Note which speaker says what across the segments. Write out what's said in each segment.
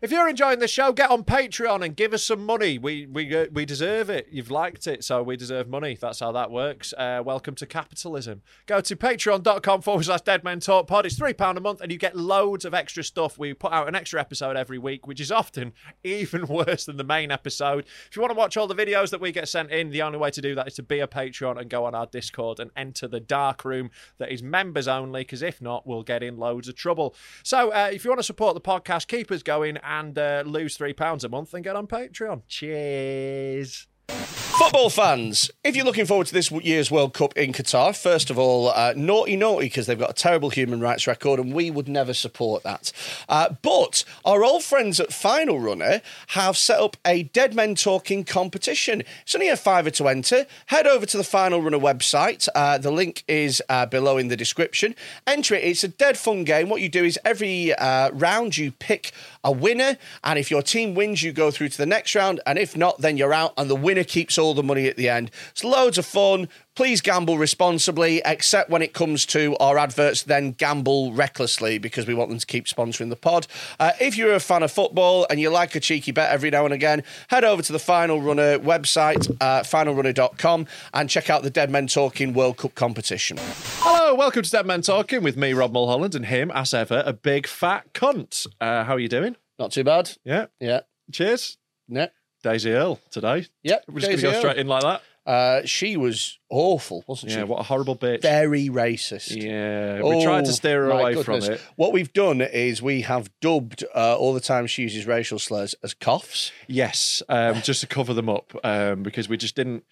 Speaker 1: If you're enjoying the show, get on Patreon and give us some money. We we uh, we deserve it. You've liked it, so we deserve money. That's how that works. Uh, welcome to capitalism. Go to patreon.com forward slash dead men talk pod. It's £3 a month and you get loads of extra stuff. We put out an extra episode every week, which is often even worse than the main episode. If you want to watch all the videos that we get sent in, the only way to do that is to be a Patreon and go on our Discord and enter the dark room that is members only, because if not, we'll get in loads of trouble. So uh, if you want to support the podcast, keep us going and uh, lose three pounds a month and get on Patreon. Cheers.
Speaker 2: Football fans, if you're looking forward to this year's World Cup in Qatar, first of all, uh, naughty, naughty, because they've got a terrible human rights record and we would never support that. Uh, but our old friends at Final Runner have set up a Dead Men Talking competition. It's only a fiver to enter. Head over to the Final Runner website. Uh, the link is uh, below in the description. Enter it. It's a dead fun game. What you do is every uh, round you pick a winner, and if your team wins, you go through to the next round, and if not, then you're out, and the winner keeps all the money at the end. It's loads of fun. Please gamble responsibly, except when it comes to our adverts, then gamble recklessly because we want them to keep sponsoring the pod. Uh, if you're a fan of football and you like a cheeky bet every now and again, head over to the Final Runner website, uh, finalrunner.com, and check out the Dead Men Talking World Cup competition.
Speaker 1: Hello, welcome to Dead Men Talking with me, Rob Mulholland, and him, as ever, a big fat cunt. Uh, how are you doing?
Speaker 2: Not too bad.
Speaker 1: Yeah.
Speaker 2: Yeah.
Speaker 1: Cheers.
Speaker 2: Yeah.
Speaker 1: Daisy Earl today.
Speaker 2: Yep,
Speaker 1: We're just going to
Speaker 2: Daisy
Speaker 1: go
Speaker 2: Earl.
Speaker 1: straight in like that.
Speaker 2: Uh, she was awful, wasn't she?
Speaker 1: Yeah, what a horrible bitch.
Speaker 2: Very racist.
Speaker 1: Yeah, we tried to
Speaker 2: Oh,
Speaker 1: steer her
Speaker 2: my
Speaker 1: away from
Speaker 2: goodness.
Speaker 1: it.
Speaker 2: What we've done is we have dubbed uh, all the time she uses racial slurs as coughs.
Speaker 1: Yes, um, just to cover them up um, because we just didn't.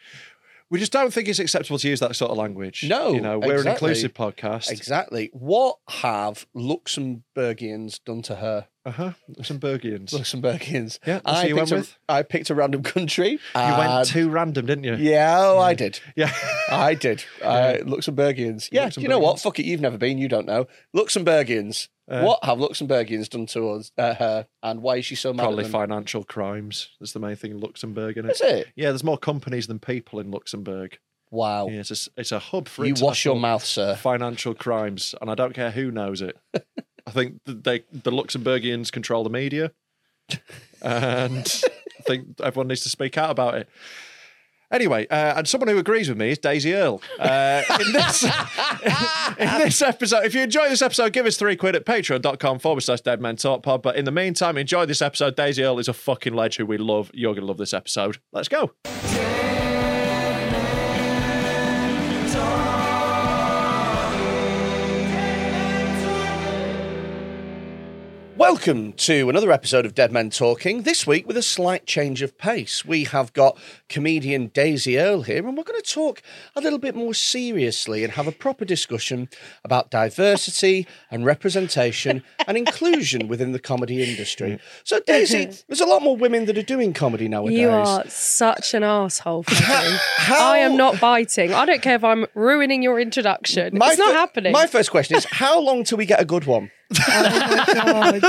Speaker 1: We just don't think it's acceptable to use that sort of language.
Speaker 2: No,
Speaker 1: you know, we're an
Speaker 2: exactly.
Speaker 1: inclusive podcast.
Speaker 2: Exactly. What have Luxembourgians done to her?
Speaker 1: Uh huh. Some Bergians. You
Speaker 2: Luxembourgians.
Speaker 1: Yeah, that's
Speaker 2: I
Speaker 1: who you
Speaker 2: picked
Speaker 1: went
Speaker 2: a-
Speaker 1: with?
Speaker 2: I picked a random country. You
Speaker 1: went too random, didn't you?
Speaker 2: um, Yeah, oh, I did.
Speaker 1: Yeah.
Speaker 2: I did. Uh, Luxembourgians. Yeah, you know what?
Speaker 1: Luxembourgians. Uh,
Speaker 2: Fuck it. You've never been. You don't know. Luxembourgians. what have Luxembourgians done to us, uh, her, and why is she so mad?
Speaker 1: Probably
Speaker 2: at them?
Speaker 1: financial crimes. That's the main thing in Luxembourg, isn't
Speaker 2: Is it?
Speaker 1: Yeah, there's more companies than people in Luxembourg.
Speaker 2: Wow.
Speaker 1: Yeah, it's a, s- it's a hub for
Speaker 2: Oh. you wash your
Speaker 1: international-
Speaker 2: mouth, sir.
Speaker 1: financial crimes, and I don't care who knows it. I think th- they the Luxembourgians control the media, and I think everyone needs to speak out about it. Anyway, uh, and someone who agrees with me is Daisy Earl. Uh, in, this, in this episode, if you enjoy this episode, give us three quid at patreon.com forward slash dead man talk pod. But in the meantime, enjoy this episode. Daisy Earl is a fucking ledge who we love. You're going to love this episode. Let's go.
Speaker 2: Welcome to another episode of Dead Men Talking. This week with a slight change of pace. We have got comedian Daisy Earle here, and we're going to talk a little bit more seriously and have a proper discussion about diversity and representation and inclusion within the comedy industry. So, Daisy, there's a lot more women that are doing comedy nowadays.
Speaker 3: You are such an asshole. Freddie.
Speaker 2: How-
Speaker 3: I am not biting. I don't care if I'm ruining your introduction. it's not
Speaker 2: fir-
Speaker 3: happening.
Speaker 2: My first question is how long till we get a good one?
Speaker 3: God.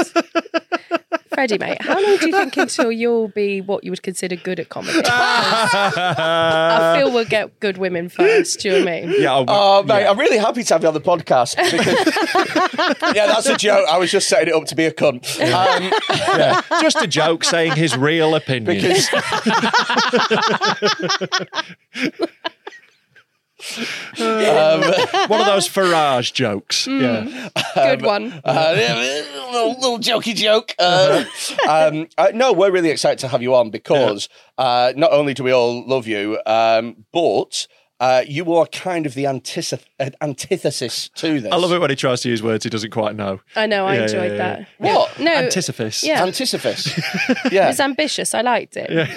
Speaker 3: Freddie, mate, how long do you think until you'll be what you would consider good at comedy? I feel we'll get good women first. Do you know what I mean?
Speaker 1: Yeah, I would-
Speaker 2: Oh, mate,
Speaker 1: Uh, yeah.
Speaker 2: I'm really happy to have you on the podcast. because- yeah, that's a joke. I was just setting it up to be a cunt. Um,
Speaker 1: Yeah. Just a joke saying his real opinion.
Speaker 2: because
Speaker 1: One of
Speaker 3: Um,
Speaker 1: those Farage jokes.
Speaker 3: Hmm.
Speaker 1: Yeah.
Speaker 3: Good one.
Speaker 2: uh, little, little jokey joke. Uh,
Speaker 1: Uh-huh.
Speaker 2: um, uh, no, we're really excited to have you on because uh, not only do we all love you, um, but uh, you are kind of the antith- uh, antithesis to this.
Speaker 1: I love it when he tries to use words he doesn't quite know.
Speaker 3: I know. I
Speaker 1: Yeah,
Speaker 3: enjoyed
Speaker 1: yeah,
Speaker 3: that.
Speaker 1: yeah.
Speaker 2: What?
Speaker 3: No.
Speaker 1: Antithesis.
Speaker 3: Yeah.
Speaker 2: Antithesis. yeah.
Speaker 3: It's ambitious. I liked it.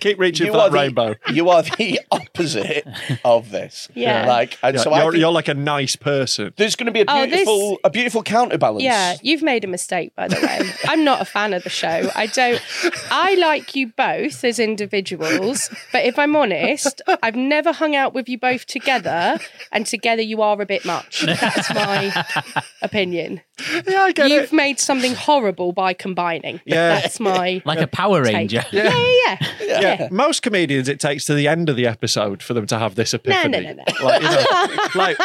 Speaker 1: Keep reaching for
Speaker 2: are
Speaker 1: that
Speaker 2: the,
Speaker 1: rainbow.
Speaker 2: You are the opposite of this.
Speaker 3: Yeah.
Speaker 2: Like, and
Speaker 1: Yeah,
Speaker 2: so I
Speaker 1: you're,
Speaker 2: think
Speaker 1: you're like a nice person.
Speaker 2: there's going to be a
Speaker 3: Oh, this-
Speaker 2: beautiful, a beautiful counterbalance.
Speaker 3: Yeah, you've made a mistake, by the way. I'm not a fan of the show. I don't. I like you both as individuals, but if I'm honest, I've never hung out with you both together, and together you are a bit much. That's my opinion.
Speaker 1: Yeah, I get
Speaker 3: You've
Speaker 1: it.
Speaker 3: made something horrible by combining.
Speaker 1: Yeah.
Speaker 3: That's my.
Speaker 4: Like a Power Ranger.
Speaker 3: Yeah, yeah, yeah. yeah.
Speaker 1: Most comedians, it takes to the end of the episode for them to have this epiphany.
Speaker 3: no, no.
Speaker 1: Like, you know, like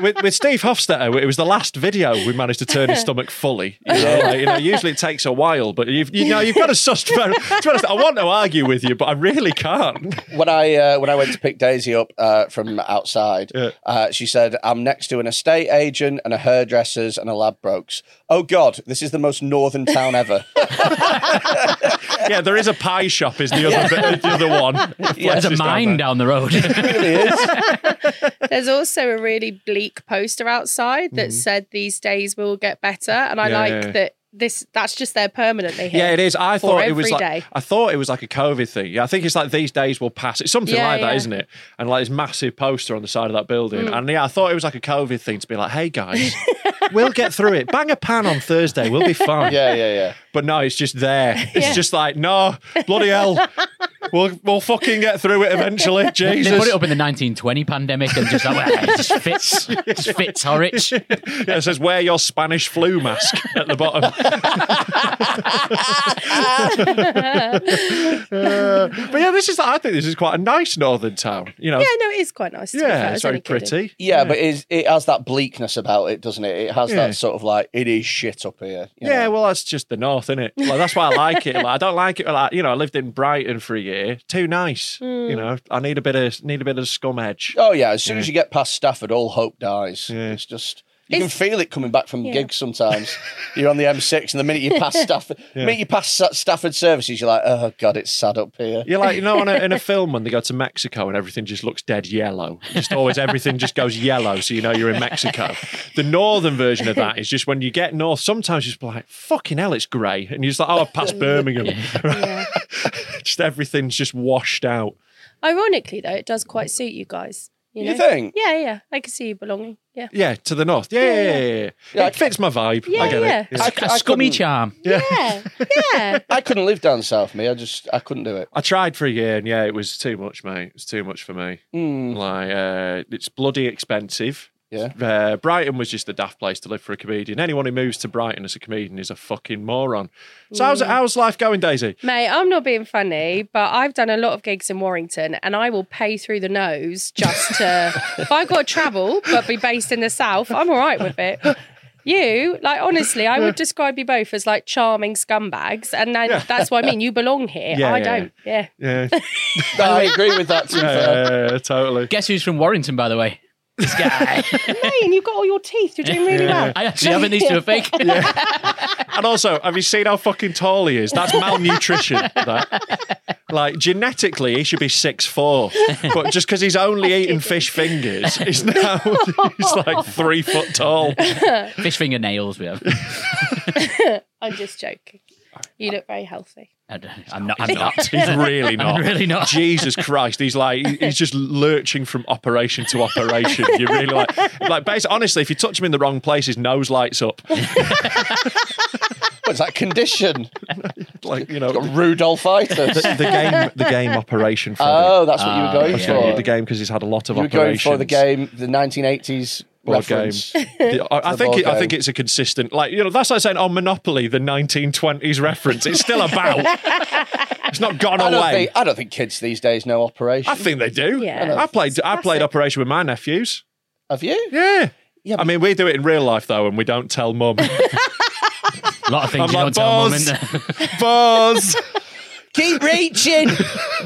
Speaker 1: with, with Steve Hofstetter, it was the last video we managed to turn his stomach fully. You know, like, you know, usually it takes a while, but you've, you know, you've got to suss. To be honest, I want to argue with you, but I really can't.
Speaker 2: When I uh, when I went to pick Daisy up uh, from outside, uh, she said, "I'm next to an estate agent and a hairdresser's and a ladbrokes." Oh God, this is the most northern town ever.
Speaker 1: Yeah, there is a pie shop, is the other, bit- the other one.
Speaker 4: There's a mine down the road.
Speaker 3: There's also a really bleak poster outside that said these days will get better, and I
Speaker 1: Yeah,
Speaker 3: like
Speaker 1: Mm-hmm. yeah.
Speaker 3: that. This that's just there permanently. Here
Speaker 1: Yeah, it is. I
Speaker 3: for
Speaker 1: thought it was
Speaker 3: every
Speaker 1: like
Speaker 3: day.
Speaker 1: I thought it was like a COVID thing. Yeah, I think it's like these days will pass. It's something
Speaker 3: Yeah,
Speaker 1: like
Speaker 3: yeah. Mm.
Speaker 1: that, isn't it? And like this massive poster on the side of that building. And yeah, I thought it was like a COVID thing to be like, "Hey guys, we'll get through it. Bang a pan on Thursday, we'll be fine."
Speaker 2: yeah, yeah, yeah.
Speaker 1: But no, it's just there. It's just like, no, bloody hell, we'll we'll fucking get through it eventually.
Speaker 4: they
Speaker 1: Jesus.
Speaker 4: put it up in the 1920 pandemic and just like, "Ah, it just fits, just fits Horwich.
Speaker 1: Yeah, it says wear your Spanish flu mask at the bottom. Uh, but yeah, this is. I think this is quite a nice northern town. You know,
Speaker 3: Yeah, no, it is quite nice. to be
Speaker 1: Yeah,
Speaker 3: fair. I was
Speaker 1: it's very
Speaker 3: only kidding.
Speaker 1: pretty.
Speaker 2: Yeah, but it, it has that bleakness about it, doesn't it? It has
Speaker 1: Yeah.
Speaker 2: that sort of like it is shit up here. you
Speaker 1: Yeah,
Speaker 2: know?
Speaker 1: well, that's just the north, isn't it? Like, that's why I like it. Like, I don't like it. Like, you know, I lived in Brighton for a year. Too nice.
Speaker 3: Hmm.
Speaker 1: You know, I need a bit of need a bit of scum edge.
Speaker 2: Oh yeah, as soon as you get past Stafford, all hope dies.
Speaker 1: Yeah.
Speaker 2: It's just you
Speaker 3: It's-
Speaker 2: can feel it coming back from gigs sometimes. you're on the M6, and the minute you pass Stafford, minute you pass Sa- Stafford services, you're like, oh god, it's sad up here.
Speaker 1: You're like, you know, in a, in a film when they go to Mexico and everything just looks dead yellow. Just always everything just goes yellow, so you know you're in Mexico. The northern version of that is just when you get north, sometimes you're just like, fucking hell, it's grey. And you're just like, oh, I've passed Birmingham. just everything's just washed out.
Speaker 3: Ironically, though, it does quite suit you guys. You,
Speaker 2: You
Speaker 3: know?
Speaker 2: think?
Speaker 3: Yeah, yeah. I can see you belonging. Yeah.
Speaker 1: Yeah, to the north. Yeah, yeah, yeah. yeah.
Speaker 2: Yeah,
Speaker 1: it fits my vibe. I
Speaker 3: Yeah,
Speaker 1: get
Speaker 3: yeah.
Speaker 1: it. Yeah.
Speaker 4: A
Speaker 2: I-
Speaker 4: sc- a
Speaker 2: I
Speaker 4: scummy
Speaker 2: couldn't-
Speaker 4: charm.
Speaker 3: Yeah. Yeah.
Speaker 2: I couldn't live down south, me. I just I couldn't do it.
Speaker 1: I tried for a year, and yeah, it was too much, mate. It was too much for me. Like, uh, it's bloody expensive.
Speaker 2: Yeah.
Speaker 1: Uh, Brighton was just the daft place to live for a comedian. Anyone who moves to Brighton as a comedian is a fucking moron. So how's how's life going, Daisy?
Speaker 3: Mate, I'm not being funny, but I've done a lot of gigs in Warrington and I will pay through the nose just to. if I've got to travel but be based in the South, I'm all right with it. You, like, honestly, I would describe you both as like charming scumbags. And then, that's what I mean. You belong here.
Speaker 1: Yeah,
Speaker 3: I
Speaker 1: yeah,
Speaker 3: don't. Yeah.
Speaker 1: Yeah,
Speaker 2: No, I agree with that. To be fair.
Speaker 1: uh, totally.
Speaker 4: Guess who's from Warrington, by the way? This guy.
Speaker 3: Hey, and you've got all your teeth. You're doing really well.
Speaker 4: I actually haven't these two are fake.
Speaker 1: And also, have you seen how fucking tall he is? That's malnutrition. that. Like genetically, he should be six four, but just because he's only eating fish fingers, he's now he's like three foot tall.
Speaker 4: Fish finger nails we have.
Speaker 3: I'm just joking. You look very healthy.
Speaker 4: I don't- I'm not. I'm not.
Speaker 1: He's really not.
Speaker 4: I'm really not.
Speaker 1: Jesus Christ, he's like he's just lurching from operation to operation. You really like like basically honestly, if you touch him in the wrong place, his nose lights up.
Speaker 2: What's that condition?
Speaker 1: Like you know,
Speaker 2: Got Rudolph
Speaker 1: the,
Speaker 2: itis.
Speaker 1: the Ah, game, the game operation. Freddy.
Speaker 2: Oh, that's what you were going
Speaker 4: yeah,
Speaker 1: Yeah,
Speaker 2: for.
Speaker 1: the game because he's had a lot of
Speaker 2: You were going
Speaker 1: operations.
Speaker 2: for the game, the 1980s
Speaker 1: board
Speaker 2: reference.
Speaker 1: game. The- I, I
Speaker 2: The
Speaker 1: think
Speaker 2: board
Speaker 1: it, I think
Speaker 2: game.
Speaker 1: it's a consistent like you know that's like saying on Monopoly the 1920s reference. It's still about. it's not gone
Speaker 2: I don't,
Speaker 1: away.
Speaker 2: think, I don't think kids these days know operation.
Speaker 1: I think they do.
Speaker 3: Yeah.
Speaker 1: I played I played Operation with my nephews.
Speaker 2: Have you?
Speaker 1: Yeah.
Speaker 2: Yeah,
Speaker 1: I
Speaker 2: but-
Speaker 1: mean, we do it in real life though, and we don't tell mum.
Speaker 4: A lot of
Speaker 1: I'm
Speaker 4: things you
Speaker 1: like,
Speaker 4: don't tell mum in
Speaker 1: "Buzz."
Speaker 4: there.
Speaker 1: Buzz.
Speaker 2: Keep reaching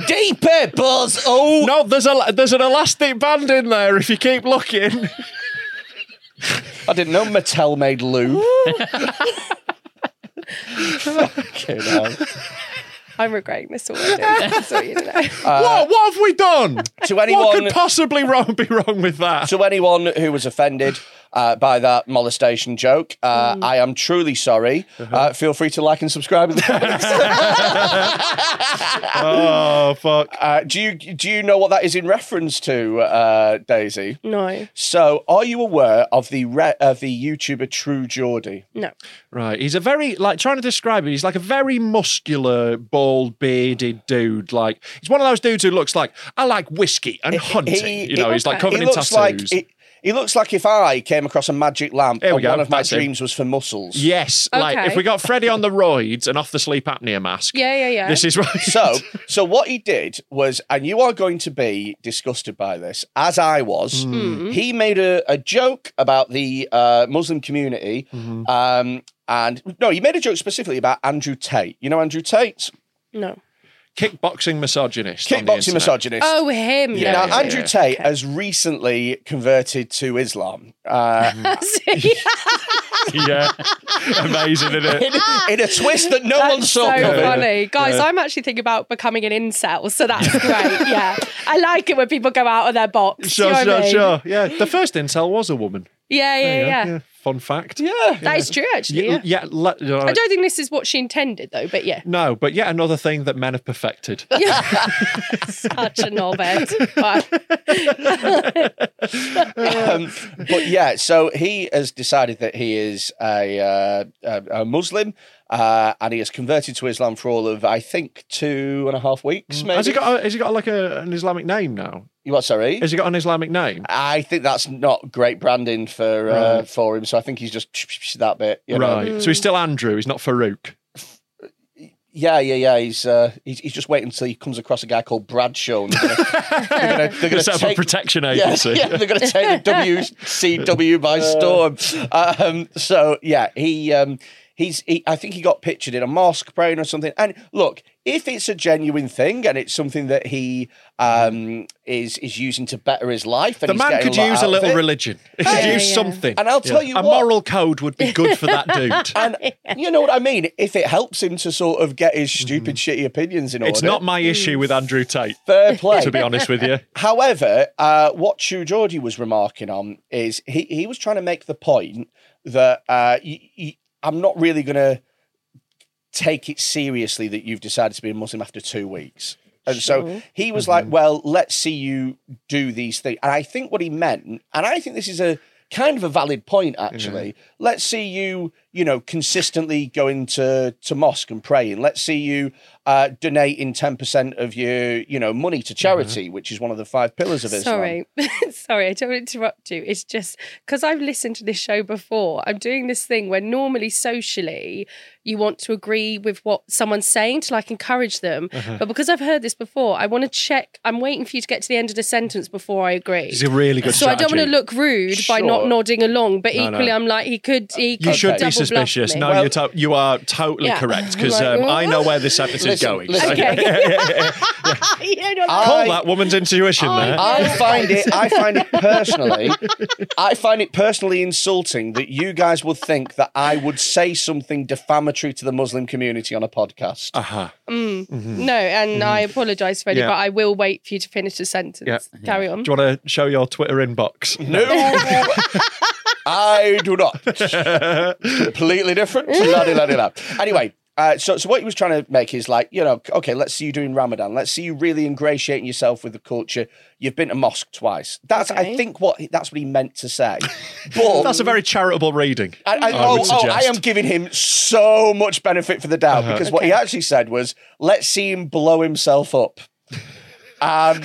Speaker 2: deeper, Buzz. Oh,
Speaker 1: no, there's a there's an elastic band in there if you keep looking.
Speaker 2: I didn't know Mattel made lube. Fucking hell.
Speaker 3: I'm regretting this already. That's all you know.
Speaker 1: what what have we done?
Speaker 2: to
Speaker 1: what
Speaker 2: Uh, anyone,
Speaker 1: could possibly wrong be wrong with that?
Speaker 2: to anyone who was offended uh, by that molestation joke, uh, I am truly sorry. uh feel free to like and subscribe. in the comments.
Speaker 1: oh fuck!
Speaker 2: uh, do you do you know what that is in reference to, uh, Daisy?
Speaker 3: No,
Speaker 2: So, are you aware of the re- of the YouTuber True Geordie?
Speaker 3: no.
Speaker 1: Right, he's a very like trying to describe him. He's like a very muscular, bald, bearded dude. Like he's one of those dudes who looks like I like whiskey and hunting. you know, he's like
Speaker 3: okay.
Speaker 1: covered
Speaker 2: he
Speaker 1: in
Speaker 2: looks
Speaker 1: tattoos.
Speaker 2: Like, he, he looks like if I came across a magic lamp
Speaker 1: Here we
Speaker 2: and
Speaker 1: go,
Speaker 2: one of my
Speaker 1: that's him.
Speaker 2: dreams was for muscles.
Speaker 1: yes, like
Speaker 3: Okay.
Speaker 1: if we got Freddie on the roids and off the sleep apnea mask.
Speaker 3: Yeah, yeah, yeah.
Speaker 1: This is right.
Speaker 2: So, so what he did was, and you are going to be disgusted by this, as I was.
Speaker 1: Hmm.
Speaker 2: He made a, a joke about the uh, Muslim community,
Speaker 1: Hmm.
Speaker 2: um, and no, he made a joke specifically about Andrew Tate. You know Andrew Tate,
Speaker 3: no.
Speaker 1: kickboxing misogynist. on the
Speaker 2: kickboxing
Speaker 1: internet.
Speaker 2: misogynist.
Speaker 3: Oh, him.
Speaker 1: Yeah,
Speaker 2: now,
Speaker 3: no.
Speaker 1: yeah,
Speaker 2: Andrew Tate has recently converted to Islam uh,
Speaker 1: yeah, amazing, isn't it?
Speaker 2: in, in a twist that no one
Speaker 3: That's so
Speaker 2: saw coming.
Speaker 3: funny. Guys, I'm actually thinking about becoming an incel, so that's great. Yeah. I like it when people go out of their box.
Speaker 1: Sure,
Speaker 3: you know what I
Speaker 1: sure,
Speaker 3: mean?
Speaker 1: sure. Yeah, the first intel was a woman.
Speaker 3: Yeah,
Speaker 1: There you
Speaker 3: yeah,
Speaker 1: go.
Speaker 3: yeah.
Speaker 1: Fun fact.
Speaker 2: Yeah.
Speaker 3: That is true, actually.
Speaker 1: Yeah.
Speaker 3: Yeah.
Speaker 1: yeah le- you know,
Speaker 3: I don't think this is what she intended, though, but yeah.
Speaker 1: no, but yet another thing that men have perfected.
Speaker 3: Such a knobhead. Right.
Speaker 2: um, but yeah, so he has decided that he is a uh, a, a Muslim, uh, and he has converted to Islam for all of I think two and a half weeks. Maybe.
Speaker 1: Mm. Has he got? A, has he got like a, an Islamic name now?
Speaker 2: You What? Sorry.
Speaker 1: Has he got an Islamic name?
Speaker 2: I think that's not great branding for uh, for him. So I think he's just that bit. You know?
Speaker 1: Right. So he's still Andrew. He's not Farouk.
Speaker 2: Yeah, yeah, yeah. He's uh, he's, he's just waiting until he comes across a guy called Bradshaw. And they're gonna- they're gonna, they're gonna
Speaker 1: Set up a
Speaker 2: take-
Speaker 1: protection
Speaker 2: Yeah,
Speaker 1: agency. Uh.
Speaker 2: yeah, they're going to take the WCW by storm. Um, so yeah, he um, he's he, I think he got pictured in a mosque praying or something. And look, if it's a genuine thing and it's something that he um, is is using to better his life, and
Speaker 1: The
Speaker 2: he's
Speaker 1: man
Speaker 2: getting
Speaker 1: could
Speaker 2: lot
Speaker 1: use
Speaker 2: out
Speaker 1: a
Speaker 2: of
Speaker 1: little
Speaker 2: it,
Speaker 1: religion. He could
Speaker 3: Yeah,
Speaker 1: use
Speaker 3: yeah.
Speaker 1: something.
Speaker 2: And I'll tell you
Speaker 1: a
Speaker 2: what-
Speaker 1: moral code would be good for that dude.
Speaker 2: And you know what I mean? If it helps him to sort of get his stupid, shitty opinions in order,
Speaker 1: Mm-hmm. it's not my issue with Andrew Tate,
Speaker 2: fair play.
Speaker 1: to be honest with you.
Speaker 2: However, uh, what Chu Georgie was remarking on is he, he was trying to make the point that uh, y- y- I'm not really going to take it seriously that you've decided to be a Muslim after two weeks. And so he was like, well, let's see you do these things. And I think what he meant, and I think this is a kind of a valid point, actually. Let's see you, you know, consistently going to, to mosque and praying. Let's see you uh, donating 10% of your, you know, money to charity, which is one of the five pillars of Islam.
Speaker 3: Sorry. Sorry, I don't want to interrupt you. It's just because I've listened to this show before, I'm doing this thing where normally socially you want to agree with what someone's saying to like encourage them.
Speaker 1: Uh-huh.
Speaker 3: But because I've heard this before, I want to check. I'm waiting for you to get to the end of the sentence before I agree.
Speaker 1: It's a really good
Speaker 3: So I don't want to
Speaker 1: strategy.
Speaker 3: look rude by not
Speaker 2: Sure.
Speaker 3: nodding along, but
Speaker 1: No, no.
Speaker 3: equally, I'm like, he could. He could
Speaker 1: You should be
Speaker 3: double bluff
Speaker 1: suspicious.
Speaker 3: me.
Speaker 1: No,
Speaker 2: Well-
Speaker 1: you're to- you are totally
Speaker 3: Yeah.
Speaker 1: correct because
Speaker 3: Right.
Speaker 1: um, I know where this sentence is
Speaker 2: Listen,
Speaker 1: going.
Speaker 2: listen.
Speaker 1: So-
Speaker 3: Okay. You don't know.
Speaker 1: Call
Speaker 2: I-
Speaker 1: that woman's intuition there.
Speaker 2: I find it. I find it personally. I find it personally insulting that you guys would think that I would say something defamatory to the Muslim community on a podcast.
Speaker 1: uh-huh.
Speaker 3: No, and I apologise, Freddie,
Speaker 1: Mm-hmm. Yeah.
Speaker 3: but I will wait for you to finish the sentence.
Speaker 1: Yeah.
Speaker 3: Carry on.
Speaker 1: Do you want to show your Twitter inbox?
Speaker 2: No, I do not. Completely different. La-di-la-di-la. Anyway. Uh, so, so what he was trying to make is like, you know, okay, let's see you doing Ramadan. Let's see you really ingratiating yourself with the culture. You've been to mosque twice. That's, I
Speaker 3: Okay.
Speaker 2: think, what he- that's what he meant to say. But
Speaker 1: That's a very charitable reading.
Speaker 2: I, I,
Speaker 1: I
Speaker 2: oh,
Speaker 1: would
Speaker 2: oh, I
Speaker 1: suggest. Uh-huh.
Speaker 2: am giving him so much benefit for the doubt because what he actually said was, "Let's see him blow himself up," and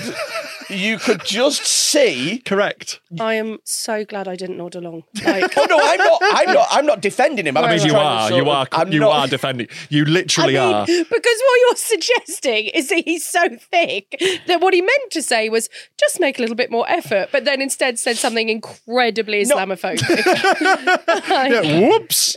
Speaker 2: you could just see.
Speaker 1: Correct.
Speaker 3: I am so glad I didn't nod along. Like,
Speaker 2: Oh no, I'm not. I'm not. I'm not defending him. I'm
Speaker 1: I mean,
Speaker 2: just
Speaker 1: you
Speaker 2: trying to
Speaker 1: are,
Speaker 2: sort
Speaker 1: you
Speaker 2: of-
Speaker 1: are,
Speaker 2: I'm
Speaker 1: you
Speaker 2: not-
Speaker 1: are defending. You literally
Speaker 3: I
Speaker 1: are.
Speaker 3: mean, because what you're suggesting is that he's so thick that what he meant to say was just make a little bit more effort, but then instead said something incredibly Islamophobic.
Speaker 1: Yeah, whoops.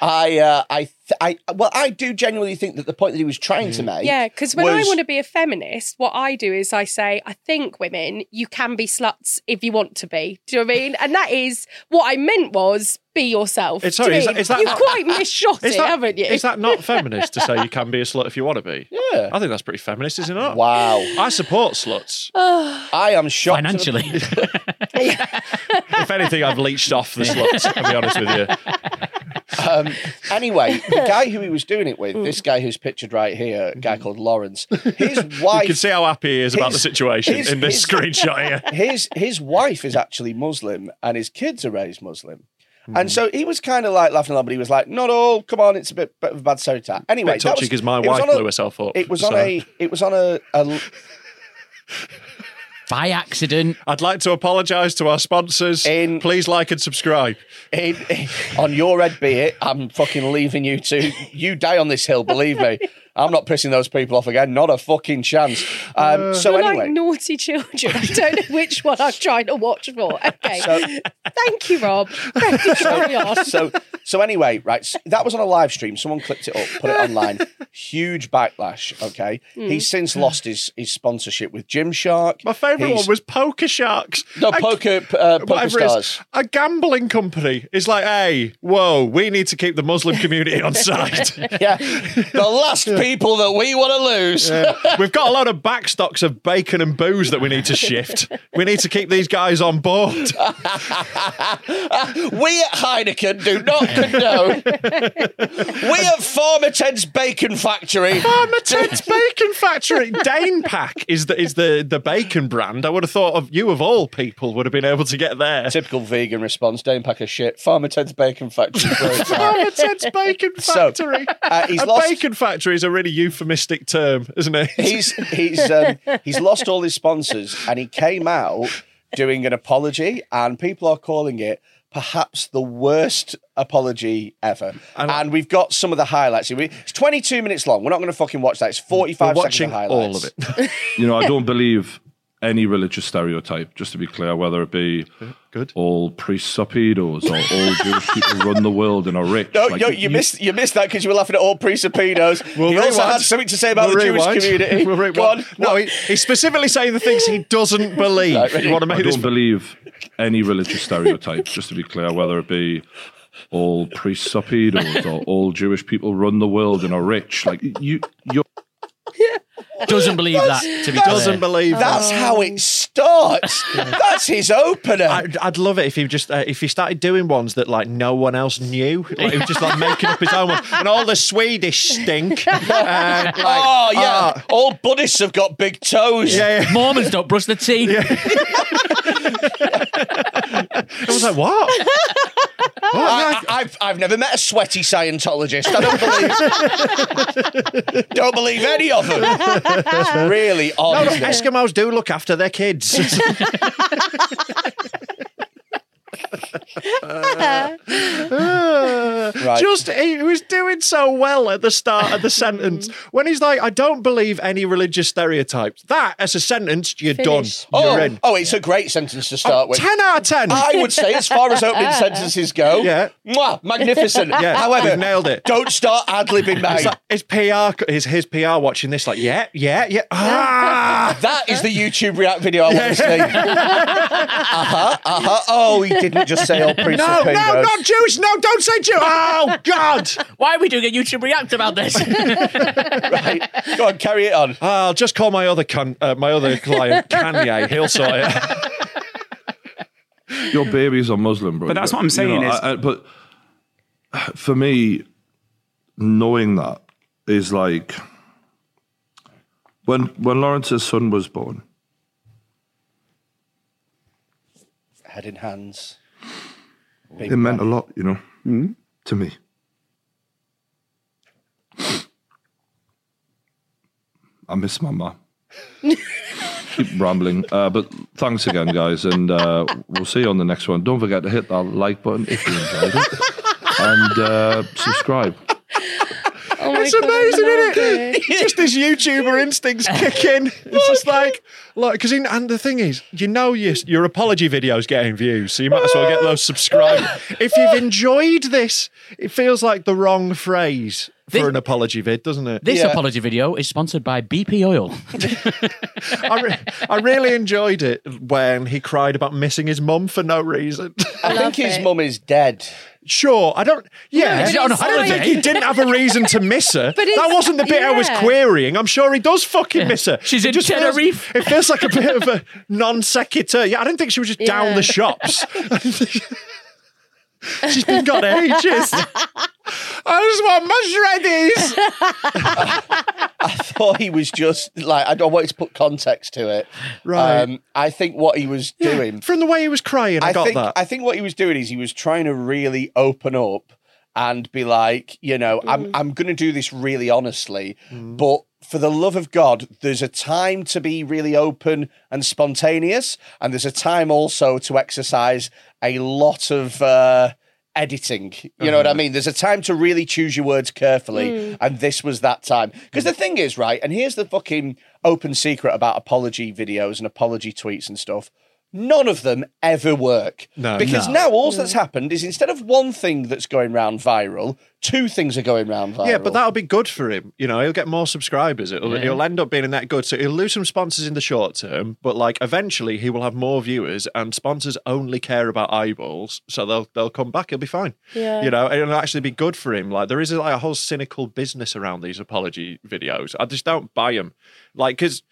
Speaker 2: I, uh, I, th- I, well, I do genuinely think that the point that he was trying
Speaker 1: Mm.
Speaker 2: to make.
Speaker 3: yeah, because when I
Speaker 2: was-
Speaker 3: want to be a feminist, what I do is I say, I think women, you can be sluts if you want to be. Do you know what I mean? And that is what I meant was be yourself.
Speaker 1: It's-
Speaker 3: Do
Speaker 1: sorry,
Speaker 3: you
Speaker 1: is
Speaker 3: mean?
Speaker 1: that- is that-
Speaker 3: You've quite misshot it,
Speaker 1: Is that,
Speaker 3: haven't you?
Speaker 1: is that not feminist to say you can be a slut if you want to be?
Speaker 2: Yeah.
Speaker 1: I think that's pretty feminist, is it not?
Speaker 2: Wow.
Speaker 1: I support sluts.
Speaker 2: I am shocked.
Speaker 4: Financially,
Speaker 1: if anything, I've leached off the sluts, I'll be honest with you.
Speaker 2: Um, anyway, the guy who he was doing it with, this guy who's pictured right here, a guy
Speaker 1: Mm.
Speaker 2: called Lawrence, his wife.
Speaker 1: You can see how happy he is about the
Speaker 2: His-
Speaker 1: situation
Speaker 2: his-
Speaker 1: in this
Speaker 2: his-
Speaker 1: screenshot here.
Speaker 2: his his wife is actually Muslim and his kids are raised Muslim.
Speaker 1: Hmm.
Speaker 2: And so he was kind of like laughing along, but he was like, "Not all. Come on, it's a bit, bit of a bad stereotype." Anyway,
Speaker 1: Bit
Speaker 2: that
Speaker 1: touchy
Speaker 2: was-
Speaker 1: 'cause my
Speaker 2: it was
Speaker 1: wife
Speaker 2: on a-
Speaker 1: blew herself up,
Speaker 2: It was on
Speaker 1: so.
Speaker 2: a. It was on a. a
Speaker 4: by accident.
Speaker 1: I'd like to apologise to our sponsors.
Speaker 2: In-
Speaker 1: Please like and subscribe.
Speaker 2: in, on your red be it. I'm fucking leaving you to. You die on this hill, believe me. I'm not pissing those people off again. Not a fucking chance.
Speaker 1: Uh,
Speaker 2: Um, so
Speaker 3: You're
Speaker 2: anyway,
Speaker 3: Oh, like naughty children. I don't know which one I'm trying to watch for. Okay. Thank you, Rob. Thank you, carry on.
Speaker 2: so so anyway, right. s- That was on a live stream. Someone clipped it up, put it online. Huge backlash. Okay, he's since lost his his sponsorship with Gymshark.
Speaker 1: My favourite
Speaker 2: He's-
Speaker 1: one was Poker Sharks.
Speaker 2: no
Speaker 1: I-
Speaker 2: poker p- uh, poker
Speaker 1: Whatever it is,
Speaker 2: stars.
Speaker 1: a gambling company is like, hey, whoa, we need to keep the Muslim community on side.
Speaker 2: Yeah, the last people that we want to lose.
Speaker 1: We've got a lot of back stocks of bacon and booze that we need to shift. We need to keep these guys on board.
Speaker 2: We at Heineken do not condone. we at Farmer Ted's Bacon Factory.
Speaker 1: Farmer Ted's Bacon Factory. Dane Pack is the is the, the bacon brand. I would have thought of you of all people would have been able to get there.
Speaker 2: Typical vegan response. Don't pack a shit. Farmer Ted's Bacon Factory. Great.
Speaker 1: Farmer Ted's Bacon
Speaker 2: So,
Speaker 1: Factory.
Speaker 2: uh, he's
Speaker 1: a
Speaker 2: lost-
Speaker 1: bacon factory is a really euphemistic term, isn't it?
Speaker 2: he's he's um, he's lost all his sponsors, and he came out doing an apology, and people are calling it perhaps the worst apology ever. And,
Speaker 1: And-
Speaker 2: we've got some of the highlights. here. We- It's 22 minutes long. We're not going to fucking watch that. It's 45
Speaker 1: We're watching
Speaker 2: seconds of highlights.
Speaker 1: all of it.
Speaker 5: you know, I don't believe any religious stereotype, just to be clear, whether it be
Speaker 1: Good.
Speaker 5: all priests are pedos or all Jewish people run the world and are rich.
Speaker 2: No,
Speaker 5: Like,
Speaker 2: no, you, missed you missed that because you were laughing at all priests and pedos.
Speaker 1: We'll
Speaker 2: he also
Speaker 1: rewind.
Speaker 2: had something to say about
Speaker 1: We'll
Speaker 2: the
Speaker 1: rewind.
Speaker 2: Jewish community.
Speaker 1: We'll rewind.
Speaker 2: Go on.
Speaker 1: No,
Speaker 2: What-
Speaker 1: he, he's specifically saying the things he doesn't believe.
Speaker 2: Right, ready?
Speaker 1: You want to
Speaker 5: I
Speaker 1: make this?
Speaker 5: don't believe any religious stereotype, just to be clear, whether it be all priests are pedos or all Jewish people run the world and are rich. Like you, you're
Speaker 4: Doesn't believe that. To be
Speaker 1: doesn't
Speaker 4: clear.
Speaker 1: believe that.
Speaker 2: that's how it starts. that's his opener.
Speaker 1: I'd, I'd love it if he just uh, if he started doing ones that like no one else knew, like he was just like making up his own ones, and all the Swedish stink. Uh, like,
Speaker 2: oh yeah, all Buddhists have got big toes.
Speaker 1: Ah. yeah, yeah.
Speaker 4: Mormons don't brush their teeth.
Speaker 1: I was like, what?
Speaker 2: I, I, I've I've never met a sweaty Scientologist. I don't believe don't believe any of them. It's really odd.
Speaker 1: No, no,
Speaker 2: isn't it?
Speaker 1: Eskimos do look after their kids.
Speaker 3: Oh
Speaker 1: Uh,
Speaker 2: Right.
Speaker 1: Just he was doing so well at the start of the sentence when he's like, "I don't believe any religious stereotypes." That as a sentence, you're
Speaker 3: Finished.
Speaker 1: done. You're
Speaker 2: Oh,
Speaker 1: in.
Speaker 2: oh, it's a great sentence to start with.
Speaker 1: Ten out of ten.
Speaker 2: I would say, as far as opening sentences go,
Speaker 1: Yeah.
Speaker 2: mwah, magnificent.
Speaker 1: Yeah,
Speaker 2: However,
Speaker 1: you've nailed it.
Speaker 2: Don't start ad libbing,
Speaker 1: It's
Speaker 2: mate.
Speaker 1: like, his PR, is his PR watching this? Like, yeah, yeah, yeah. Ah!
Speaker 2: That is the YouTube React video I want to see. uh huh, uh huh. Oh, he didn't just say all priests
Speaker 1: No,
Speaker 2: are
Speaker 1: no,
Speaker 2: pedos.
Speaker 1: not Jews. No, don't say Jew. Oh God.
Speaker 4: Why are we doing a YouTube react about this?
Speaker 2: Right. Go on, carry it on.
Speaker 1: I'll just call my other con- uh, my other client Kanye. He'll sort it.
Speaker 5: your babies are Muslim, bro.
Speaker 6: But that's what I'm saying is-
Speaker 5: I- I- but for me, knowing that is like when when Lawrence's son was born.
Speaker 2: Head in hands.
Speaker 5: it meant a lot, you know, to me. I miss my mum. keep rambling. Uh, but thanks again, guys, and uh, we'll see you on the next one. Don't forget to hit that like button if you enjoyed it, and uh, subscribe.
Speaker 3: Oh my
Speaker 1: It's
Speaker 3: God, I
Speaker 1: amazing,
Speaker 3: love
Speaker 1: isn't it? It's just this YouTuber instincts kicking. It's just like, look, because and the thing is, you know, your your apology video's getting views, so you might as well get those subscribed. if you've enjoyed this, it feels like the wrong phrase for
Speaker 4: Thi-
Speaker 1: an apology vid, doesn't it?
Speaker 4: This
Speaker 2: Yeah.
Speaker 4: apology video is sponsored by BP Oil.
Speaker 1: I, re- I really enjoyed it when he cried about missing his mum for no reason.
Speaker 2: I think his mum is dead.
Speaker 1: sure, I don't. Yeah,
Speaker 4: Is it on
Speaker 1: I don't
Speaker 4: holiday?
Speaker 1: think he didn't have a reason to miss her.
Speaker 3: But
Speaker 1: that
Speaker 3: it's-
Speaker 1: wasn't the bit I was
Speaker 3: yeah.
Speaker 1: querying. I'm sure he does fucking miss her.
Speaker 4: She's
Speaker 1: It
Speaker 4: in
Speaker 1: just feels-
Speaker 4: Tenerife.
Speaker 1: it feels like a bit of a non sequitur. Yeah, I don't think she was just down
Speaker 3: Yeah.
Speaker 1: the shops. She's been gone ages. I just want mushredies.
Speaker 2: thought he was just like I don't want to put context to it. Um,
Speaker 1: Right.
Speaker 2: I think what he was doing.
Speaker 1: From the way he was crying, I, got
Speaker 2: think
Speaker 1: that.
Speaker 2: I think what he was doing is he was trying to really open up and be like, you know, I'm I'm going to do this really honestly, but for the love of God, there's a time to be really open and spontaneous, and there's a time also to exercise a lot of. Uh, Editing, you know what I mean? There's a time to really choose your words carefully, and this was that time. Because the thing is, right, and here's the fucking open secret about apology videos and apology tweets and stuff none of them ever work.
Speaker 1: No.
Speaker 2: because
Speaker 1: No.
Speaker 2: now all that's happened is instead of one thing that's going round viral, two things are going round viral.
Speaker 1: Yeah, but that'll be good for him. You know, he'll get more subscribers. It'll, He'll end up being in that good. So he'll lose some sponsors in the short term, but like eventually he will have more viewers, and sponsors only care about eyeballs, so they'll they'll come back. He'll be fine.
Speaker 3: Yeah.
Speaker 1: You know, and it'll actually be good for him. Like there is like a whole cynical business around these apology videos. I just don't buy them. Like because.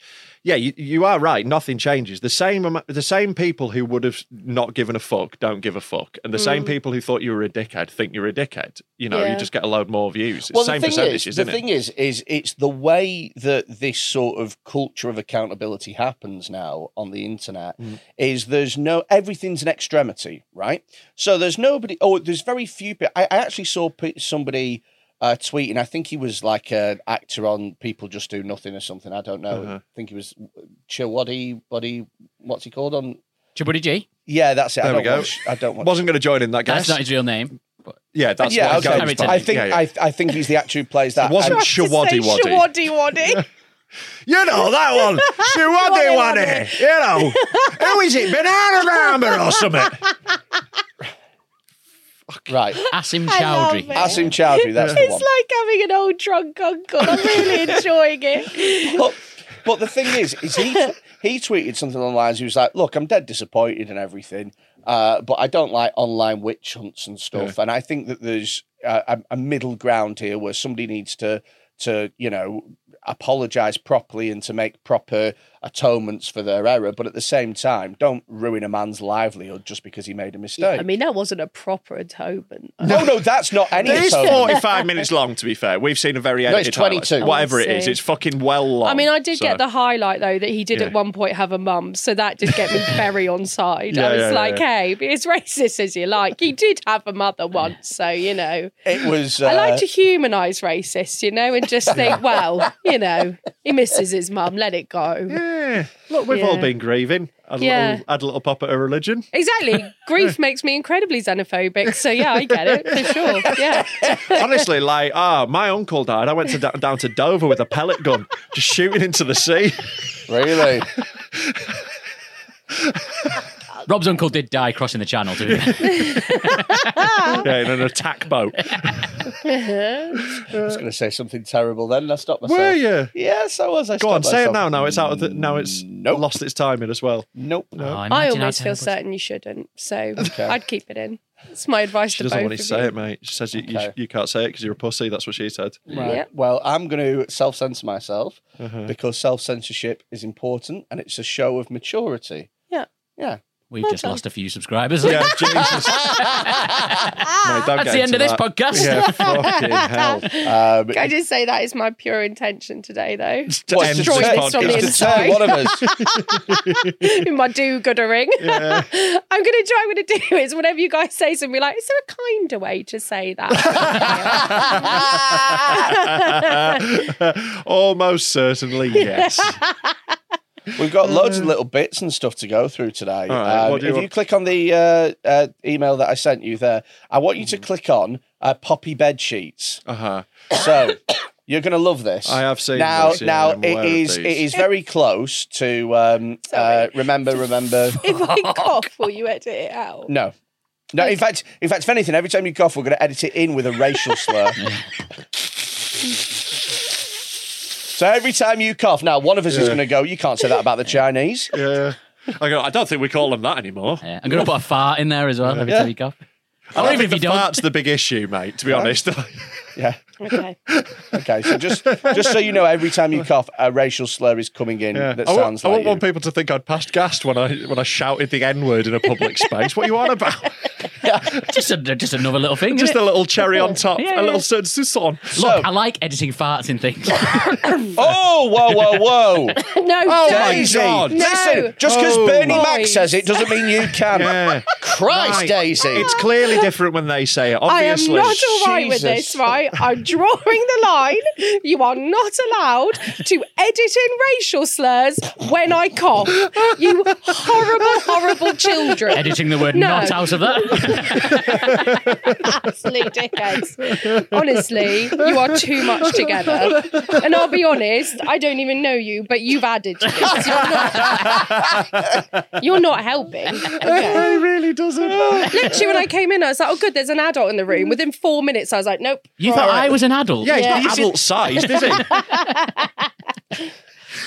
Speaker 1: Yeah, you, you are right. Nothing changes. The same amo- the same people who would have not given a fuck don't give a fuck, and the same people who thought you were a dickhead think you're a dickhead. You know,
Speaker 3: Mm. Yeah.
Speaker 1: you just get a load more views. It's
Speaker 2: well,
Speaker 1: the same
Speaker 2: the thing is,
Speaker 1: percentages,
Speaker 2: the
Speaker 1: isn't
Speaker 2: thing
Speaker 1: it?
Speaker 2: is, is it's the way that this sort of culture of accountability happens now on the internet.
Speaker 1: Mm.
Speaker 2: Is there's no everything's an extremity, right? So there's nobody. Oh, there's very few. pe- I, I actually saw pe- somebody uh, tweeting. I think he was like an actor on People Just Do Nothing or something. I don't know.
Speaker 1: Uh-huh.
Speaker 2: I think he was Chiwadi. Buddy, what's he called on?
Speaker 4: Chibuddy G.
Speaker 2: Yeah, that's it. I
Speaker 1: There we
Speaker 2: don't
Speaker 1: go.
Speaker 2: watch. I don't watch.
Speaker 1: Wasn't going to join in that guess.
Speaker 4: That's not his real name.
Speaker 1: yeah, that's
Speaker 2: yeah,
Speaker 1: what it
Speaker 2: okay.
Speaker 1: goes
Speaker 4: Harrington.
Speaker 1: by.
Speaker 2: I think
Speaker 1: Yeah, yeah.
Speaker 2: I, I think he's the actor who plays that.
Speaker 1: It wasn't
Speaker 2: And-
Speaker 1: Shawaddy Waddy.
Speaker 3: Waddy Waddy.
Speaker 1: You know that one. Shawaddy Waddy. You know. Who is it? Banana Rama or something.
Speaker 2: right.
Speaker 4: Asim
Speaker 3: I love it.
Speaker 4: Chowdhury.
Speaker 2: Asim Chowdhury, that's the
Speaker 3: It's
Speaker 2: one.
Speaker 3: like having an old drunk uncle. I'm really enjoying it.
Speaker 2: but, but the thing is, is he he tweeted something on the lines. He was like, "Look, I'm dead disappointed and everything, uh, but I don't like online witch hunts and stuff. And I think that there's uh, a, a middle ground here where somebody needs to to you know apologize properly and to make proper atonements for their error, but at the same time, don't ruin a man's livelihood just because he made a mistake.
Speaker 3: I mean, that wasn't a proper atonement.
Speaker 2: no, Oh, no, that's not any
Speaker 1: It is
Speaker 2: atonement.
Speaker 1: 45 minutes long, to be fair. We've seen a very
Speaker 2: No,
Speaker 1: edited
Speaker 2: it's
Speaker 1: highlights.
Speaker 2: 22.
Speaker 1: Whatever it
Speaker 3: Oh, I
Speaker 1: is,
Speaker 3: see.
Speaker 1: it's fucking well long.
Speaker 3: I mean, I did
Speaker 1: so-
Speaker 3: get the highlight though that he did
Speaker 1: Yeah.
Speaker 3: at one point have a mum, so that did get me very on side.
Speaker 1: Yeah,
Speaker 3: I was
Speaker 1: yeah, yeah,
Speaker 3: like,
Speaker 1: yeah.
Speaker 3: hey, be as racist as you like. He did have a mother once, so you know.
Speaker 2: It was. Uh,
Speaker 3: I like to humanise racists, you know, and just think, well, you know, he misses his mum. Let it go.
Speaker 1: Yeah. Look, we've all
Speaker 3: Yeah.
Speaker 1: been grieving. Had a,
Speaker 3: Yeah.
Speaker 1: little, had a little pop at her religion.
Speaker 3: Exactly. Grief makes me incredibly xenophobic. So yeah, I get it for sure. Yeah.
Speaker 1: Honestly, like, ah, my uncle died. I went to, down to Dover with a pellet gun, just shooting into the sea.
Speaker 2: really.
Speaker 4: Rob's uncle did die crossing the channel, didn't he?
Speaker 1: yeah, in an attack boat.
Speaker 2: I was going to say something terrible then, and I stopped myself.
Speaker 1: Were you?
Speaker 2: Yes, I was. I
Speaker 1: Go on,
Speaker 2: stopped
Speaker 1: say it
Speaker 2: myself.
Speaker 1: now. Now it's out of the, now it's
Speaker 2: Nope.
Speaker 1: lost its timing as well.
Speaker 2: Nope.
Speaker 4: Oh, imagine
Speaker 3: I
Speaker 4: how
Speaker 3: almost feel
Speaker 4: terrible-
Speaker 3: certain you shouldn't. So I'd keep it in. That's my advice
Speaker 1: She
Speaker 3: to
Speaker 1: doesn't
Speaker 3: both
Speaker 1: want to
Speaker 3: of
Speaker 1: say
Speaker 3: you.
Speaker 1: it, mate. She says you, you,
Speaker 2: Okay.
Speaker 1: you can't say it because you're a pussy. That's what she said.
Speaker 2: Right.
Speaker 3: Yep.
Speaker 2: Well, I'm going to self censor myself
Speaker 1: Uh-huh.
Speaker 2: because self censorship is important and it's a show of maturity.
Speaker 3: Yeah.
Speaker 2: Yeah.
Speaker 4: We've just lost a few subscribers.
Speaker 1: Yeah, Jesus. Mate, don't
Speaker 4: That's
Speaker 1: get
Speaker 4: the
Speaker 1: into
Speaker 4: end of this
Speaker 1: that.
Speaker 4: podcast.
Speaker 1: Yeah, fucking hell.
Speaker 2: Um,
Speaker 3: Can I just say that is my pure intention today, though.
Speaker 1: Well,
Speaker 2: it's to-
Speaker 1: destroy this from the
Speaker 2: it's to
Speaker 3: inside.
Speaker 2: turn one of us.
Speaker 3: in my do-goodering. I'm going to try what to do is whenever you guys say something, be like, is there a kinder way to say that?
Speaker 1: Almost certainly, yes.
Speaker 2: We've got loads of little bits and stuff to go through today.
Speaker 1: Uh. right,
Speaker 2: Um,
Speaker 1: what do you
Speaker 2: if
Speaker 1: want-
Speaker 2: you click on the uh, uh, email that I sent you there, I want you
Speaker 1: Mm-hmm.
Speaker 2: to click on uh, Poppy bed sheets.
Speaker 1: Uh huh.
Speaker 2: So you're going to love this.
Speaker 1: I have seen
Speaker 2: now.
Speaker 1: this, yeah,
Speaker 2: now
Speaker 1: I'm aware
Speaker 2: it
Speaker 1: of
Speaker 2: is
Speaker 1: these.
Speaker 2: it is very close to um, uh,
Speaker 3: Sorry.
Speaker 2: remember remember.
Speaker 3: If I cough, will you edit it out?
Speaker 2: No. No, in fact, in fact, if anything, every time you cough, we're going to edit it in with a racial slur. so every time you cough, now one of us is going to go. You can't say that about the Chinese.
Speaker 1: Yeah. I go. I don't think we call them that anymore.
Speaker 4: Yeah, I'm going to put a fart in there as well every time you go.
Speaker 1: I
Speaker 4: Or
Speaker 1: don't
Speaker 4: even
Speaker 1: think
Speaker 4: if you
Speaker 1: the
Speaker 4: don't.
Speaker 1: fart's the big issue, mate. To be honest,
Speaker 2: Yeah.
Speaker 3: Okay.
Speaker 2: Okay. So just just so you know, every time you cough, a racial slur is coming in
Speaker 1: Yeah.
Speaker 2: that
Speaker 1: I,
Speaker 2: sounds
Speaker 1: want, I
Speaker 2: like
Speaker 1: want
Speaker 2: you.
Speaker 1: want people to think I'd passed gas when I when I shouted the N word in a public space. What are you on about?
Speaker 4: Just, a, just another little thing.
Speaker 1: Just
Speaker 4: isn't
Speaker 1: a
Speaker 4: it?
Speaker 1: little cherry on top,
Speaker 4: Yeah,
Speaker 1: a little
Speaker 4: yeah.
Speaker 1: yeah. Susan.
Speaker 4: Look, I like editing farts in things.
Speaker 2: Oh, whoa, whoa, whoa!
Speaker 3: No,
Speaker 1: Oh
Speaker 3: don't.
Speaker 1: my
Speaker 2: Daisy,
Speaker 1: God.
Speaker 2: listen.
Speaker 3: No.
Speaker 2: Just because
Speaker 1: Oh.
Speaker 2: Bernie Mac
Speaker 3: Boys.
Speaker 2: says it doesn't mean you can.
Speaker 1: Yeah.
Speaker 2: Christ,
Speaker 1: Right.
Speaker 2: Daisy.
Speaker 1: It's clearly different when they say it.
Speaker 3: I am
Speaker 1: Obviously,
Speaker 3: not all right with
Speaker 2: Jesus.
Speaker 3: this, right? I'm drawing the line. You are not allowed to edit in racial slurs when I cough. You horrible, horrible children.
Speaker 4: editing the word
Speaker 3: No.
Speaker 4: not out of that.
Speaker 3: Absolute dickheads. Honestly, you are too much together. And I'll be honest, I don't even know you, but you've added to this. You're not, you're not helping. Okay.
Speaker 1: it really doesn't.
Speaker 3: Literally, when I came in, I was like, oh, good, there's an adult in the room. Within four minutes, I was like, nope.
Speaker 4: You thought I was an adult.
Speaker 1: Yeah, he's
Speaker 3: Yeah.
Speaker 1: not adult sized, is he?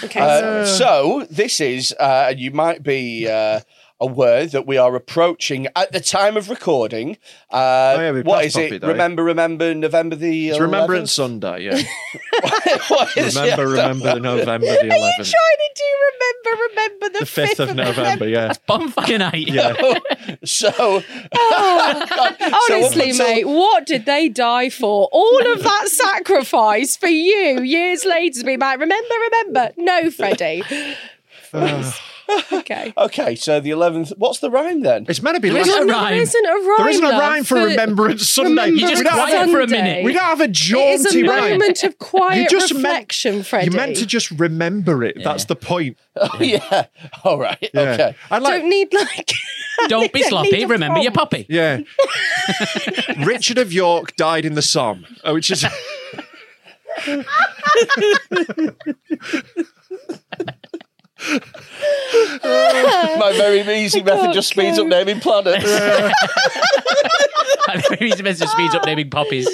Speaker 3: Okay.
Speaker 2: Uh, so this is uh, you might be uh, aware that we are approaching at the time of recording. Uh,
Speaker 1: Oh, yeah, we
Speaker 2: what
Speaker 1: passed
Speaker 2: is
Speaker 1: Poppy
Speaker 2: it?
Speaker 1: Day.
Speaker 2: Remember, remember November the.
Speaker 1: It's
Speaker 2: 11th?
Speaker 1: Remembrance Sunday, yeah.
Speaker 2: What is it?
Speaker 1: Remember, remember November the
Speaker 3: trying
Speaker 1: 11th.
Speaker 3: to do remember, remember the,
Speaker 1: The 5th of November, yeah.
Speaker 4: Bonfire night.
Speaker 1: Yeah.
Speaker 2: So So up
Speaker 3: Honestly,
Speaker 2: until-
Speaker 3: mate, what did they die for? All of that sacrifice for you years later to be like, remember, remember. No, Freddie. okay.
Speaker 1: Uh,
Speaker 2: okay, so the eleventh. What's the rhyme then?
Speaker 1: It's meant to be
Speaker 4: There
Speaker 1: last
Speaker 4: isn't a
Speaker 1: Sunday.
Speaker 4: rhyme.
Speaker 3: There isn't a rhyme.
Speaker 1: There isn't a
Speaker 3: love,
Speaker 1: rhyme for Remembrance Sunday.
Speaker 3: Remembrance
Speaker 4: You just
Speaker 1: we, don't
Speaker 4: quiet
Speaker 1: have,
Speaker 4: for a
Speaker 3: Sunday.
Speaker 4: minute.
Speaker 1: we don't have a
Speaker 3: It is
Speaker 1: jaunty
Speaker 3: a
Speaker 1: rhyme.
Speaker 3: moment of quiet reflection,
Speaker 1: meant,
Speaker 3: Freddie.
Speaker 1: You meant to just remember it. That's the point.
Speaker 2: Oh yeah. All right.
Speaker 1: Yeah.
Speaker 2: Okay.
Speaker 1: I'd like,
Speaker 3: Don't need like.
Speaker 4: Don't be
Speaker 3: Don't
Speaker 4: sloppy.
Speaker 3: need a
Speaker 4: Remember your
Speaker 3: prompt.
Speaker 4: puppy.
Speaker 1: yeah. Richard of York died in the Somme, uh, which is.
Speaker 2: My very easy method just speeds up naming planets.
Speaker 4: He's supposed to speed up naming puppies.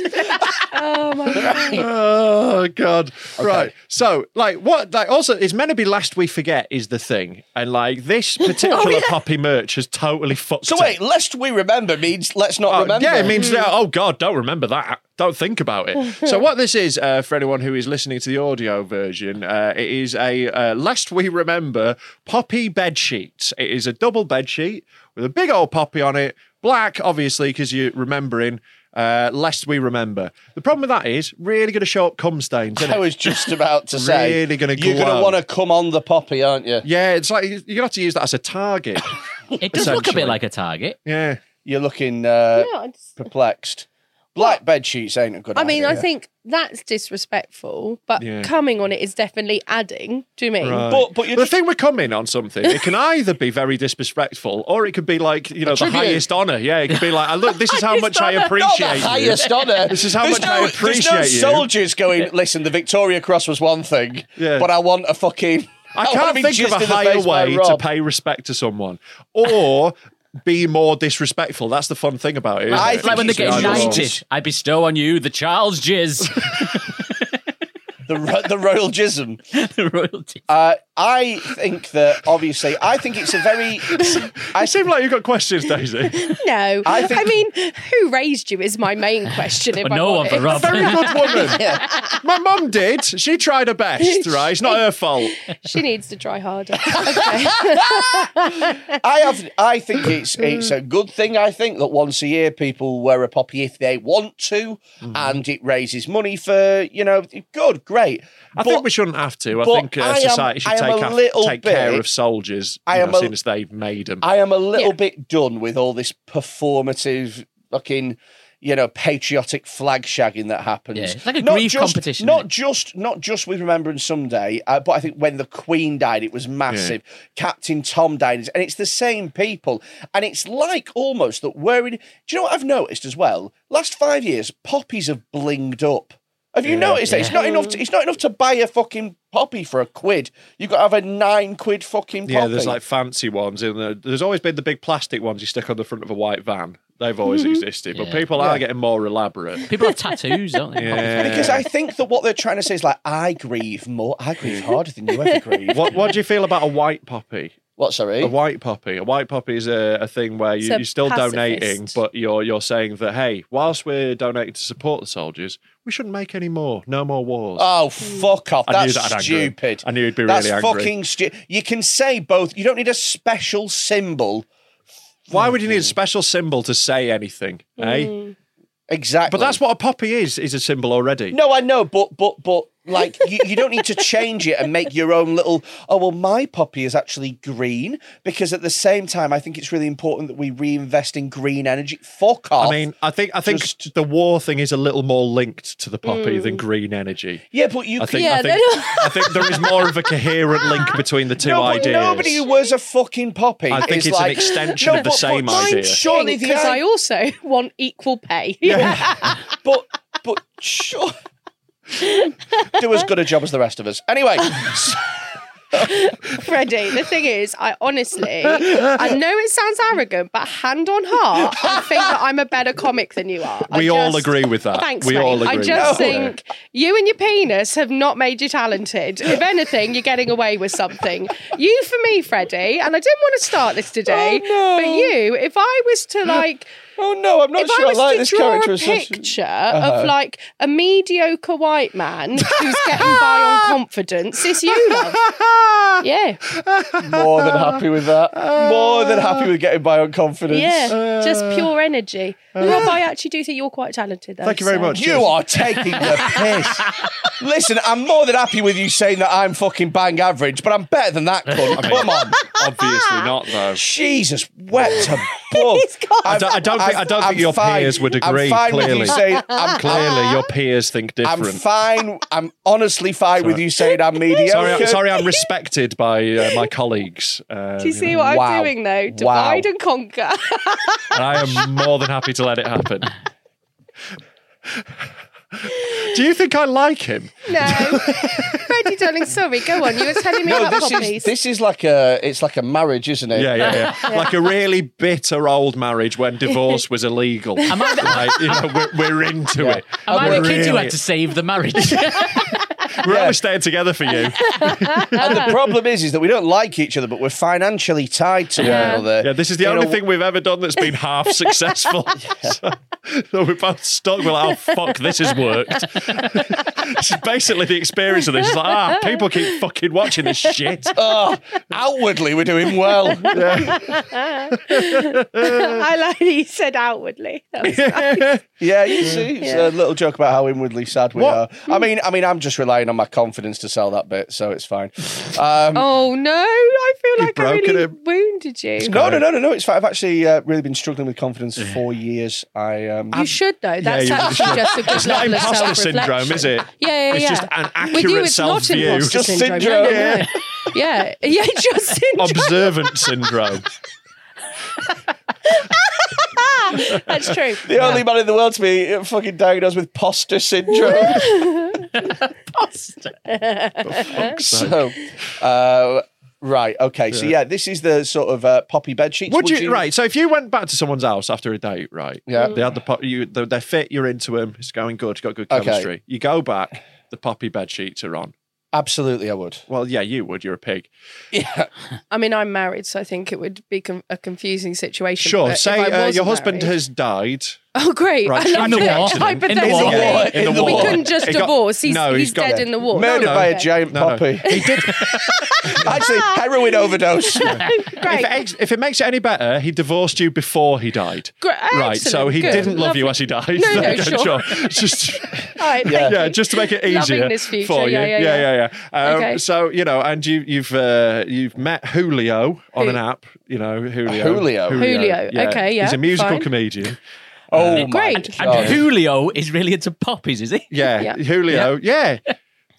Speaker 3: Oh my god.
Speaker 1: Oh god! Right. So, like, what? Like, also, it's meant to be last we forget is the thing, and like this particular poppy merch has totally fucked.
Speaker 2: Oh, So
Speaker 1: it.
Speaker 2: wait, lest we remember means let's not
Speaker 1: Oh,
Speaker 2: remember.
Speaker 1: Yeah, it means that, oh god, don't remember that. Don't think about it. so what this is uh, for anyone who is listening to the audio version, uh, it is a uh, lest we remember poppy bed sheets. It is a double bed sheet with a big old poppy on it, black obviously because you're remembering. Uh, lest we remember. The problem with that is really going to show up cum stains. Isn't
Speaker 2: I
Speaker 1: it?
Speaker 2: was just about to say.
Speaker 1: Really gonna
Speaker 2: You're
Speaker 1: glow.
Speaker 2: to want to come on the poppy, aren't you?
Speaker 1: Yeah, it's like you're gonna have to use that as a target.
Speaker 4: It does look a
Speaker 1: Essentially.
Speaker 4: bit like a target.
Speaker 1: yeah.
Speaker 2: You're looking. Uh,
Speaker 3: No, I just-
Speaker 2: perplexed. Black bed sheets ain't a good
Speaker 3: I mean,
Speaker 2: idea.
Speaker 3: I think that's disrespectful, but
Speaker 1: Yeah.
Speaker 3: coming on it is definitely adding. Do you mean?
Speaker 2: But but you're
Speaker 1: The thing we're coming on something, it can either be very disrespectful or it could be like, you know, the
Speaker 2: tribute.
Speaker 1: highest honor. Yeah, it could be like, "Ah, look, this is how much I
Speaker 2: not the
Speaker 1: appreciate you.
Speaker 2: highest honour.
Speaker 1: This is how
Speaker 2: There's
Speaker 1: much
Speaker 2: no,
Speaker 1: I appreciate
Speaker 2: There's
Speaker 1: you.
Speaker 2: no soldiers going. Listen, the Victoria Cross was one thing,
Speaker 1: Yeah.
Speaker 2: but I want a fucking.
Speaker 1: I
Speaker 2: wanna
Speaker 1: can't
Speaker 2: be
Speaker 1: think of
Speaker 2: jizzed
Speaker 1: a
Speaker 2: in the
Speaker 1: higher
Speaker 2: face by
Speaker 1: way to
Speaker 2: Rob.
Speaker 1: pay respect to someone or be more disrespectful. That's the fun thing about it. isn't
Speaker 2: I
Speaker 1: it?
Speaker 2: think
Speaker 4: It's like when they
Speaker 2: it's
Speaker 4: get
Speaker 2: the idol.
Speaker 4: knighted. I bestow on you the Charles Jizz,
Speaker 2: The, ro- the royal jism.
Speaker 4: the royalty.
Speaker 2: Uh, I think that obviously, I think it's a very.
Speaker 1: I seem like you've got questions, Daisy.
Speaker 3: No,
Speaker 2: I
Speaker 3: I,
Speaker 2: think-
Speaker 3: mean, who raised you is my main question. If
Speaker 4: no
Speaker 3: I'm
Speaker 4: one for
Speaker 3: honest.
Speaker 4: Rob.
Speaker 1: Very good woman. My mum did. She tried her best, right? It's not her fault.
Speaker 3: she needs to try harder. Okay.
Speaker 2: I have. I think it's it's a good thing. I think that once a year people wear a poppy if they want to,
Speaker 1: Mm.
Speaker 2: and it raises money for you know. Good, great.
Speaker 1: I think we shouldn't have to. I
Speaker 2: but
Speaker 1: think
Speaker 2: I
Speaker 1: uh,
Speaker 2: am-
Speaker 1: society should
Speaker 2: I am
Speaker 1: take,
Speaker 2: a
Speaker 1: af-
Speaker 2: little
Speaker 1: take care
Speaker 2: bit-
Speaker 1: of soldiers
Speaker 2: I
Speaker 1: you
Speaker 2: am
Speaker 1: know,
Speaker 2: a-
Speaker 1: since they've made them.
Speaker 2: I am a little
Speaker 3: Yeah.
Speaker 2: bit done with all this performative fucking you know, patriotic flag shagging that happens.
Speaker 4: Yeah, it's like a grief
Speaker 2: just,
Speaker 4: competition,
Speaker 2: Not
Speaker 4: isn't it?
Speaker 2: just not just with Remembrance Sunday, uh, but I think when the Queen died, it was massive. Captain Tom died, and it's the same people, and it's like almost that we're in. Do you know what I've noticed as well? Last five years, poppies have blinged up. Have you noticed that it's not enough? To, it's not enough to buy a fucking poppy for a quid. You've got to have a nine quid fucking. Poppy.
Speaker 1: Yeah, there's like fancy ones in there. There's always been the big plastic ones you stick on the front of a white van. They've always existed, but
Speaker 4: Yeah.
Speaker 1: people are getting more elaborate.
Speaker 4: People have tattoos, don't they?
Speaker 1: Yeah.
Speaker 2: Because I think that what they're trying to say is like, I grieve more, I grieve harder than you ever grieve.
Speaker 1: Mm-hmm. What What do you feel about a white poppy?
Speaker 2: What? Sorry.
Speaker 1: A white poppy. A white poppy is a, a thing where you,
Speaker 3: It's a
Speaker 1: you're still
Speaker 3: pacifist.
Speaker 1: donating, but you're you're saying that hey, whilst we're donating to support the soldiers, we shouldn't make any more. No more wars.
Speaker 2: Oh fuck off!
Speaker 1: I knew
Speaker 2: That's
Speaker 1: that I'd angry.
Speaker 2: stupid.
Speaker 1: I knew you'd be
Speaker 2: That's
Speaker 1: really angry.
Speaker 2: fucking stupid. You can say both. You don't need a special symbol.
Speaker 1: Why would you need a special symbol to say anything? Eh?
Speaker 2: Exactly.
Speaker 1: But that's what a poppy is. Is a symbol already.
Speaker 2: No, I know, but but but like you, you don't need to change it and make your own little oh well my poppy is actually green because at the same time I think it's really important that we reinvest in green energy. Fuck off.
Speaker 1: I mean, I think I think
Speaker 2: Just-
Speaker 1: the war thing is a little more linked to the poppy than green energy.
Speaker 2: yeah, but you
Speaker 1: I think,
Speaker 3: Yeah,
Speaker 1: I, think
Speaker 3: they're
Speaker 1: I think there is more of a coherent link between the two
Speaker 2: no,
Speaker 1: ideas.
Speaker 2: But nobody who wears a fucking poppy.
Speaker 1: I think
Speaker 2: is
Speaker 1: it's an
Speaker 2: like,
Speaker 1: extension
Speaker 2: No,
Speaker 1: of the
Speaker 2: but-
Speaker 1: same
Speaker 2: but
Speaker 1: idea.
Speaker 2: Surely the
Speaker 3: because I
Speaker 2: idea,
Speaker 3: also want equal pay. oh.
Speaker 2: but but sure. Do as good a job as the rest of us. Anyway,
Speaker 3: Freddie, the thing is, I honestly, I know it sounds arrogant, but hand on heart, I think that I'm a better comic than you are. I
Speaker 1: We all
Speaker 3: just-
Speaker 1: agree with that.
Speaker 3: Thanks,
Speaker 1: We
Speaker 3: mate.
Speaker 1: all agree
Speaker 3: I
Speaker 1: with that.
Speaker 3: just think you and your penis have not made you talented. If anything, you're getting away with something. You for me, Freddie, and I didn't want to start this today,
Speaker 2: Oh, no.
Speaker 3: but you, if I was to like
Speaker 2: oh no, I'm not
Speaker 3: if
Speaker 2: sure
Speaker 3: I
Speaker 2: I,
Speaker 3: was
Speaker 2: like
Speaker 3: to
Speaker 2: this
Speaker 3: draw
Speaker 2: character.
Speaker 3: a
Speaker 2: as much-
Speaker 3: picture
Speaker 1: Uh-huh.
Speaker 3: of like a mediocre white man who's getting by on confidence, it's you, love. Yeah,
Speaker 2: More than happy with that. More than happy with getting by on confidence.
Speaker 3: Oh. yeah, just
Speaker 1: Uh,
Speaker 3: pure energy. Rob, I actually do think you're quite talented, though.
Speaker 1: Thank you very
Speaker 3: so-
Speaker 1: much.
Speaker 2: You are taking the piss. Listen, I'm more than happy with you saying that I'm fucking bang average, but I'm better than that. Cunt. Come on.
Speaker 1: Obviously not, though.
Speaker 2: Jesus, wept to bug.
Speaker 1: I don't, I don't think, I don't think your peers would agree.
Speaker 2: I'm fine
Speaker 1: clearly,
Speaker 2: with you saying I'm
Speaker 1: clearly, your peers think
Speaker 2: I'm
Speaker 1: different.
Speaker 2: fine. I'm honestly fine with you saying I'm mediocre.
Speaker 1: sorry, I'm, sorry, I'm respected by uh, my colleagues, uh,
Speaker 3: Do you see what
Speaker 2: Wow.
Speaker 3: I'm doing, though?
Speaker 2: Wow.
Speaker 3: Divide and conquer.
Speaker 1: and I am more than happy to let it happen. Do you think I like him?
Speaker 3: no. Freddie, darling, sorry, go on. You were telling me
Speaker 2: No,
Speaker 3: about
Speaker 2: this
Speaker 3: poppies.
Speaker 2: is this is like a it's like a marriage, isn't it?
Speaker 1: Yeah, yeah, yeah. Like a really bitter old marriage when divorce was illegal. Am I you know, we're, we're into it.
Speaker 4: Am I
Speaker 1: We're
Speaker 4: the kid who
Speaker 1: really-
Speaker 4: had to save the marriage?
Speaker 1: We're only staying together for you.
Speaker 2: And the problem is, is that we don't like each other, but we're financially tied to one another.
Speaker 1: Yeah, this is the
Speaker 2: in a
Speaker 1: only
Speaker 2: w-
Speaker 1: thing we've ever done that's been half successful. so, so we're both stuck. We're like, oh, fuck, this has worked. this is basically the experience of this. It's like, ah, people keep fucking watching this shit.
Speaker 2: Oh, outwardly, we're doing well.
Speaker 1: Uh,
Speaker 3: I like that you said outwardly. That was
Speaker 2: Yeah, you see, it's a little joke about how inwardly sad we
Speaker 1: What-
Speaker 2: are. I mean, I mean, I'm just relying on my confidence to sell that bit, so it's fine. Um,
Speaker 3: Oh no! I feel
Speaker 1: You've
Speaker 3: like I
Speaker 1: broken
Speaker 3: really
Speaker 1: him.
Speaker 3: wounded you.
Speaker 2: no, no, no, no, no. It's fine. I've actually uh, really been struggling with confidence for four years. I um,
Speaker 3: You should though. That's
Speaker 1: you really
Speaker 3: actually
Speaker 1: should.
Speaker 3: just a good
Speaker 1: It's not
Speaker 3: level of
Speaker 1: imposter
Speaker 3: self-reflection.
Speaker 1: syndrome, is it?
Speaker 3: Yeah, yeah,
Speaker 1: It's
Speaker 3: yeah.
Speaker 1: just an
Speaker 3: With you,
Speaker 1: accurate
Speaker 3: it's not
Speaker 1: self-view.
Speaker 3: imposter
Speaker 2: Just
Speaker 3: syndrome.
Speaker 2: syndrome,
Speaker 3: No, no, no. Yeah, yeah, just syndrome.
Speaker 1: Observant syndrome.
Speaker 3: Ah, That's true.
Speaker 2: the only man in the world to be uh, fucking diagnosed with poster syndrome. so, uh, right, okay. So yeah, this is the sort of uh, poppy bed sheets.
Speaker 1: Would, you, right? So if you went back to someone's house after a date, right?
Speaker 2: Yeah.
Speaker 1: They had the pop. You they're, they're fit. You're into them. It's going good. Got good
Speaker 2: Okay.
Speaker 1: chemistry. You go back. The poppy bed sheets are on.
Speaker 2: Absolutely, I would.
Speaker 1: Well, yeah, you would. You're a pig.
Speaker 3: I mean, I'm married, so I think it would be com- a confusing situation.
Speaker 1: Sure.
Speaker 3: but if
Speaker 1: Say
Speaker 3: I
Speaker 1: uh,
Speaker 3: wasn't
Speaker 1: your husband
Speaker 3: married-
Speaker 1: has died.
Speaker 3: Oh, great!
Speaker 1: Right,
Speaker 3: I love
Speaker 4: in the
Speaker 3: it.
Speaker 4: war. In the war.
Speaker 3: Hypothetically,
Speaker 2: In the
Speaker 3: we
Speaker 2: war.
Speaker 3: couldn't just
Speaker 1: He got-
Speaker 3: divorce. He's,
Speaker 1: No,
Speaker 3: he's,
Speaker 1: he's got-
Speaker 3: dead in the war.
Speaker 2: Murdered
Speaker 3: No, no,
Speaker 2: by a
Speaker 3: okay.
Speaker 2: giant
Speaker 1: No, no.
Speaker 2: poppy.
Speaker 1: He did.
Speaker 2: Actually, heroin overdose.
Speaker 3: Great.
Speaker 1: If it, ex- if it makes it any better, he divorced you before he died.
Speaker 3: Gre-
Speaker 1: Right, so
Speaker 3: uh, excellent,
Speaker 1: he
Speaker 3: good,
Speaker 1: didn't love you
Speaker 3: lovely.
Speaker 1: as he died.
Speaker 3: No, no,
Speaker 1: Yeah,
Speaker 3: sure.
Speaker 1: It's Just,
Speaker 3: All right, thank
Speaker 1: yeah,
Speaker 3: you.
Speaker 1: just to make it
Speaker 3: Loving
Speaker 1: easier
Speaker 3: this future,
Speaker 1: for you.
Speaker 3: yeah, yeah,
Speaker 1: yeah,
Speaker 3: yeah.
Speaker 1: yeah, Um,
Speaker 3: Okay.
Speaker 1: So you know, and you, you've uh, you've met Julio on
Speaker 3: Who?
Speaker 1: an app. You know, Julio.
Speaker 2: Julio?
Speaker 3: Julio, okay, yeah,
Speaker 1: He's a musical
Speaker 3: fine.
Speaker 1: comedian.
Speaker 2: Oh, my
Speaker 3: Great.
Speaker 4: And
Speaker 2: God.
Speaker 4: Julio is really into poppies, is he?
Speaker 1: Yeah,
Speaker 3: Yeah.
Speaker 1: Julio. Yeah.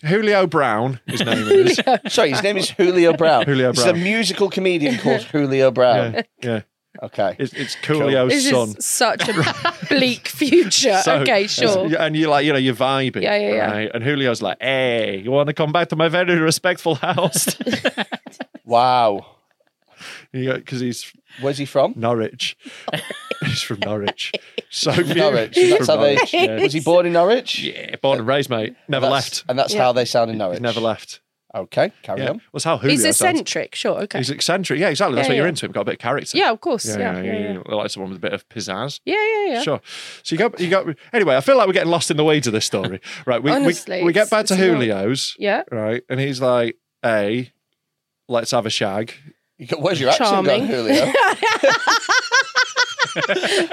Speaker 1: Julio Brown, his name is.
Speaker 2: Sorry, his name is Julio Brown.
Speaker 1: Julio
Speaker 2: It's a
Speaker 1: Brown.
Speaker 2: musical comedian called Julio Brown.
Speaker 1: Yeah. yeah.
Speaker 2: Okay.
Speaker 1: It's, it's Coolio's
Speaker 3: This
Speaker 1: son.
Speaker 3: is such a bleak future.
Speaker 1: So-
Speaker 3: okay, sure.
Speaker 1: And you're like, you know, you're vibing.
Speaker 3: Yeah, yeah, yeah.
Speaker 1: right? And Julio's like, hey, you want to come back to my very respectful house?
Speaker 2: Wow.
Speaker 1: Because he's
Speaker 2: Where's he from?
Speaker 1: Norwich. he's from Norwich. So
Speaker 2: Norwich.
Speaker 1: He's
Speaker 2: That's how
Speaker 1: from
Speaker 2: they.
Speaker 1: Norwich. Yeah.
Speaker 2: Was he born in Norwich?
Speaker 1: yeah, born and raised, mate. Never
Speaker 2: That's-
Speaker 1: left.
Speaker 2: And that's
Speaker 3: Yeah.
Speaker 2: how they sound in Norwich.
Speaker 1: He's never left.
Speaker 2: Okay, carry
Speaker 1: Yeah.
Speaker 2: on.
Speaker 1: That's how Julio
Speaker 3: He's
Speaker 1: sounds.
Speaker 3: eccentric, sure. Okay.
Speaker 1: He's eccentric. Yeah, exactly. That's
Speaker 3: Yeah,
Speaker 1: what you're
Speaker 3: yeah.
Speaker 1: into. Him. Got a bit of character.
Speaker 3: yeah, of course.
Speaker 1: Yeah,
Speaker 3: Yeah, yeah, yeah.
Speaker 1: you like someone with a bit of pizzazz.
Speaker 3: Yeah, yeah, yeah.
Speaker 1: Sure. So you got you got anyway. I feel like we're getting lost in the weeds of this story, right? We
Speaker 3: Honestly,
Speaker 1: we, we get
Speaker 3: it's-
Speaker 1: back to
Speaker 3: it's not-
Speaker 1: Julio's,
Speaker 3: Yeah.
Speaker 1: right? And he's like, "Hey, let's have a shag."
Speaker 2: You got, where's your accent gone,
Speaker 3: Charming.
Speaker 2: Julio?
Speaker 3: No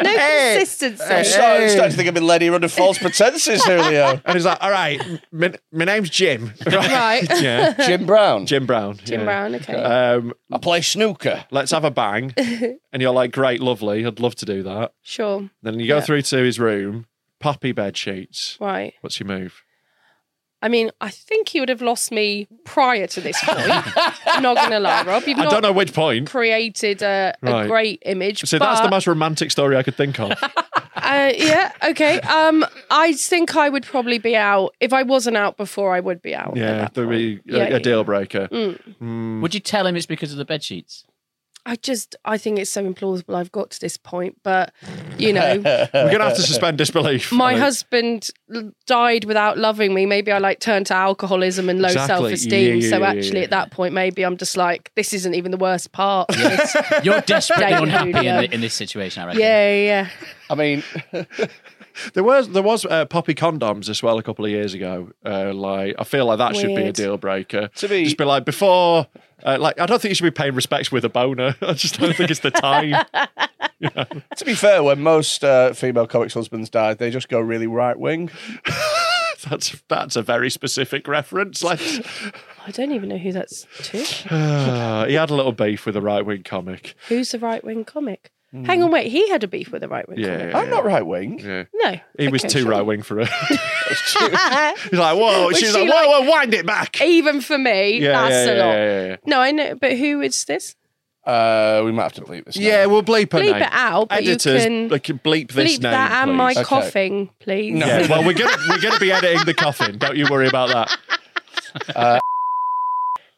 Speaker 3: consistency.
Speaker 2: I'm sorry, I'm starting to think I've been led here under false pretenses, Julio.
Speaker 1: And he's like, "All right, my, my name's Jim, right?
Speaker 3: Right.
Speaker 1: yeah,
Speaker 2: Jim Brown.
Speaker 1: Jim Brown.
Speaker 3: Jim
Speaker 1: yeah.
Speaker 3: Brown, okay.
Speaker 1: Um,
Speaker 2: I play snooker.
Speaker 1: let's have a bang." and you're like, "Great, lovely. I'd love to do that."
Speaker 3: sure.
Speaker 1: Then you go
Speaker 3: Yeah.
Speaker 1: through to his room, poppy bed sheets.
Speaker 3: Right.
Speaker 1: What's your move?
Speaker 3: I mean, I think he would have lost me prior to this point. I'm not going to lie, Rob. You've
Speaker 1: I
Speaker 3: not
Speaker 1: don't know which point.
Speaker 3: created a,
Speaker 1: Right.
Speaker 3: a great image.
Speaker 1: So that's the
Speaker 3: but-
Speaker 1: most romantic story I could think of.
Speaker 3: Uh, yeah. Okay. Um, I think I would probably be out if I wasn't out before. I would be out.
Speaker 1: yeah,
Speaker 3: Yeah.
Speaker 1: there'd be a,
Speaker 3: Yeah,
Speaker 1: a
Speaker 3: yeah, Mm.
Speaker 1: deal breaker.
Speaker 4: Would you tell him it's because of the bed sheets?
Speaker 3: I just I think it's so implausible. I've got to this point, but you know,
Speaker 1: We're gonna have to suspend disbelief.
Speaker 3: my
Speaker 1: Like,
Speaker 3: husband l- died without loving me. Maybe I like turned to alcoholism and low
Speaker 1: Exactly.
Speaker 3: self-esteem.
Speaker 1: Yeah, yeah,
Speaker 3: so
Speaker 1: yeah,
Speaker 3: actually,
Speaker 1: yeah.
Speaker 3: at that point, maybe I'm just like, this isn't even the worst part. It's- yeah,
Speaker 4: You're desperately
Speaker 3: Dave
Speaker 4: unhappy in,
Speaker 3: Rubio.
Speaker 4: the, in this situation, I reckon.
Speaker 3: yeah, yeah.
Speaker 2: I mean,
Speaker 1: There was there was uh, poppy condoms as well a couple of years ago. Uh, like I feel like that should be a
Speaker 3: Weird.
Speaker 1: deal breaker.
Speaker 2: To be-
Speaker 1: just be like before. Uh, like I don't think you should be paying respects with a boner. I just don't think it's the time.
Speaker 2: to be fair, when most uh, female comics' husbands die, they just go really right wing.
Speaker 1: that's that's a very specific reference. Like
Speaker 3: I don't even know who that's to.
Speaker 1: uh, he had a little beef with a right wing comic.
Speaker 3: Who's the right wing comic? Hang on, wait. He had a beef with a right wing
Speaker 1: Hmm. Yeah,
Speaker 3: comic.
Speaker 1: yeah,
Speaker 2: I'm not right wing.
Speaker 1: yeah.
Speaker 3: No,
Speaker 1: He was
Speaker 3: Oh, Okay,
Speaker 1: too
Speaker 3: sure.
Speaker 1: right wing for her. He's like, whoa.
Speaker 3: Was
Speaker 1: She's
Speaker 3: she
Speaker 1: like, whoa, whoa, wind it back.
Speaker 3: Even for me,
Speaker 1: Yeah,
Speaker 3: that's
Speaker 1: yeah,
Speaker 3: a lot.
Speaker 1: yeah, yeah, yeah.
Speaker 3: No, I know, but who is this?
Speaker 2: Uh, we might have to bleep this. now.
Speaker 1: Yeah, we'll bleep her
Speaker 3: Bleep
Speaker 1: name.
Speaker 3: it out, but you
Speaker 1: Editors,
Speaker 3: can
Speaker 1: like, bleep this
Speaker 3: Bleep
Speaker 1: name.
Speaker 3: that and my
Speaker 1: please.
Speaker 3: coughing, please.
Speaker 1: Yeah, well, we're gonna we're gonna be editing the coffin. Don't you worry about that.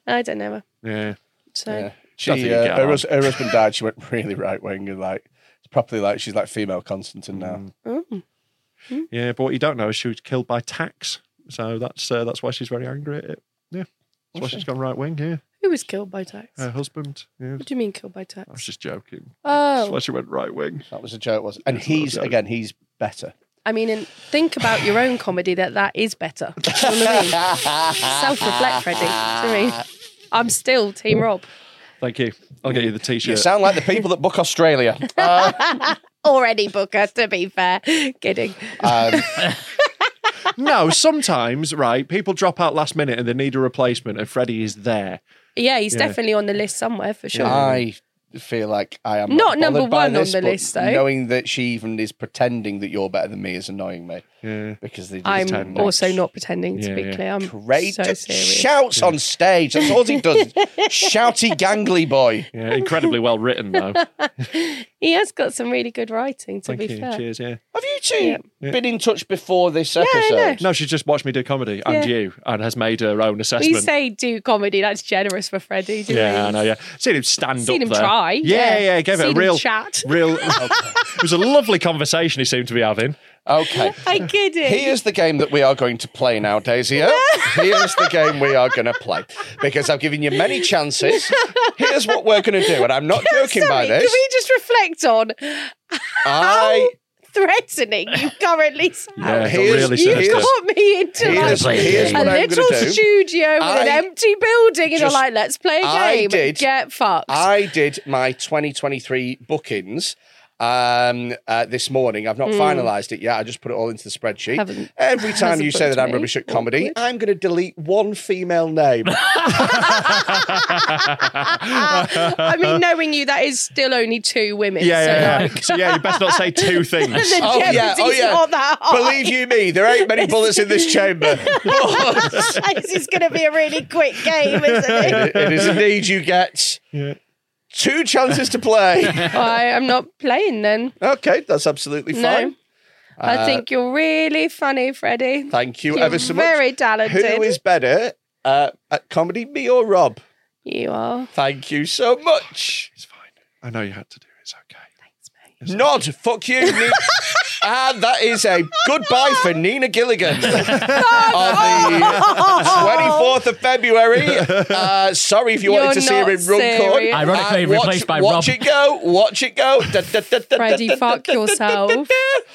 Speaker 3: I don't know. her,
Speaker 1: Yeah,
Speaker 3: So
Speaker 2: Yeah.
Speaker 1: Nothing
Speaker 2: She,
Speaker 1: you
Speaker 2: uh,
Speaker 1: get
Speaker 2: her,
Speaker 1: on.
Speaker 2: hus- her husband died. She went really right wing and like it's properly like she's like female Constantine now.
Speaker 1: yeah. But what you don't know is she was killed by tax, so that's uh, that's why she's very angry at it. Yeah, that's why she's gone right wing. Yeah,
Speaker 3: who was killed by tax?
Speaker 1: her husband. Yeah,
Speaker 3: what do you mean killed by
Speaker 1: I was
Speaker 3: tax?
Speaker 1: just joking. That's
Speaker 3: Oh,
Speaker 1: why she went right wing.
Speaker 2: That was a joke, wasn't? it? And he's again, he's better.
Speaker 3: I mean, and think about your own comedy that that is better. Do you know what I mean? Self-reflect, Freddie. Do you know what I mean? I'm still Team Rob
Speaker 1: Thank you. I'll get you the
Speaker 2: You
Speaker 1: t-shirt.
Speaker 2: sound like the people that book Australia.
Speaker 3: already, Booker. To be fair, kidding.
Speaker 2: Um,
Speaker 1: no, sometimes right, people drop out last minute and they need a replacement, and Freddie is there.
Speaker 3: Yeah, he's
Speaker 1: Yeah.
Speaker 3: definitely on the list somewhere for sure.
Speaker 2: I feel like I am
Speaker 3: Not
Speaker 2: bothered
Speaker 3: number
Speaker 2: by
Speaker 3: one on
Speaker 2: this,
Speaker 3: the
Speaker 2: but
Speaker 3: list, though.
Speaker 2: Knowing that she even is pretending that you're better than me is annoying me
Speaker 1: Yeah.
Speaker 2: because they just
Speaker 3: I'm
Speaker 2: tend
Speaker 3: also not pretending to
Speaker 1: Yeah,
Speaker 3: be
Speaker 1: yeah.
Speaker 3: clear. I'm
Speaker 2: Great
Speaker 3: so serious.
Speaker 2: shouts on stage. That's all he does. Shouty gangly boy.
Speaker 1: Yeah, incredibly well written though.
Speaker 3: He has got some really good writing. To
Speaker 1: Thank
Speaker 3: be
Speaker 1: you.
Speaker 3: fair,
Speaker 1: Cheers. Yeah.
Speaker 2: Have you two
Speaker 3: Yeah.
Speaker 2: been in touch before this
Speaker 3: I
Speaker 2: episode?
Speaker 3: know.
Speaker 1: No, she's just watched me do comedy and
Speaker 3: Yeah.
Speaker 1: you, and has made her own
Speaker 3: we
Speaker 1: assessment.
Speaker 3: say do comedy. That's generous for Freddie. Do
Speaker 1: Yeah, I know. Yeah, seen him stand
Speaker 3: Seen
Speaker 1: up.
Speaker 3: him
Speaker 1: there.
Speaker 3: try,
Speaker 1: Yeah, yeah.
Speaker 3: yeah.
Speaker 1: Gave
Speaker 3: Seen
Speaker 1: it
Speaker 3: him
Speaker 1: a real
Speaker 3: chat.
Speaker 1: Real. it was a lovely conversation he seemed to be having.
Speaker 2: Okay.
Speaker 3: I kidding.
Speaker 2: Here's the game that we are going to play now, Daisy. Here's the game we are going to play because I've given you many chances. Here's what we're going to do, and I'm not joking
Speaker 3: Sorry,
Speaker 2: by
Speaker 3: can
Speaker 2: this.
Speaker 3: we just reflect on
Speaker 2: I
Speaker 3: threatening you currently sound?
Speaker 1: Yeah, it got
Speaker 2: here's-
Speaker 1: really
Speaker 2: here's-
Speaker 1: sinister.
Speaker 3: You got me into
Speaker 2: here's,
Speaker 3: like
Speaker 2: here's
Speaker 3: a
Speaker 2: what I'm
Speaker 3: little
Speaker 2: going to do.
Speaker 3: studio with an
Speaker 2: I
Speaker 3: empty building, and you're
Speaker 2: just-
Speaker 3: like, "Let's play a
Speaker 2: I
Speaker 3: game."
Speaker 2: did-
Speaker 3: Get fucked.
Speaker 2: I did my 2023 bookings. um, uh, this morning. I've not finalised it yet. I just put it all into the spreadsheet.
Speaker 3: Hmm. Haven't-
Speaker 2: Every time
Speaker 3: hasn't
Speaker 2: you
Speaker 3: put
Speaker 2: say
Speaker 3: it
Speaker 2: that
Speaker 3: to
Speaker 2: I'm
Speaker 3: me.
Speaker 2: rubbish at comedy,
Speaker 3: Awkward. Oh.
Speaker 2: I'm going to delete one female name.
Speaker 3: I mean, knowing you, that is still only two women.
Speaker 1: Yeah,
Speaker 3: so
Speaker 1: yeah, yeah. So yeah, you best not say two things.
Speaker 3: The
Speaker 2: Oh, yeah, oh,
Speaker 3: jeopardy's
Speaker 2: yeah.
Speaker 3: not that high.
Speaker 2: Believe you me, there ain't many bullets in this chamber. But
Speaker 6: this is going to be a really quick game, isn't it?
Speaker 2: it it is indeed you get two chances to play.
Speaker 3: I am not playing then.
Speaker 2: Okay, that's absolutely
Speaker 3: No.
Speaker 2: fine. Uh,
Speaker 3: I think you're really funny, Freddie.
Speaker 2: Thank you
Speaker 3: You're
Speaker 2: ever so much.
Speaker 3: very talented.
Speaker 2: Who is better uh, at comedy, me or Rob?
Speaker 3: You are.
Speaker 2: Thank you so much.
Speaker 1: It's fine. I know you had to do it. It's okay.
Speaker 2: Nod, fuck you. Ni- and that is a goodbye for Nina Gilligan on the 24th of February. Uh, sorry if you
Speaker 3: You're
Speaker 2: wanted to see her in
Speaker 3: not
Speaker 2: Runcorn.
Speaker 3: serious.
Speaker 4: Ironically
Speaker 2: watch-
Speaker 4: replaced by
Speaker 2: Watch
Speaker 4: Rob.
Speaker 2: it go. Watch it go. Da, da, da, da,
Speaker 3: Freddie,
Speaker 2: da, da,
Speaker 3: fuck
Speaker 2: da, da, da, da,
Speaker 3: yourself.
Speaker 2: da.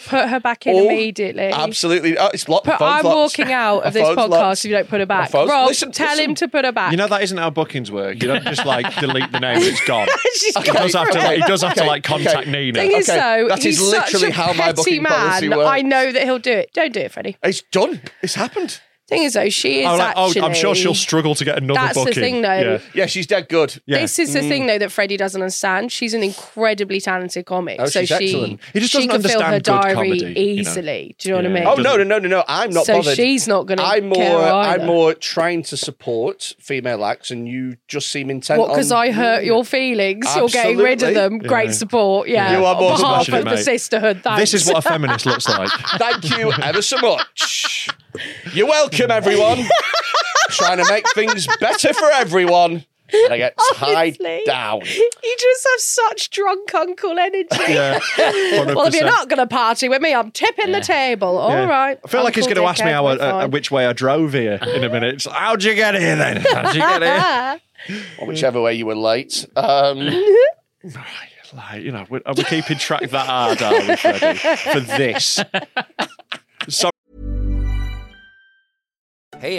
Speaker 3: Put her back in
Speaker 2: Oh,
Speaker 3: immediately.
Speaker 2: Absolutely. Oh, it's locked.
Speaker 3: But
Speaker 2: Phone's
Speaker 3: I'm
Speaker 2: locked.
Speaker 3: walking out
Speaker 2: My
Speaker 3: of this
Speaker 2: phone's
Speaker 3: podcast
Speaker 2: locked.
Speaker 3: if you don't put her
Speaker 2: My
Speaker 3: back.
Speaker 2: phone's-
Speaker 3: Rob,
Speaker 2: listen,
Speaker 3: tell
Speaker 2: listen.
Speaker 3: him to put her back.
Speaker 1: You know that isn't how bookings work. You don't just like delete the name. It's gone.
Speaker 3: She's
Speaker 1: He does have to. Like, he does have to like
Speaker 2: Okay.
Speaker 1: contact Nina.
Speaker 3: Thing is,
Speaker 2: Okay,
Speaker 3: though,
Speaker 2: that
Speaker 3: he's
Speaker 2: is literally
Speaker 3: such a
Speaker 2: how my
Speaker 3: petty
Speaker 2: booking policy
Speaker 3: man.
Speaker 2: works.
Speaker 3: I know that he'll do it. Don't do it, Freddie.
Speaker 2: It's done. It's happened.
Speaker 3: Thing is, though, she is
Speaker 1: Oh, like, oh,
Speaker 3: actually.
Speaker 1: I'm sure she'll struggle to get another
Speaker 3: That's the
Speaker 1: booking.
Speaker 3: thing, though.
Speaker 1: Yeah.
Speaker 2: Yeah, she's dead good.
Speaker 1: Yeah. Mm.
Speaker 3: This is the thing, though, that Freddie doesn't understand. She's an incredibly talented comic,
Speaker 2: Oh,
Speaker 3: so
Speaker 2: she's
Speaker 3: she
Speaker 2: excellent.
Speaker 1: He just
Speaker 3: she
Speaker 1: doesn't
Speaker 3: can fill her
Speaker 1: understand good
Speaker 3: diary
Speaker 1: comedy, you know.
Speaker 3: easily. Do you know what
Speaker 1: Yeah.
Speaker 3: I
Speaker 2: Oh
Speaker 3: mean?
Speaker 2: no, no, no, no, no! I'm not
Speaker 3: so
Speaker 2: bothered.
Speaker 3: she's not going to.
Speaker 2: I'm more.
Speaker 3: Care
Speaker 2: I'm
Speaker 3: either.
Speaker 2: more trying to support female acts, and you just seem intent.
Speaker 3: What? Because
Speaker 2: on-
Speaker 3: I hurt your feelings. You're getting rid of
Speaker 2: Absolutely.
Speaker 3: them. Great support. Yeah.
Speaker 2: You are more
Speaker 3: on behalf
Speaker 1: compassionate,
Speaker 3: of the
Speaker 1: mate.
Speaker 3: sisterhood. Thanks.
Speaker 1: This is what a feminist looks like.
Speaker 2: Thank you ever so much. You're welcome, everyone. trying to make things better for everyone, and I get tied
Speaker 3: Honestly.
Speaker 2: down.
Speaker 3: you just have such drunk uncle energy.
Speaker 1: Yeah.
Speaker 3: Well,
Speaker 1: 100%.
Speaker 3: if you're not going to party with me, I'm tipping the table. All right.
Speaker 1: Yeah. I feel like he's going
Speaker 3: Uncle
Speaker 1: to ask me
Speaker 3: dickhead,
Speaker 1: how
Speaker 3: we're
Speaker 1: uh,
Speaker 3: fine.
Speaker 1: which way I drove here in a minute. It's like, How'd you get here then? How'd you get here?
Speaker 3: Ah.
Speaker 2: Or whichever way you were late. Um,
Speaker 1: like, you know, we're, are we keeping track that hard, are we, Freddie, for this?
Speaker 7: Hey,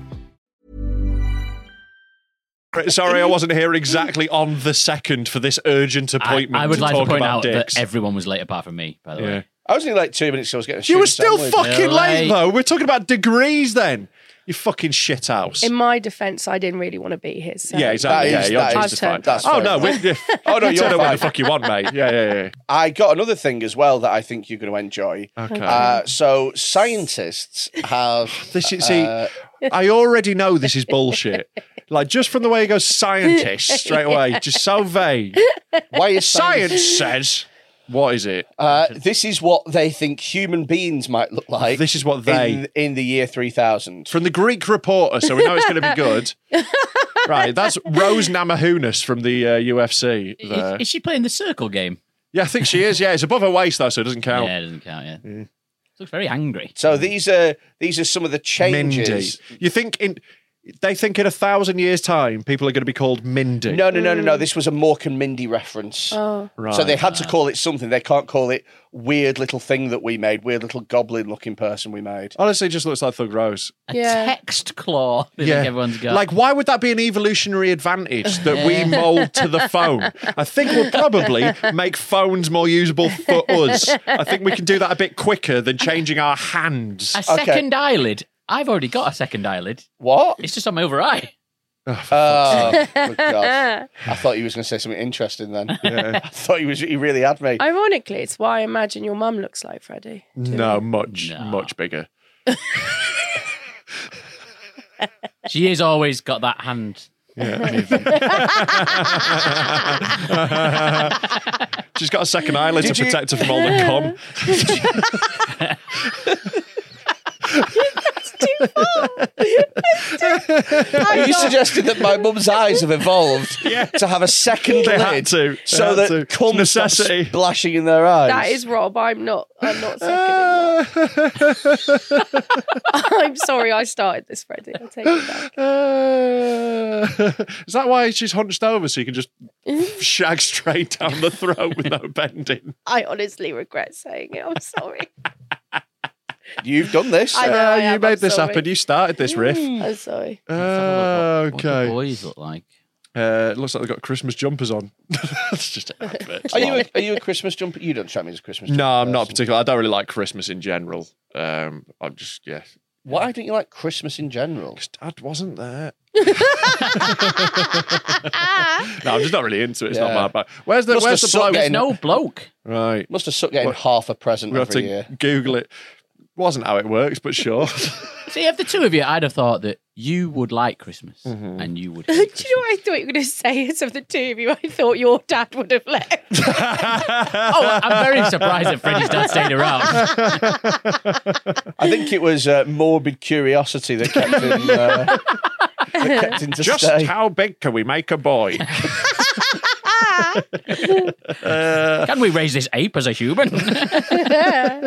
Speaker 1: Sorry, I wasn't here exactly on the second for this urgent
Speaker 4: I,
Speaker 1: appointment.
Speaker 4: I would like to
Speaker 1: talk
Speaker 4: point
Speaker 1: about
Speaker 4: out
Speaker 1: dicks.
Speaker 4: that everyone was late apart from me, by the
Speaker 1: Yeah.
Speaker 4: way.
Speaker 2: I was only like two minutes. ago, I was getting. a
Speaker 1: You were
Speaker 2: shitty
Speaker 1: still
Speaker 2: sandwich.
Speaker 1: fucking
Speaker 4: Yeah,
Speaker 1: late,
Speaker 4: like-
Speaker 1: though. We're talking about degrees then. You fucking shit house.
Speaker 3: In my defence, I didn't really want to be here. So.
Speaker 1: yeah, exactly.
Speaker 2: That
Speaker 1: yeah,
Speaker 2: is-
Speaker 1: you're
Speaker 2: that is-
Speaker 1: justified.
Speaker 2: that's
Speaker 1: oh
Speaker 2: fair
Speaker 1: no, we,
Speaker 2: enough.
Speaker 1: oh
Speaker 2: no,
Speaker 1: you
Speaker 2: you're
Speaker 1: don't know what
Speaker 2: fine.
Speaker 1: the fuck you want, mate. Yeah, yeah,
Speaker 2: I got another thing as well that I think you're going to enjoy.
Speaker 1: yeah. Oh, Okay.
Speaker 2: Uh, so scientists have
Speaker 1: This is see,
Speaker 2: Uh,
Speaker 1: I already know this is bullshit. Like just from the way he goes, scientist straight away, just so vague.
Speaker 2: why is
Speaker 1: Science says, what is it?
Speaker 2: Uh, this is what they think human beings might look like.
Speaker 1: This is what they-
Speaker 2: in, in the year three thousand.
Speaker 1: From the Greek reporter, so we know it's going to be good. Right, that's Rose Namahunas from the uh, UFC.
Speaker 4: Is,
Speaker 1: There.
Speaker 4: is she playing the circle game?
Speaker 1: Yeah, I think she is. Yeah, it's above her waist though, so it doesn't count.
Speaker 4: Yeah, it doesn't count, yeah. Looks very angry.
Speaker 2: So these are these are some of the changes.
Speaker 1: Mindy. You think in they think in a thousand years' time people are going to be called Mindy.
Speaker 2: No, no, no, no, no. This was a Mork and Mindy reference.
Speaker 3: Mm. Oh.
Speaker 1: right.
Speaker 2: So they had to call it something. They can't call it weird little thing that we made, weird little goblin looking person we made.
Speaker 1: honestly it just looks like Thug Rose.
Speaker 4: A
Speaker 3: Yeah.
Speaker 4: text claw that yeah. everyone's got.
Speaker 1: Like, why would that be an evolutionary advantage that we mold to the phone? I think we'll probably make phones more usable for us. I think we can do that a bit quicker than changing our hands.
Speaker 4: a second eyelid. I've already got a second eyelid.
Speaker 2: What?
Speaker 4: It's just on my over eye.
Speaker 2: Oh, good God. I thought he was going to say something interesting then. I thought he was. He really had me.
Speaker 3: Ironically, it's why I imagine your mum looks like Freddie.
Speaker 1: No, much, much bigger.
Speaker 4: She has always got that hand.
Speaker 1: She's got a second eyelid
Speaker 2: Did
Speaker 1: to
Speaker 2: you-
Speaker 1: protect her from all the cum.
Speaker 2: Are you suggesting that my mum's eyes have evolved to have a second
Speaker 1: They
Speaker 2: lid
Speaker 1: had to. They
Speaker 2: so
Speaker 1: had
Speaker 2: that
Speaker 1: to. It's
Speaker 2: cum
Speaker 1: necessity.
Speaker 2: stops splashing in their eyes?
Speaker 3: That is Rob. I'm not. I'm not seconding. that. I'm sorry. I started this, Freddie. I take it back.
Speaker 1: Uh, is that why she's hunched over so you can just shag straight down the throat without bending?
Speaker 3: I honestly regret saying it. I'm sorry.
Speaker 2: You've done this.
Speaker 3: I know.
Speaker 1: Uh,
Speaker 3: I
Speaker 1: you
Speaker 3: am,
Speaker 1: made
Speaker 3: I'm
Speaker 1: this
Speaker 3: sorry.
Speaker 1: happen. You started this riff.
Speaker 2: Mm.
Speaker 3: I'm sorry.
Speaker 1: Uh,
Speaker 4: What do
Speaker 1: okay.
Speaker 4: boys look like?
Speaker 1: Uh, it looks like they've got Christmas jumpers on. That's just an advert.
Speaker 2: Are you a, are you a Christmas jumper? You don't strike me as a Christmas. jumper
Speaker 1: No, I'm not
Speaker 2: person.
Speaker 1: particular. I don't really like Christmas in general. Um, I'm just yeah.
Speaker 2: Why don't you like Christmas in general?
Speaker 1: Because Dad wasn't there. no, I'm just not really into it. It's
Speaker 2: Yeah.
Speaker 1: not my bag. Where's the
Speaker 2: Must
Speaker 1: Where's the
Speaker 2: have sucked
Speaker 1: bloke?
Speaker 2: it in.
Speaker 4: No bloke.
Speaker 1: Right,
Speaker 2: Must have sucked getting
Speaker 1: What?
Speaker 2: half a present
Speaker 1: we have
Speaker 2: every
Speaker 1: to
Speaker 2: year.
Speaker 1: Google it. Wasn't how it works, but sure.
Speaker 4: See, if the two of you, I'd have thought that you would like Christmas and you would.
Speaker 3: Do you
Speaker 4: Hate Christmas.
Speaker 3: know what I thought you were going to say? Is of the two of you, I thought your dad would have left.
Speaker 4: Oh, I'm very surprised that Freddie's dad stayed around.
Speaker 2: I think it was uh, morbid curiosity that kept him. Uh, that kept him to
Speaker 1: Just
Speaker 2: stay.
Speaker 1: how big can we make a boy?
Speaker 4: Can we raise this ape as a human?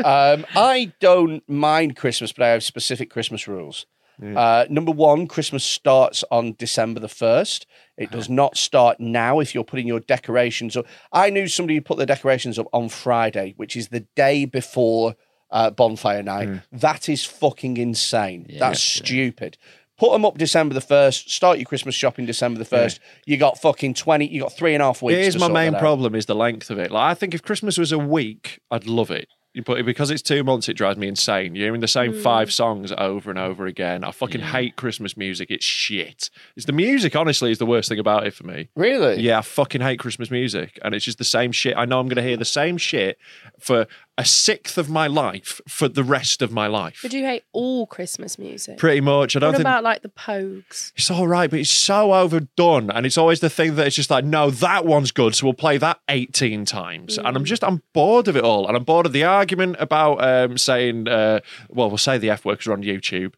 Speaker 2: Um, I don't mind Christmas, but I have specific Christmas rules. Uh, number one, Christmas starts on December the 1st. It does not start now if you're putting your decorations up. I knew somebody who put their decorations up on Friday, which is the day before uh, bonfire night. That is fucking insane. That's stupid. Put them up December the 1st. Start your Christmas shopping December the 1st. You got fucking 20, you got three and a half weeks.
Speaker 1: Here's
Speaker 2: to
Speaker 1: my
Speaker 2: sort
Speaker 1: main
Speaker 2: that out.
Speaker 1: problem: is the length of it. Like, I think if Christmas was a week, I'd love it. You put it because it's two months. It drives me insane. You're hearing the same five songs over and over again. I fucking hate Christmas music. It's shit. It's the music. Honestly, is the worst thing about it for me.
Speaker 2: Really?
Speaker 1: Yeah, I fucking hate Christmas music, and it's just the same shit. I know I'm going to hear the same shit for a sixth of my life for the rest of my life.
Speaker 3: Would you hate all Christmas music?
Speaker 1: Pretty much. I don't
Speaker 3: what
Speaker 1: think
Speaker 3: about like the Pogues?
Speaker 1: it's all right, but it's so overdone, and it's always the thing that it's just like, no, that one's good, so we'll play that eighteen times, and I'm just I'm bored of it all, and I'm bored of the argument about um, saying, uh, well, we'll say the f words are on YouTube.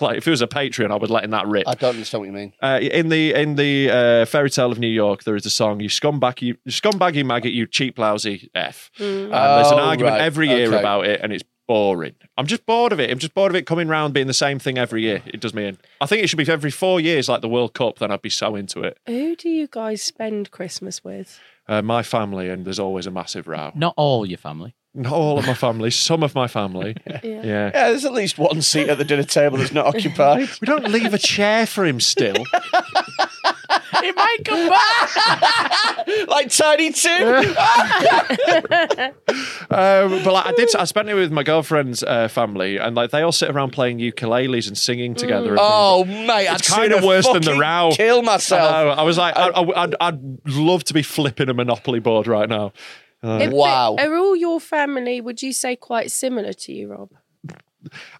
Speaker 1: like if it was a Patreon, I would letting that rip.
Speaker 2: I don't understand what you mean.
Speaker 1: Uh, in the in the uh, fairy tale of New York, there is a song "You scumbag, you, you scumbag, you maggot, you cheap, lousy f." And there's an
Speaker 2: Oh,
Speaker 1: argument
Speaker 2: right.
Speaker 1: every year
Speaker 2: Okay.
Speaker 1: about it, and it's boring. I'm just bored of it. I'm just bored of it coming round being the same thing every year. It does me in. I think it should be every four years, like the World Cup. Then I'd be so into it.
Speaker 3: Who do you guys spend Christmas with?
Speaker 1: Uh, my family, and there's always a massive row.
Speaker 4: Not all your family.
Speaker 1: Not all of my family, some of my family. yeah.
Speaker 2: Yeah, there's at least one seat at the dinner table that's not occupied.
Speaker 1: We don't leave a chair for him still.
Speaker 4: It might come back.
Speaker 2: like Tiny Tim.
Speaker 1: Um, but like, I did. I spent it with my girlfriend's uh, family, and like they all sit around playing ukuleles and singing together. and
Speaker 2: oh, mate,
Speaker 1: it's kind of worse than the row.
Speaker 2: Kill
Speaker 1: I,
Speaker 2: myself.
Speaker 1: know. I was like, I, I, I'd, I'd love to be flipping a Monopoly board right now.
Speaker 3: If-
Speaker 2: Wow.
Speaker 3: Are all your family, would you say, quite similar to you, Rob?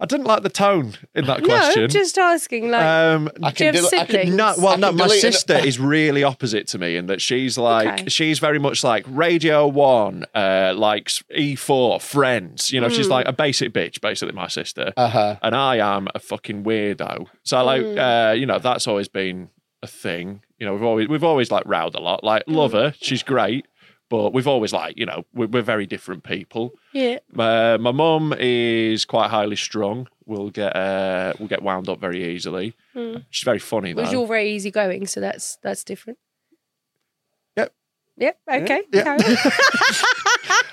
Speaker 1: I didn't like the tone in that question.
Speaker 3: No, I'm just asking. Like,
Speaker 1: Um,
Speaker 2: I
Speaker 3: do you
Speaker 2: can
Speaker 3: have
Speaker 2: do- I
Speaker 3: siblings?
Speaker 2: can-
Speaker 1: no, well,
Speaker 2: I
Speaker 1: no.
Speaker 2: can
Speaker 1: My
Speaker 2: delete it.
Speaker 1: sister is really opposite to me in that she's like
Speaker 3: Okay.
Speaker 1: she's very much like Radio One, uh, likes E4, Friends. You know,
Speaker 3: Hmm.
Speaker 1: she's like a basic bitch, basically. My sister,
Speaker 2: Uh-huh.
Speaker 1: and I am a fucking weirdo. So like,
Speaker 3: Hmm.
Speaker 1: uh, you know, that's always been a thing. You know, we've always we've always like rowed a lot. Like, love
Speaker 3: Hmm.
Speaker 1: her, she's great, but we've always like, you know, we're, we're very different people.
Speaker 3: yeah.
Speaker 1: Uh, my mum is quite highly strung. We'll get uh, we'll get wound up very easily. She's very funny though.
Speaker 3: Was you're very easygoing, so that's that's different.
Speaker 1: Yep.
Speaker 3: Yep. Okay.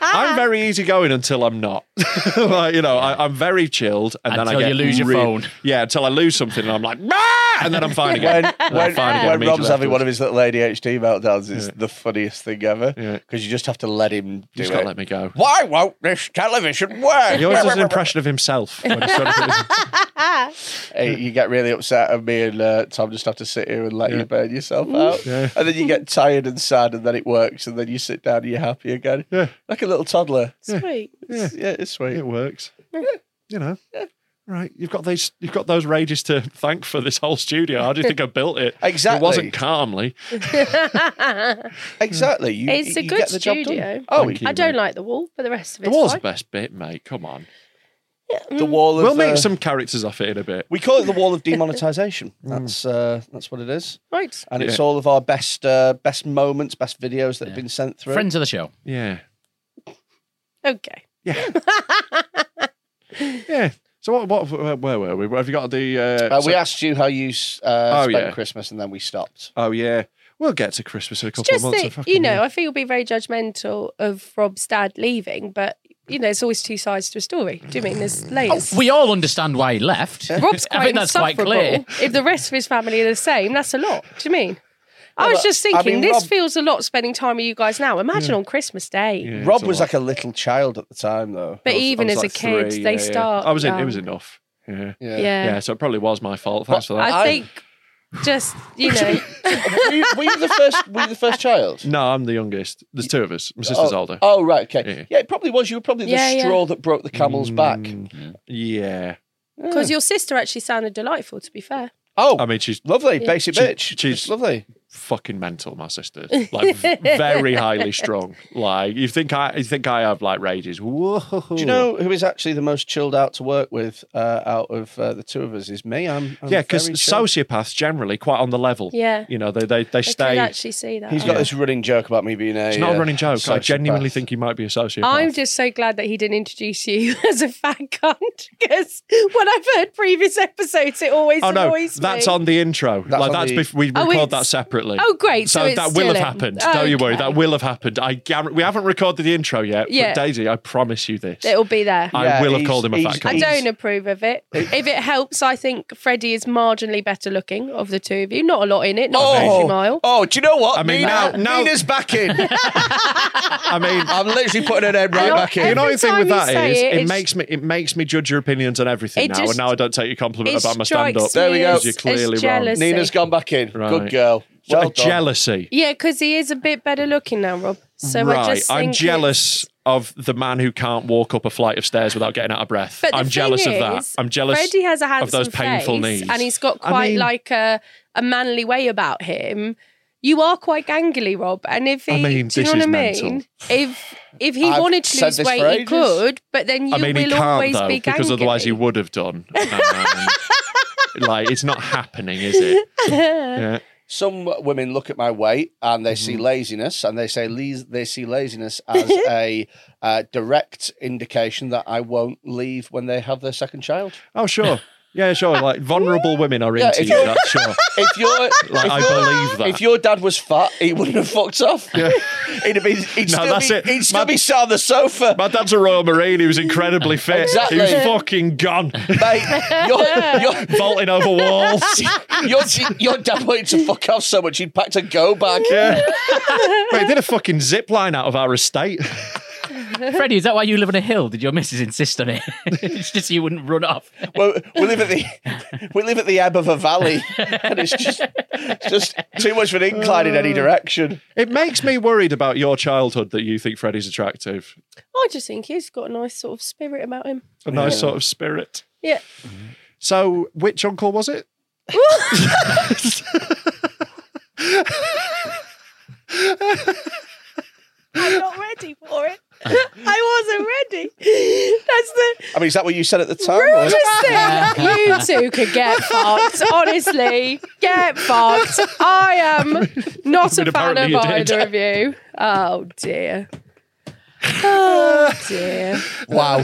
Speaker 1: I'm very easygoing until I'm not. like, you know, I, I'm very chilled, and then I
Speaker 4: Until
Speaker 1: get
Speaker 4: you lose your
Speaker 1: real-
Speaker 4: phone.
Speaker 1: Yeah, until I lose something, and I'm like, "Rah!" and then I'm fine again.
Speaker 2: When,
Speaker 1: And I'm
Speaker 2: when,
Speaker 1: fine again
Speaker 2: when
Speaker 1: immediately
Speaker 2: Rob's having
Speaker 1: afterwards.
Speaker 2: one of his little ADHD meltdowns, it's
Speaker 1: Yeah.
Speaker 2: the funniest thing ever because you just have to let him do
Speaker 1: just
Speaker 2: it.
Speaker 1: gotta let me go.
Speaker 2: Why won't this television work?
Speaker 1: He always has an impression of himself. When he's trying to
Speaker 2: Hey, you get really upset, and me and uh, Tom just have to sit here and let you burn yourself out.
Speaker 1: Yeah.
Speaker 2: And then you get tired and sad, and then it works, and then you sit down and you're happy again.
Speaker 1: Yeah.
Speaker 2: Like a little toddler.
Speaker 6: Sweet.
Speaker 1: Yeah.
Speaker 2: It's- yeah, it's sweet.
Speaker 1: it works. You know. Right, you've got these, you've got those rages to thank for this whole studio. How do you think I built it?
Speaker 2: Exactly.
Speaker 1: It wasn't calmly.
Speaker 2: Exactly. You,
Speaker 3: It's a
Speaker 2: you
Speaker 3: good
Speaker 2: get the job done.
Speaker 3: studio.
Speaker 2: Oh,
Speaker 1: Thank you,
Speaker 3: I don't
Speaker 1: mate.
Speaker 3: like the wall, but the rest of
Speaker 1: The
Speaker 3: it's
Speaker 1: wall's the
Speaker 3: fine.
Speaker 1: best bit, mate. Come on,
Speaker 3: Mm.
Speaker 2: the wall of
Speaker 1: we'll make
Speaker 2: uh,
Speaker 1: some characters off it in a bit.
Speaker 2: We call it the wall of demonetization. that's uh, that's what it is,
Speaker 3: Right.
Speaker 2: and it's
Speaker 1: Yeah.
Speaker 2: all of our best uh, best moments, best videos that have
Speaker 4: Yeah.
Speaker 2: been sent through.
Speaker 4: Friends of the show.
Speaker 1: Yeah,
Speaker 3: Okay.
Speaker 1: yeah, yeah. So what? What? Where, where were we? Have you got the? Uh,
Speaker 2: Uh, we
Speaker 1: so-
Speaker 2: asked you how you s- uh,
Speaker 1: Oh,
Speaker 2: spent
Speaker 1: yeah.
Speaker 2: Christmas, and then we stopped.
Speaker 1: Oh yeah, we'll get to Christmas in a couple
Speaker 3: It's just
Speaker 1: of months. I
Speaker 3: that,
Speaker 1: fucking
Speaker 3: you know, I feel you'll be very judgmental of Rob's dad leaving, but, you know, it's always two sides to a story. Do you mean
Speaker 1: Oh,
Speaker 3: there's layers?
Speaker 4: Oh, We all understand why he left.
Speaker 3: Rob's quite
Speaker 4: I think that's quite
Speaker 3: insufferable.
Speaker 4: clear.
Speaker 3: If the rest of his family are the same, that's a lot. Do you mean? Oh, I Mm.
Speaker 2: Yeah,
Speaker 3: was
Speaker 2: but,
Speaker 3: just
Speaker 2: I
Speaker 3: thinking,
Speaker 2: mean, Rob-
Speaker 3: this feels a lot spending time with you guys now. Imagine on Christmas Day.
Speaker 1: Yeah, it's
Speaker 2: Rob
Speaker 1: a
Speaker 2: was
Speaker 1: lot.
Speaker 2: like a little child at the time, though.
Speaker 3: But
Speaker 1: I was- I
Speaker 3: even
Speaker 1: was
Speaker 3: as
Speaker 1: like
Speaker 3: a kid,
Speaker 1: three,
Speaker 3: they
Speaker 1: yeah, yeah.
Speaker 3: start.
Speaker 1: I was in. It
Speaker 3: young.
Speaker 1: was enough. Yeah. yeah,
Speaker 2: Yeah.
Speaker 3: Yeah.
Speaker 1: So it probably was my fault. Thanks for that.
Speaker 3: I think just, you know,
Speaker 2: were, you, were you the first? Were you the first child?
Speaker 1: no, I'm the youngest. There's two of us. My sister's
Speaker 2: oh,
Speaker 1: older.
Speaker 2: Oh right, okay.
Speaker 1: Yeah.
Speaker 2: Yeah. it probably was. You were probably the
Speaker 3: Yeah, yeah.
Speaker 2: straw that broke the camel's back.
Speaker 1: Mm, yeah.
Speaker 3: because your sister actually sounded delightful, to be fair.
Speaker 2: Oh,
Speaker 1: I mean, she's
Speaker 2: lovely, basic
Speaker 1: She-
Speaker 2: bitch.
Speaker 1: she's-
Speaker 2: lovely.
Speaker 1: fucking mental, my sister. Like v- very highly strong. Like you think I you think I have like rages. Whoa.
Speaker 2: Do you know who is actually the most chilled out to work with uh, out of uh, the two of us? Is me. I'm, I'm
Speaker 1: Yeah, because
Speaker 2: very chilled.
Speaker 1: sociopaths generally quite on the level.
Speaker 3: Yeah.
Speaker 1: You know, they they, they
Speaker 3: I can
Speaker 1: stay
Speaker 3: actually see that.
Speaker 2: He's got this running joke about me being a.
Speaker 1: it's not a
Speaker 2: uh,
Speaker 1: running joke. I
Speaker 2: sociopath.
Speaker 1: genuinely think he might be a sociopath.
Speaker 3: I'm just so glad that he didn't introduce you as a fat cunt because when I've heard previous episodes, it always
Speaker 1: Oh no,
Speaker 3: annoys
Speaker 1: that's
Speaker 3: me.
Speaker 1: on the intro.
Speaker 2: That's
Speaker 1: like
Speaker 2: on
Speaker 1: that's
Speaker 2: the-
Speaker 1: bef- we
Speaker 3: Oh,
Speaker 1: record that
Speaker 3: it's-
Speaker 1: separately.
Speaker 3: Oh, great, so it's
Speaker 1: that will
Speaker 3: still
Speaker 1: have
Speaker 3: in.
Speaker 1: happened. Don't you worry,
Speaker 3: Okay.
Speaker 1: that will have happened. I guarantee we haven't recorded the intro yet.
Speaker 3: Yeah.
Speaker 1: But Daisy, I promise you this.
Speaker 3: It'll be there.
Speaker 1: I
Speaker 2: Yeah,
Speaker 1: will have
Speaker 2: he's-
Speaker 1: called him a fat
Speaker 2: he's-
Speaker 3: I
Speaker 1: cunt.
Speaker 2: he's-
Speaker 3: don't approve of it. if it helps, I think Freddie is marginally better looking of the two of you. Not a lot in it, not a country mile.
Speaker 2: oh, do you know what?
Speaker 1: I mean, uh, now- now-
Speaker 2: Nina's back in.
Speaker 1: I mean,
Speaker 2: I'm literally putting her head right
Speaker 3: Hello,
Speaker 2: back in.
Speaker 1: The
Speaker 3: Every
Speaker 1: annoying thing
Speaker 3: time
Speaker 1: with
Speaker 3: you
Speaker 1: that
Speaker 3: say
Speaker 1: is,
Speaker 3: it,
Speaker 1: it,
Speaker 3: it's-
Speaker 1: makes me it makes me judge your opinions on everything
Speaker 3: It
Speaker 1: now, and
Speaker 3: just-
Speaker 1: now I don't take your compliment
Speaker 3: it
Speaker 1: about my stand up.
Speaker 3: strikes me
Speaker 2: There we go.
Speaker 3: as,
Speaker 1: You're clearly
Speaker 3: as
Speaker 1: wrong.
Speaker 3: jealousy.
Speaker 2: Nina's gone back in.
Speaker 1: Right.
Speaker 2: Good girl.
Speaker 1: What
Speaker 2: Well
Speaker 1: a
Speaker 2: done.
Speaker 1: jealousy!
Speaker 3: Yeah, because he is a bit better looking now, Rob. So I
Speaker 1: right,
Speaker 3: just
Speaker 1: I'm
Speaker 3: think
Speaker 1: jealous of the man who can't walk up a flight of stairs without getting out of breath.
Speaker 3: But the
Speaker 1: I'm
Speaker 3: thing
Speaker 1: jealous of that.
Speaker 3: is,
Speaker 1: I'm jealous
Speaker 3: Freddie has a handsome
Speaker 1: of those painful
Speaker 3: face,
Speaker 1: knees,
Speaker 3: and he's got
Speaker 1: I
Speaker 3: quite
Speaker 1: mean-
Speaker 3: like a, a manly way about him. You are quite gangly, Rob, and if he,
Speaker 1: I mean,
Speaker 3: do you know
Speaker 1: this
Speaker 3: what I
Speaker 1: is
Speaker 3: mean?
Speaker 1: mental.
Speaker 3: If if he
Speaker 2: I've
Speaker 3: wanted to
Speaker 2: said
Speaker 3: lose
Speaker 2: this for
Speaker 3: weight, he
Speaker 2: ages.
Speaker 3: could, but then you
Speaker 1: I mean,
Speaker 3: will
Speaker 1: he can't
Speaker 3: always
Speaker 1: though,
Speaker 3: be gangly.
Speaker 1: because otherwise he would have done. Um, like it's not happening, is it? Yeah.
Speaker 2: Some women look at my weight and they
Speaker 1: Mm-hmm.
Speaker 2: see laziness, and they say le- they see laziness as a uh, direct indication that I won't leave when they have their second child.
Speaker 1: Oh sure. Yeah, sure. Like vulnerable women are
Speaker 2: Yeah,
Speaker 1: into
Speaker 2: if
Speaker 1: you.
Speaker 2: you-
Speaker 1: That's sure.
Speaker 2: If you're,
Speaker 1: Like
Speaker 2: if
Speaker 1: I
Speaker 2: you're-
Speaker 1: believe that.
Speaker 2: If your dad was fat, he wouldn't have fucked off. he'd have been, he'd
Speaker 1: No,
Speaker 2: still,
Speaker 1: that's
Speaker 2: be,
Speaker 1: it.
Speaker 2: He'd still
Speaker 1: My-
Speaker 2: be sat on the sofa.
Speaker 1: My dad's a Royal Marine. He was incredibly fit.
Speaker 2: Exactly.
Speaker 1: He was fucking gone,
Speaker 2: Mate, your, your,
Speaker 1: vaulting over walls.
Speaker 2: your, your dad wanted to fuck off so much he'd packed a go bag.
Speaker 1: Yeah. Mate, he did a fucking zip line out of our estate.
Speaker 4: Freddie, is that why you live on a hill? Did your missus insist on it? it's just you wouldn't run off.
Speaker 2: Well, we live at the we live at the ebb of a valley, and it's just it's just too much of an incline in any direction.
Speaker 1: It makes me worried about your childhood that you think Freddie's attractive.
Speaker 3: I just think he's got a nice sort of spirit about him.
Speaker 1: A nice sort of spirit.
Speaker 3: Yeah.
Speaker 1: So, which uncle was it?
Speaker 6: I'm not ready for it. I wasn't ready. That's the
Speaker 2: I mean, is that what you said at the time? or-
Speaker 3: Just think you two could get fucked. Honestly, get fucked. I am not
Speaker 1: I mean,
Speaker 3: a fan
Speaker 1: apparently
Speaker 3: of
Speaker 1: you did.
Speaker 3: either of you. Oh dear. Oh dear.
Speaker 2: Wow,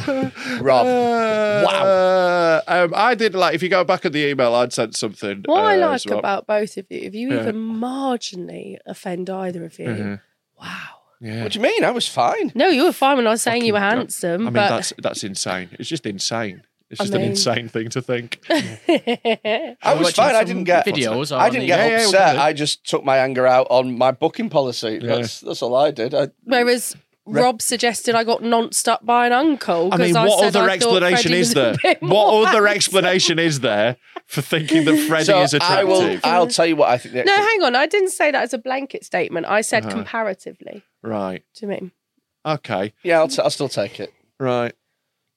Speaker 2: Rob.
Speaker 1: wow. Um, I did like, if you go back at the email, I'd sent something.
Speaker 3: What I
Speaker 1: uh,
Speaker 3: like
Speaker 1: as well.
Speaker 3: about both of you, if you even marginally offend either of you,
Speaker 1: Mm-hmm.
Speaker 3: wow.
Speaker 1: Yeah.
Speaker 2: What do you mean? I was fine.
Speaker 3: No, you were fine when I was saying you were
Speaker 1: Fucking-
Speaker 3: handsome,
Speaker 1: I mean,
Speaker 3: but
Speaker 1: that's that's insane. It's just insane. It's just an
Speaker 3: Amazing.
Speaker 1: insane thing to think.
Speaker 2: I was fine. I didn't get
Speaker 4: videos.
Speaker 2: I didn't get upset. I just took my anger out on my booking policy.
Speaker 1: Yeah.
Speaker 2: That's that's all I did. I,
Speaker 3: Whereas Rob suggested I got nonced up by an uncle.
Speaker 1: I
Speaker 3: 'cause
Speaker 1: mean,
Speaker 3: I
Speaker 1: what
Speaker 3: said I
Speaker 1: other
Speaker 3: thought
Speaker 1: explanation
Speaker 3: Freddie
Speaker 1: is
Speaker 3: was a
Speaker 1: there?
Speaker 3: bit more
Speaker 1: What other
Speaker 3: handsome.
Speaker 1: explanation is there for thinking that Freddie
Speaker 2: so
Speaker 1: is attractive?
Speaker 2: I will. I'll tell you what I think. The
Speaker 3: No, hang on. I didn't say that as a blanket statement. I said
Speaker 1: Uh-huh.
Speaker 3: comparatively.
Speaker 1: Right.
Speaker 3: Do you mean?
Speaker 1: Okay.
Speaker 2: yeah, I'll, t- I'll still take it
Speaker 1: Right.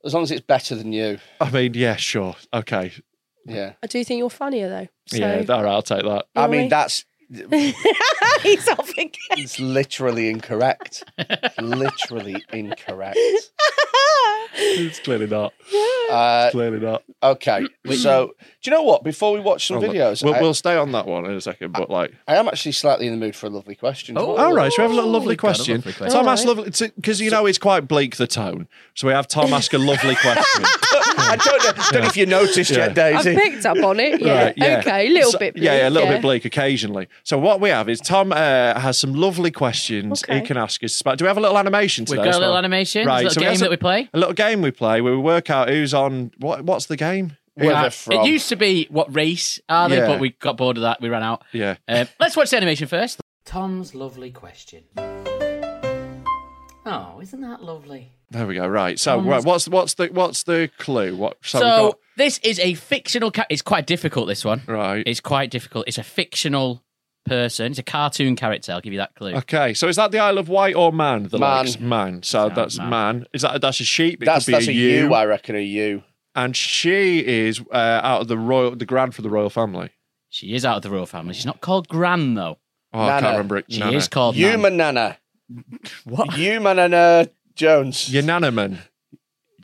Speaker 2: as long as it's better than you.
Speaker 1: I mean, yeah, sure. Okay.
Speaker 2: Yeah.
Speaker 3: I do think you're funnier though. So.
Speaker 1: Yeah. All right. I'll take that.
Speaker 2: I
Speaker 3: You're
Speaker 2: mean
Speaker 3: right.
Speaker 2: that's
Speaker 3: He's off again.
Speaker 2: it's literally incorrect. literally incorrect.
Speaker 1: It's clearly not.
Speaker 2: Uh,
Speaker 1: Clearly not. Oh,
Speaker 2: okay. So do you know what? Before we watch some
Speaker 1: Well, look,
Speaker 2: videos,
Speaker 1: We'll,
Speaker 2: I,
Speaker 1: we'll stay on that one in a second, but like.
Speaker 2: I am actually slightly in the mood for a lovely question.
Speaker 4: Oh.
Speaker 1: All right, so we have a little
Speaker 4: Oh,
Speaker 1: lovely
Speaker 4: we've got a
Speaker 1: question.
Speaker 4: lovely question.
Speaker 1: Tom
Speaker 3: All
Speaker 1: asked lovely because you know it's quite bleak the tone. So we have Tom ask a lovely question.
Speaker 2: I don't know, don't know if you noticed yet,
Speaker 3: I
Speaker 2: Daisy.
Speaker 3: picked up on it. Yeah.
Speaker 1: Right, yeah.
Speaker 3: Okay. A little
Speaker 1: So-
Speaker 3: bit.
Speaker 1: yeah, yeah, a
Speaker 3: bleak,
Speaker 1: little bit bleak occasionally. So what we have is Tom uh, has some lovely questions
Speaker 3: Okay.
Speaker 1: he can ask us. about- Do we have a little animation
Speaker 4: We've
Speaker 1: today?
Speaker 4: got
Speaker 1: as
Speaker 4: a little
Speaker 1: well?
Speaker 4: animation.
Speaker 1: Right,
Speaker 4: Right, a
Speaker 1: so
Speaker 4: little
Speaker 1: we have
Speaker 4: game
Speaker 1: some-
Speaker 4: that we play.
Speaker 1: A little game we play where we work out who's on. What, what's the game?
Speaker 2: Where
Speaker 4: Uh,
Speaker 2: they're
Speaker 4: It
Speaker 2: from.
Speaker 4: used to be what race are they,
Speaker 1: Yeah.
Speaker 4: but we got bored of that. We ran out.
Speaker 1: Yeah.
Speaker 4: Um, let's watch the animation first.
Speaker 8: Tom's lovely question. Oh, isn't that lovely?
Speaker 1: There we go. Right. So right, what's what's the what's the clue? What? So,
Speaker 4: So,
Speaker 1: we've got,
Speaker 4: this is a fictional. Ca- it's quite difficult. This one.
Speaker 1: Right.
Speaker 4: It's quite difficult. It's a fictional person. It's a cartoon character. I'll give you that clue.
Speaker 1: okay. So is that the Isle of Wight or man? The
Speaker 2: Man.
Speaker 1: Lakes? man. So
Speaker 4: Sounds
Speaker 1: that's man.
Speaker 4: man.
Speaker 1: Is that that's a sheep? It
Speaker 2: That's
Speaker 1: could be
Speaker 2: that's a
Speaker 1: a ewe.
Speaker 2: you, I reckon, a you.
Speaker 1: and she is uh, out of the royal, the grand for the royal family.
Speaker 4: She is out of the royal family. She's not called Gran though.
Speaker 1: Oh, I can't
Speaker 2: Nana.
Speaker 1: remember it.
Speaker 4: She
Speaker 1: Nana.
Speaker 4: is called
Speaker 2: You
Speaker 4: Nan.
Speaker 2: manana.
Speaker 4: What?
Speaker 2: You manana Jones.
Speaker 1: Unanaman.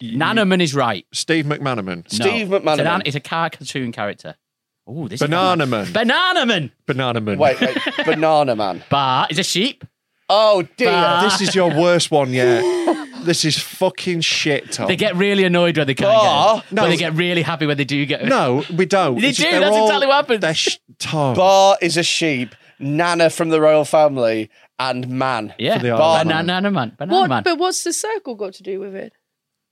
Speaker 4: Nanaman is right.
Speaker 1: Steve McManaman.
Speaker 4: No.
Speaker 2: Steve McManaman.
Speaker 4: It's, an an- it's a cartoon character. Oh, this
Speaker 1: Bananaman.
Speaker 4: is Bananaman.
Speaker 1: Bananaman.
Speaker 2: Wait, wait, banana man.
Speaker 4: Bar is a sheep.
Speaker 2: Oh dear.
Speaker 4: Bah.
Speaker 1: This is your worst one yet. this is fucking shit, Tom.
Speaker 4: They get really annoyed when they can't
Speaker 2: Bar?
Speaker 4: get. No, they get really happy when they do get.
Speaker 1: no, we don't.
Speaker 4: They
Speaker 1: It's
Speaker 4: do,
Speaker 1: they're
Speaker 4: that's
Speaker 1: all-
Speaker 4: exactly what happens.
Speaker 1: They're sh- Tom.
Speaker 2: Bar is a sheep. Nana from the royal family and man.
Speaker 4: Yeah.
Speaker 1: For the Isle
Speaker 4: Bar
Speaker 1: of Man.
Speaker 4: banana man. Banana
Speaker 3: What?
Speaker 4: man.
Speaker 3: But what's the circle got to do with it?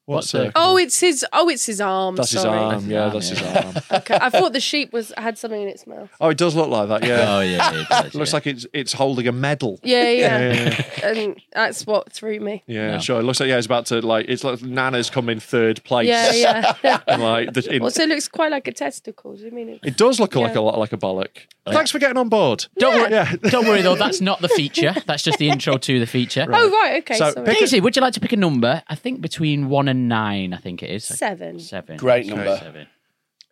Speaker 1: What's
Speaker 4: What
Speaker 1: it?
Speaker 4: the-
Speaker 3: Oh, it's his. Oh, it's his arm.
Speaker 1: That's his
Speaker 3: sorry.
Speaker 1: arm. Um, Yeah, that's
Speaker 4: That's his
Speaker 1: his arm.
Speaker 3: Okay. I thought the sheep was had something in its mouth.
Speaker 1: oh, it does look like that. Yeah.
Speaker 4: Oh yeah. yeah, it does,
Speaker 1: Looks
Speaker 4: yeah.
Speaker 1: like it's it's holding a medal.
Speaker 3: Yeah, yeah.
Speaker 1: Yeah.
Speaker 3: and that's what threw me.
Speaker 1: Yeah,
Speaker 4: No.
Speaker 1: sure. It looks like yeah, it's about to like it's like Nana's come in third place.
Speaker 3: Yeah, yeah.
Speaker 1: And, like the, in-
Speaker 3: also, it looks quite like a testicle. Do you mean it?
Speaker 1: It does look like
Speaker 3: Yeah.
Speaker 1: a lot like a bollock. Thanks for getting on board.
Speaker 4: Don't worry.
Speaker 1: Yeah.
Speaker 4: Don't worry though. That's not the feature. That's just the intro to the feature.
Speaker 3: Oh right. Okay.
Speaker 1: So,
Speaker 3: sorry.
Speaker 1: pick
Speaker 4: Daisy, would you like to pick a number? I think between one and nine. I think it is
Speaker 3: Seven.
Speaker 4: Seven.
Speaker 2: Great
Speaker 4: Sorry,
Speaker 2: number.
Speaker 4: Seven.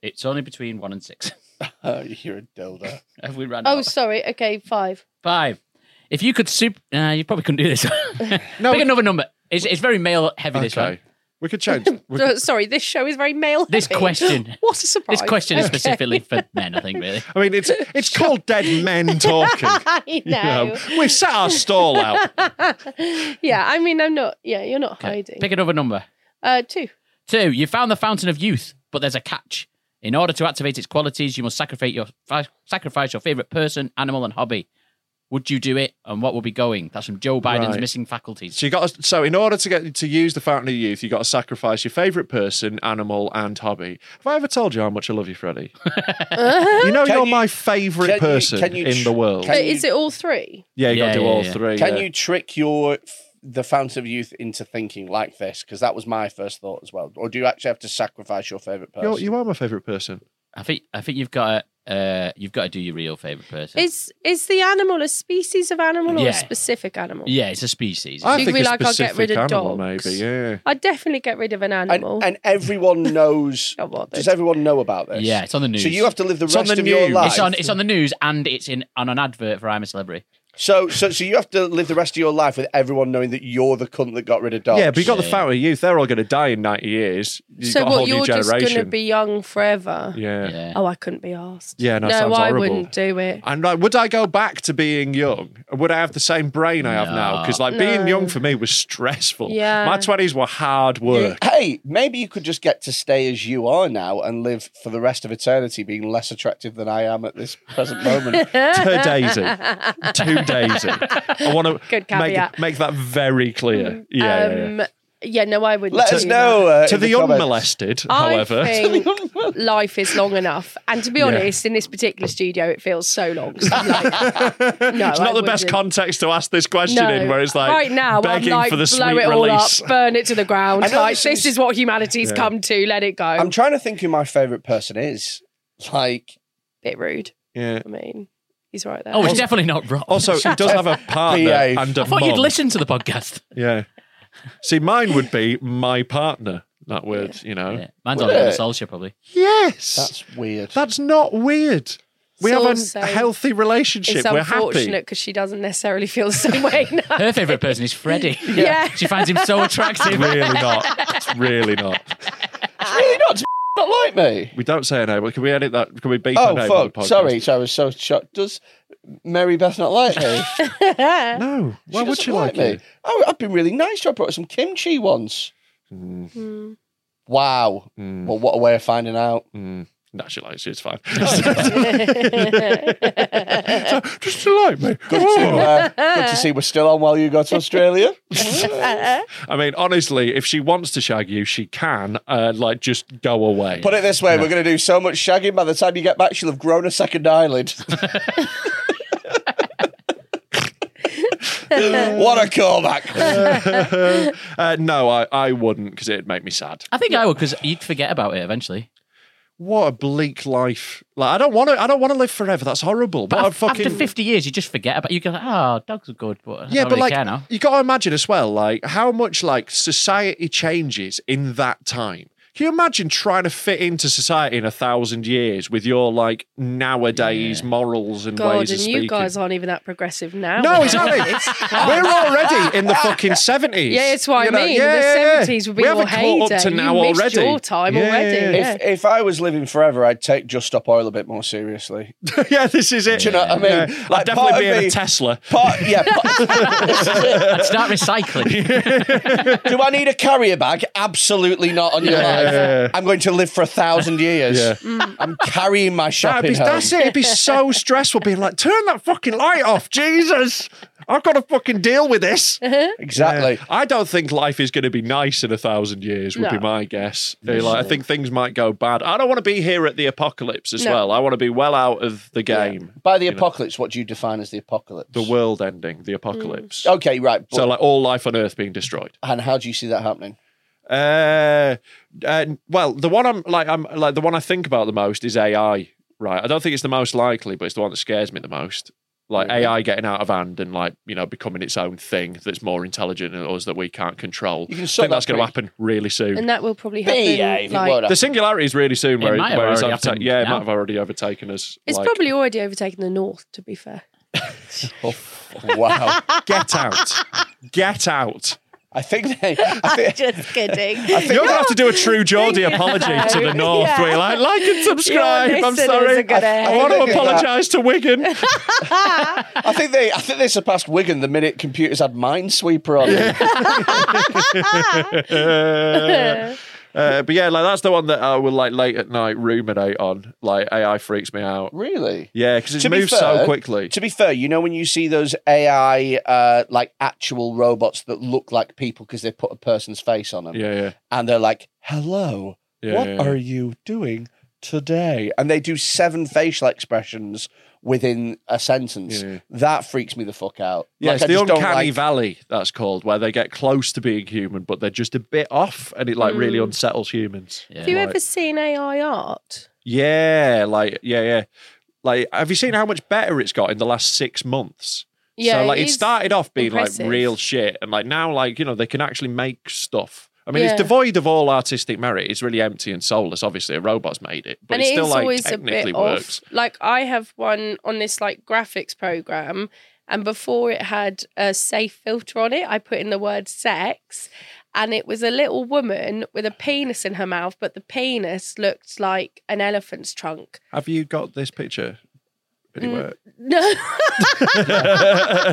Speaker 4: It's only between one and six.
Speaker 2: Oh, you're a dildo.
Speaker 4: Have we run
Speaker 3: Oh,
Speaker 4: out?
Speaker 3: sorry. Okay, five.
Speaker 4: Five. If you could super, uh, you probably couldn't do this. Pick another number. It's, it's very male heavy. This one.
Speaker 1: Okay. We could change. we
Speaker 3: So- sorry, this show is very male.
Speaker 4: This
Speaker 3: heavy.
Speaker 4: question.
Speaker 3: What a surprise!
Speaker 4: This question is
Speaker 3: Okay.
Speaker 4: specifically for men. I think really.
Speaker 1: I mean, it's it's called dead men talking.
Speaker 3: I
Speaker 1: you know.
Speaker 3: know.
Speaker 1: We've set our stall out.
Speaker 3: Yeah, I mean, I'm not. Yeah, you're not
Speaker 4: Okay.
Speaker 3: hiding.
Speaker 4: Pick another number.
Speaker 3: Uh, two.
Speaker 4: Two. You found the fountain of youth, but there's a catch. In order to activate its qualities, you must sacrifice your fi- sacrifice your favorite person, animal, and hobby. Would you do it? And what will be going? That's from Joe Biden's
Speaker 1: Right.
Speaker 4: missing faculties.
Speaker 1: So you got to, so in order to get to use the fountain of youth, you got to sacrifice your favourite person, animal, and hobby. Have I ever told you how much I love you, Freddie? you know
Speaker 2: Can
Speaker 1: you're
Speaker 2: you-
Speaker 1: my
Speaker 2: can
Speaker 1: favourite
Speaker 2: you-
Speaker 1: person
Speaker 2: can you
Speaker 1: in
Speaker 2: tr-
Speaker 1: the world.
Speaker 2: can-
Speaker 3: But Uh, is it all three?
Speaker 1: yeah, you got
Speaker 4: Yeah,
Speaker 1: to do
Speaker 4: yeah,
Speaker 1: all
Speaker 4: yeah.
Speaker 1: three.
Speaker 2: Can
Speaker 1: yeah.
Speaker 2: you trick your the fountain of youth into thinking like this? Because that was my first thought as well. Or do you actually have to sacrifice your favorite person?
Speaker 1: You're, you are my favourite person.
Speaker 4: I think I think you've got to uh, you've got to do your real favorite person.
Speaker 3: Is is the animal a species of animal or
Speaker 4: Yeah.
Speaker 3: a specific animal?
Speaker 4: yeah, it's a species.
Speaker 1: I
Speaker 3: You'd
Speaker 1: think
Speaker 3: be
Speaker 1: a
Speaker 3: like, I'll get
Speaker 1: specific
Speaker 3: rid of
Speaker 1: animal,
Speaker 3: dogs.
Speaker 1: maybe. Yeah.
Speaker 3: I'd definitely get rid of an
Speaker 2: and,
Speaker 3: animal.
Speaker 2: and everyone knows.
Speaker 3: Not bothered.
Speaker 2: does everyone know about this?
Speaker 4: Yeah, it's on the news.
Speaker 2: So you have to live the
Speaker 1: It's on
Speaker 2: rest
Speaker 1: the
Speaker 2: of your
Speaker 1: news.
Speaker 2: life.
Speaker 4: It's on it's on the news and it's in on an advert for I'm a Celebrity.
Speaker 2: So, so, so you have to live the rest of your life with everyone knowing that you're the cunt that got rid of dogs.
Speaker 1: Yeah, but you got the fountain of youth. They're all going to die in 90 years. You've got
Speaker 3: so
Speaker 1: a
Speaker 3: what?
Speaker 1: whole new
Speaker 3: You're just
Speaker 1: generation.
Speaker 3: going to be young forever.
Speaker 1: Yeah.
Speaker 4: Yeah.
Speaker 3: Oh, I couldn't be asked.
Speaker 1: Yeah, no,
Speaker 3: no,
Speaker 1: it sounds
Speaker 3: I
Speaker 1: horrible.
Speaker 3: wouldn't do it.
Speaker 1: And like, would I go back to being young? Would I have the same brain I have now? Because like being young for me was stressful.
Speaker 3: Yeah.
Speaker 1: My twenties were hard work.
Speaker 2: Hey, maybe you could just get to stay as you are now and live for the rest of eternity being less attractive than I am at this present moment.
Speaker 1: to Daisy, to Daisy. I want to
Speaker 3: Good
Speaker 1: make,
Speaker 3: caveat.
Speaker 1: make that very clear. Yeah, yeah, yeah.
Speaker 3: um, Yeah, no, I wouldn't.
Speaker 2: Let
Speaker 3: do
Speaker 2: us
Speaker 3: that.
Speaker 2: know uh,
Speaker 1: to
Speaker 2: in the,
Speaker 1: the,
Speaker 2: comments.
Speaker 1: unmolested,
Speaker 3: I
Speaker 1: however.
Speaker 3: think life is long enough, and to be
Speaker 1: Yeah.
Speaker 3: honest, in this particular studio, it feels so long. So, like, no,
Speaker 1: it's not
Speaker 3: I
Speaker 1: the best
Speaker 3: wouldn't.
Speaker 1: context to ask this question
Speaker 3: No.
Speaker 1: in, where it's like
Speaker 3: right now,
Speaker 1: begging
Speaker 3: I'm like,
Speaker 1: for the
Speaker 3: blow
Speaker 1: sweet
Speaker 3: it all
Speaker 1: release.
Speaker 3: up, burn it to the ground.
Speaker 2: I know
Speaker 3: Like,
Speaker 2: this
Speaker 3: this
Speaker 2: is-
Speaker 3: is what humanity's
Speaker 2: Yeah.
Speaker 3: come to. Let it go.
Speaker 2: I'm trying to think who my favourite person is. Like,
Speaker 3: Bit rude.
Speaker 1: Yeah.
Speaker 3: I mean, he's right there.
Speaker 4: Oh, it's definitely not Rob.
Speaker 1: Also, he does have a partner
Speaker 2: Behave.
Speaker 1: and a
Speaker 4: I thought you'd
Speaker 1: mum.
Speaker 4: listen to the podcast.
Speaker 1: Yeah. See, mine would be my partner. That word, you know.
Speaker 4: Yeah. Mine's on the Solskjaer, probably.
Speaker 1: Yes. That's,
Speaker 2: that's weird.
Speaker 1: not weird. We
Speaker 3: It's
Speaker 1: have
Speaker 3: also-
Speaker 1: a healthy relationship.
Speaker 3: It's
Speaker 1: We're
Speaker 3: unfortunate
Speaker 1: happy.
Speaker 3: because she doesn't necessarily feel the same way now.
Speaker 4: Her favourite person is Freddie.
Speaker 3: Yeah.
Speaker 4: She finds him so attractive.
Speaker 1: really not. It's really not.
Speaker 2: it's really not. It's not like me.
Speaker 1: We don't say her name. Can we edit that? Can we beat her
Speaker 2: Oh
Speaker 1: name on the
Speaker 2: fuck!
Speaker 1: podcast?
Speaker 2: Sorry, so I was so shocked. Does Mary Beth not like me? She
Speaker 1: No. Why would
Speaker 2: doesn't
Speaker 1: she like,
Speaker 2: me?
Speaker 1: you?
Speaker 2: Oh, I've been really nice. to her. I brought her some kimchi once.
Speaker 1: Mm.
Speaker 2: Wow.
Speaker 1: Hmm.
Speaker 2: Well, what a way of finding out.
Speaker 1: No, she likes you. It's fine. So, Does she like me? Oh.
Speaker 2: Good to, uh, good to see we're still on while you go to Australia.
Speaker 1: I mean, honestly, if she wants to shag you, she can. Uh, like, just go away.
Speaker 2: Put it this way: we're going to do so much shagging. By the time you get back, she'll have grown a second eyelid. what a callback!
Speaker 1: uh, no, I, I wouldn't because it'd make me sad.
Speaker 4: I think I would because you'd forget about it eventually.
Speaker 1: What a bleak life. Like, I don't want to. I don't want to live forever. That's horrible. But,
Speaker 4: But
Speaker 1: I
Speaker 4: af-
Speaker 1: fucking
Speaker 4: after 50 years, you just forget about You go, like, oh, dogs are good, but I
Speaker 1: yeah,
Speaker 4: don't
Speaker 1: but
Speaker 4: really
Speaker 1: like
Speaker 4: care now.
Speaker 1: you got to imagine as well, like how much like society changes in that time. Can you imagine trying to fit into society in a thousand years with your like nowadays morals and
Speaker 3: God,
Speaker 1: ways of
Speaker 3: and
Speaker 1: speaking?
Speaker 3: you guys aren't even that progressive now.
Speaker 1: no, exactly. We're already in the fucking seventies.
Speaker 3: Yeah, it's what I mean. the 70s would be
Speaker 1: we
Speaker 3: your
Speaker 1: haven't caught
Speaker 3: heyday.
Speaker 1: up to
Speaker 3: You
Speaker 1: now
Speaker 3: missed
Speaker 1: already.
Speaker 3: your time
Speaker 1: Yeah,
Speaker 3: already.
Speaker 1: yeah,
Speaker 3: Yeah.
Speaker 2: If, if I was living forever, I'd take Just Stop Oil a bit more seriously.
Speaker 1: Yeah, yeah this is it.
Speaker 2: Do you know what I mean?
Speaker 1: Yeah.
Speaker 2: Like,
Speaker 1: I'd definitely
Speaker 2: part
Speaker 1: be
Speaker 2: of
Speaker 1: in
Speaker 2: me-
Speaker 1: a Tesla.
Speaker 2: Part, yeah. part-
Speaker 4: I'd start recycling.
Speaker 2: do I need a carrier bag? Absolutely not. On your life, I'm going to live for a thousand years.
Speaker 1: Yeah.
Speaker 2: I'm carrying my
Speaker 1: That'd
Speaker 2: shopping
Speaker 1: be,
Speaker 2: home.
Speaker 1: that's it. It'd be so stressful being like, turn that fucking light off, Jesus. I've got to fucking deal with this.
Speaker 3: Uh-huh.
Speaker 2: Exactly.
Speaker 1: I don't think life is going to be nice in a thousand years, would be
Speaker 3: No.
Speaker 1: my guess. Uh, Like, I think things might go bad. I don't want to be here at the apocalypse as
Speaker 3: No.
Speaker 1: well. I want to be well out of the game.
Speaker 2: By the apocalypse, what do you define as the apocalypse?
Speaker 1: The world ending, the apocalypse.
Speaker 3: Mm.
Speaker 2: Okay, right.
Speaker 1: So,
Speaker 2: but-
Speaker 1: like, all life on earth being destroyed.
Speaker 2: and how do you see that happening?
Speaker 1: Uh, uh, well, the one I'm like, I'm like the one I think about the most is AI. Right, I don't think it's the most likely, but it's the one that scares me the most. Like AI getting out of hand and like you know becoming its own thing that's more intelligent than us that we can't control.
Speaker 2: You can
Speaker 1: I
Speaker 2: sort
Speaker 1: think that's
Speaker 2: that
Speaker 1: going to
Speaker 2: pretty-
Speaker 1: happen really soon.
Speaker 3: and that will probably happen.
Speaker 2: Behave, it
Speaker 3: like-
Speaker 2: won't
Speaker 1: The singularity is really soon.
Speaker 4: It
Speaker 1: Where,
Speaker 4: might have
Speaker 1: where it's
Speaker 4: already
Speaker 1: overta-
Speaker 4: happened
Speaker 1: yeah, it
Speaker 4: now.
Speaker 1: might have already overtaken us.
Speaker 3: It's
Speaker 1: like,
Speaker 3: probably already overtaken the north, to be fair.
Speaker 2: happen. wow.
Speaker 1: get out, get out.
Speaker 2: I think they. I think,
Speaker 6: Just kidding.
Speaker 1: You're going to have to do a true Geordie apology to the North.
Speaker 6: Yeah.
Speaker 1: where you're like, like and subscribe. I'm
Speaker 3: listeners
Speaker 1: sorry.
Speaker 3: are gonna
Speaker 1: I,
Speaker 3: hate
Speaker 1: want to
Speaker 2: it.
Speaker 1: apologise to Wigan.
Speaker 2: I think they. I think they surpassed Wigan the minute computers had Minesweeper on. it.
Speaker 1: uh, uh, but yeah, like that's the one that I will like late at night ruminate on. Like AI freaks me out.
Speaker 2: Really.
Speaker 1: Yeah, because it
Speaker 2: To be
Speaker 1: moves
Speaker 2: fair-
Speaker 1: so quickly.
Speaker 2: To be fair, you know when you see those AI uh, like actual robots that look like people because they put a person's face on them,
Speaker 1: yeah, yeah,
Speaker 2: and they're like, "Hello,
Speaker 1: Yeah,
Speaker 2: what
Speaker 1: yeah, yeah.
Speaker 2: are you doing today?" And they do seven facial expressions within a sentence.
Speaker 1: Yeah, yeah.
Speaker 2: That freaks me the fuck out.
Speaker 1: yeah.
Speaker 2: Like,
Speaker 1: it's
Speaker 2: I
Speaker 1: the
Speaker 2: just don't
Speaker 1: uncanny
Speaker 2: like-
Speaker 1: valley that's called, where they get close to being human, but they're just a bit off, and it like really unsettles humans.
Speaker 4: Yeah.
Speaker 3: Mm. Have you
Speaker 1: Like-
Speaker 3: ever seen AI art?
Speaker 1: Yeah, like yeah, yeah. Like, have you seen how much better it's got in the last six months? so like it
Speaker 3: is
Speaker 1: started off being
Speaker 3: impressive.
Speaker 1: like real shit, and like now, like you know, they can actually make stuff. I mean,
Speaker 3: Yeah.
Speaker 1: it's devoid of all artistic merit. It's really empty and soulless. Obviously, a robot's made it, but
Speaker 3: and
Speaker 1: it
Speaker 3: it
Speaker 1: still
Speaker 3: is
Speaker 1: like
Speaker 3: always a
Speaker 1: technically
Speaker 3: bit
Speaker 1: works.
Speaker 3: off. Like I have one on this like graphics program, and before it had a safe filter on it, I put in the word sex, and it was a little woman with a penis in her mouth, but the penis looked like an elephant's trunk.
Speaker 1: Have you got this picture? Anywhere?
Speaker 3: No,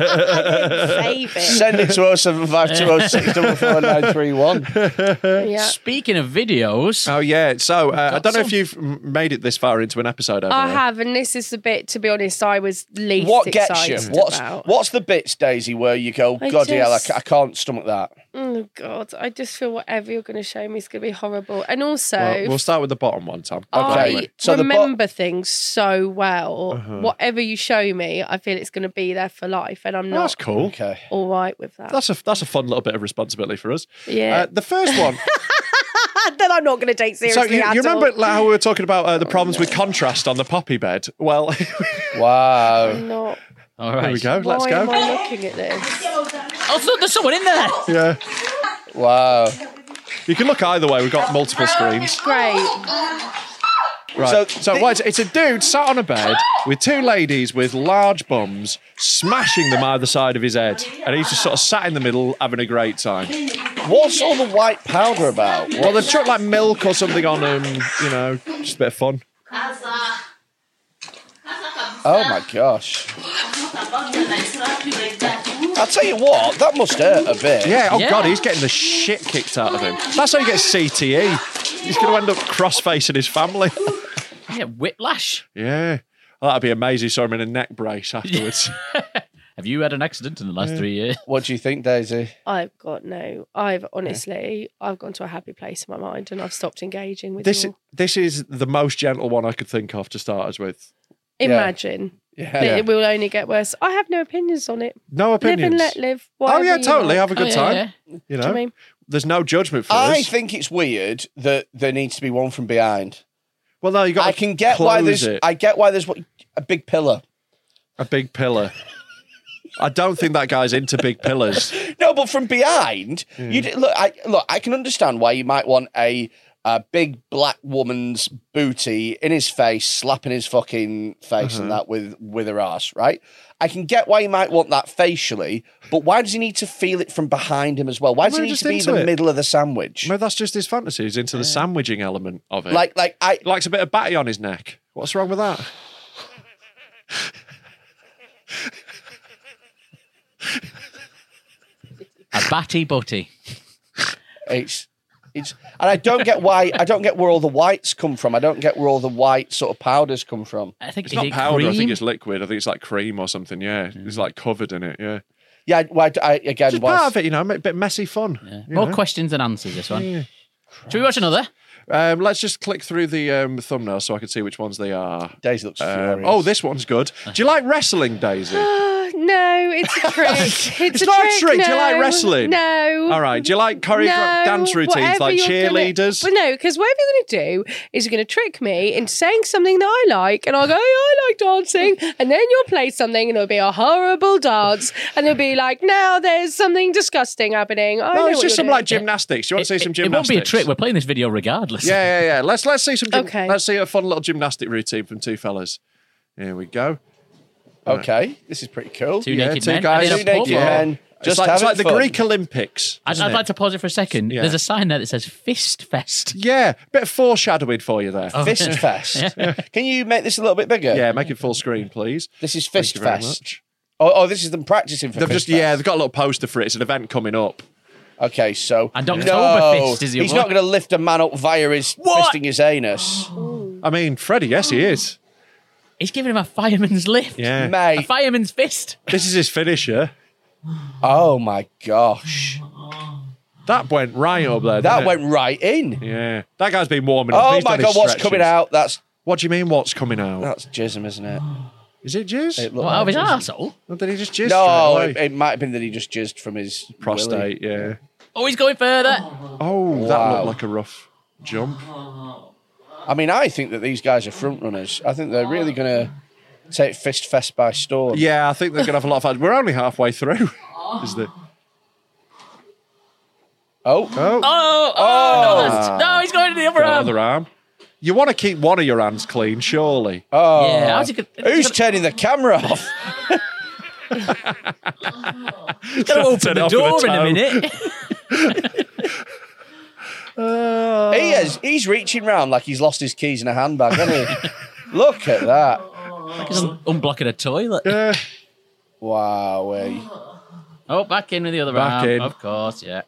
Speaker 6: Save it.
Speaker 2: Send it to 07520644931.
Speaker 3: yeah.
Speaker 4: Speaking of videos,
Speaker 1: Oh yeah. So uh, I
Speaker 4: Got
Speaker 1: don't know
Speaker 4: some.
Speaker 1: if you've m- made it this far into an episode.
Speaker 3: I
Speaker 1: you?
Speaker 3: have, and this is the bit. To be honest, I was least
Speaker 2: What gets
Speaker 3: excited
Speaker 2: you? What's
Speaker 3: about.
Speaker 2: what's the bits, Daisy, where you go,
Speaker 3: I
Speaker 2: God hell, I,
Speaker 3: just-
Speaker 2: ca- I can't stomach that.
Speaker 3: Oh God, I just feel whatever you're going to show me is going to be horrible. And also,
Speaker 1: Well, we'll start with the bottom one, Tom.
Speaker 3: I
Speaker 1: So the bottom.
Speaker 3: remember things so well.
Speaker 1: Uh-huh.
Speaker 3: Whatever you show me, I feel it's going to be there for life, and I'm
Speaker 1: Oh,
Speaker 3: not
Speaker 1: that's cool.
Speaker 2: Okay.
Speaker 3: all right with that.
Speaker 1: That's a that's a fun little bit of responsibility for us.
Speaker 3: Yeah.
Speaker 1: Uh, the first one.
Speaker 3: that I'm not going to take seriously.
Speaker 1: so you,
Speaker 3: at
Speaker 1: you remember
Speaker 3: all.
Speaker 1: like, how we were talking about uh, the problems with contrast on the poppy bed? Well,
Speaker 2: wow.
Speaker 3: I'm not.
Speaker 4: All
Speaker 1: There
Speaker 4: right.
Speaker 1: we go.
Speaker 3: Why
Speaker 1: Let's
Speaker 3: am
Speaker 1: go.
Speaker 3: I looking at this?
Speaker 4: Oh, look, there's someone in there.
Speaker 1: Yeah.
Speaker 2: Wow.
Speaker 1: You can look either way. We've got multiple screens.
Speaker 3: Great.
Speaker 1: Right. So,
Speaker 2: So
Speaker 1: so
Speaker 2: the-
Speaker 1: what, it's a dude sat on a bed with two ladies with large bums smashing them either side of his head. And he's just sort of sat in the middle having a great time.
Speaker 2: What's all the white powder about?
Speaker 1: Well, they've chucked like milk or something on him, you know, just a bit of fun.
Speaker 2: Oh my gosh. I'll tell you what, that must hurt a bit.
Speaker 1: Yeah, oh
Speaker 4: Yeah.
Speaker 1: God, he's getting the shit kicked out of him. That's how he gets CTE. E. He's going to end up cross facing his family.
Speaker 4: Yeah, whiplash.
Speaker 1: yeah. Well, that'd be amazing. So I'm in a neck brace afterwards.
Speaker 4: Have you had an accident in the last three years?
Speaker 2: What do you think, Daisy?
Speaker 3: I've got no. I've honestly, I've gone to a happy place in my mind, and I've stopped engaging with
Speaker 1: this
Speaker 3: you all.
Speaker 1: this is the most gentle one I could think of to start us with.
Speaker 3: Imagine that
Speaker 2: Yeah.
Speaker 3: it will only get worse. I have no opinions on it.
Speaker 1: No
Speaker 3: Live and
Speaker 1: opinions.
Speaker 3: let live.
Speaker 1: oh
Speaker 3: whatever
Speaker 1: yeah,
Speaker 3: you
Speaker 1: totally.
Speaker 3: like.
Speaker 1: Have a
Speaker 4: Oh,
Speaker 1: good
Speaker 4: yeah,
Speaker 1: time.
Speaker 4: yeah.
Speaker 1: You
Speaker 3: Do
Speaker 1: know,
Speaker 3: you mean?
Speaker 1: there's no judgment for
Speaker 2: I
Speaker 1: us.
Speaker 2: think it's weird that there needs to be one from behind.
Speaker 1: well, no, you got.
Speaker 2: I can get why there's
Speaker 1: it.
Speaker 2: I get why there's what a big pillar.
Speaker 1: a big pillar. I don't think that guy's into big pillars.
Speaker 2: No, but from behind,
Speaker 1: Hmm.
Speaker 2: you d- look. I look. I can understand why you might want a a big black woman's booty in his face, slapping his fucking face
Speaker 1: Uh-huh.
Speaker 2: and that with with her ass, right? I can get why you might want that facially, but why does he need to feel it from behind him as well? Why does
Speaker 1: Well,
Speaker 2: he need
Speaker 1: just
Speaker 2: to be
Speaker 1: into
Speaker 2: the
Speaker 1: it.
Speaker 2: middle of the sandwich?
Speaker 1: No, that's just his fantasy. He's into the sandwiching element of it.
Speaker 2: Like, like I
Speaker 1: He likes a bit of batty on his neck. What's wrong with that?
Speaker 4: A batty butty.
Speaker 2: It's it's and I don't get why I don't get where all the whites come from. I don't get where all the white sort of powders come from.
Speaker 4: I think
Speaker 1: It's
Speaker 4: is
Speaker 1: not
Speaker 4: it
Speaker 1: powder. I
Speaker 4: cream?
Speaker 1: think it's liquid. I think it's like cream or something. Yeah, it's like covered in it. Yeah,
Speaker 2: Yeah, why d- I again
Speaker 1: just part
Speaker 2: why
Speaker 1: of it. You know, a bit messy fun.
Speaker 4: Yeah.
Speaker 1: you
Speaker 4: More
Speaker 1: know?
Speaker 4: questions than answers. This one. Should we watch another?
Speaker 1: Um, let's just click through the um, thumbnail so I can see which ones they are.
Speaker 2: Daisy looks
Speaker 1: Um,
Speaker 2: furious.
Speaker 1: oh, this one's good. Do you like wrestling, Daisy?
Speaker 3: Oh, no, it's a trick. It's,
Speaker 1: It's
Speaker 3: a
Speaker 1: not a
Speaker 3: trick.
Speaker 1: trick. Do you like
Speaker 3: no.
Speaker 1: wrestling?
Speaker 3: No.
Speaker 1: All right. Do you like choreographed
Speaker 3: No,
Speaker 1: dance routines
Speaker 3: whatever
Speaker 1: like
Speaker 3: you're gonna-
Speaker 1: cheerleaders?
Speaker 3: Well, no, because whatever you're going to do is you're going to trick me into saying something that I like, and I'll go, "Oh, I like dancing, and then you'll play something, and it'll be a horrible dance, and it'll be like, now there's something disgusting happening. I
Speaker 1: no,
Speaker 3: know
Speaker 1: it's just
Speaker 3: what you're
Speaker 1: some like
Speaker 3: doing.
Speaker 1: gymnastics. You want to see some
Speaker 4: it won't
Speaker 1: gymnastics?
Speaker 4: be a trick. We're playing this video regardless.
Speaker 1: Yeah, yeah, yeah. Let's let's see some. Gym-
Speaker 3: Okay.
Speaker 1: Let's see a fun little gymnastic routine from two fellas. Here we go.
Speaker 2: okay. This is pretty cool.
Speaker 4: Two
Speaker 1: Yeah,
Speaker 4: naked
Speaker 1: two
Speaker 4: men.
Speaker 1: guys.
Speaker 2: Two
Speaker 4: and in a pub.
Speaker 2: naked men.
Speaker 1: Just
Speaker 2: Just
Speaker 1: like, it's
Speaker 2: having
Speaker 1: like the
Speaker 2: fun.
Speaker 1: Greek Olympics.
Speaker 4: I'd,
Speaker 1: isn't
Speaker 4: I'd
Speaker 1: it?
Speaker 4: like to pause it for a second.
Speaker 1: Yeah.
Speaker 4: There's a sign there that says Fist Fest.
Speaker 1: Yeah, bit of foreshadowing for you there.
Speaker 4: Oh.
Speaker 2: Fist fest. Can you make this a little bit bigger?
Speaker 1: Yeah, make it full screen, please.
Speaker 2: This is
Speaker 1: Thank
Speaker 2: fist
Speaker 1: you very
Speaker 2: fest.
Speaker 1: much.
Speaker 2: Oh, oh, this is them practicing for
Speaker 1: They've
Speaker 2: fist
Speaker 1: just yeah,
Speaker 2: fest.
Speaker 1: they've got a little poster for it. It's an event coming up.
Speaker 2: Okay, so
Speaker 4: And
Speaker 2: no,
Speaker 4: Oktoberfest is the
Speaker 2: He's
Speaker 4: other
Speaker 2: not
Speaker 4: one.
Speaker 2: going to lift a man up via his
Speaker 4: What?
Speaker 2: fisting his anus,
Speaker 1: I mean, Freddie, yes, he is.
Speaker 4: He's giving him a fireman's lift.
Speaker 1: Yeah,
Speaker 4: A
Speaker 2: mate.
Speaker 4: fireman's fist.
Speaker 1: this is his finisher.
Speaker 2: Oh my gosh,
Speaker 1: That went right up there.
Speaker 2: that
Speaker 1: didn't it?
Speaker 2: went right in.
Speaker 1: Yeah, that guy's been warming up.
Speaker 2: Oh
Speaker 1: He's
Speaker 2: my
Speaker 1: done his
Speaker 2: god, what's
Speaker 1: stretches.
Speaker 2: coming out? That's
Speaker 1: What do you mean? What's coming out?
Speaker 2: that's jism, isn't it?
Speaker 1: Is it jizz?
Speaker 2: It looked
Speaker 4: What, out of his
Speaker 2: like jism.
Speaker 4: arsehole?
Speaker 1: Or did he just jizz?
Speaker 2: No,
Speaker 1: straight
Speaker 2: it,
Speaker 1: away?
Speaker 2: it might have been that he just jizzed from his willy.
Speaker 1: prostate. Yeah.
Speaker 4: Oh, he's going further.
Speaker 1: Oh, that
Speaker 2: Wow.
Speaker 1: looked like a rough jump.
Speaker 2: I mean, I think that these guys are front runners. I think they're really going to take Fist Fest by storm.
Speaker 1: Yeah, I think they're gonna have a lot of fun. We're only halfway through. Is the
Speaker 2: Oh,
Speaker 1: oh,
Speaker 4: Oh, oh, no, that's- no, he's going to the other
Speaker 1: the
Speaker 4: arm.
Speaker 1: other arm? You want to keep one of your hands clean, surely.
Speaker 2: oh.
Speaker 4: Yeah, how's he gonna-
Speaker 2: Who's
Speaker 4: he's gonna-
Speaker 2: turning the camera off?
Speaker 4: He's going to
Speaker 1: Turn
Speaker 4: open
Speaker 1: it
Speaker 4: the
Speaker 1: off with a
Speaker 4: door in
Speaker 1: toe.
Speaker 4: a minute.
Speaker 1: Uh,
Speaker 2: he is. He's reaching round like he's lost his keys in a handbag, isn't he? Look at that.
Speaker 4: he's unblocking a toilet.
Speaker 1: Yeah.
Speaker 2: Wow.
Speaker 4: Oh, back in with the other
Speaker 1: Back
Speaker 4: arm.
Speaker 1: in.
Speaker 4: Of course, yeah.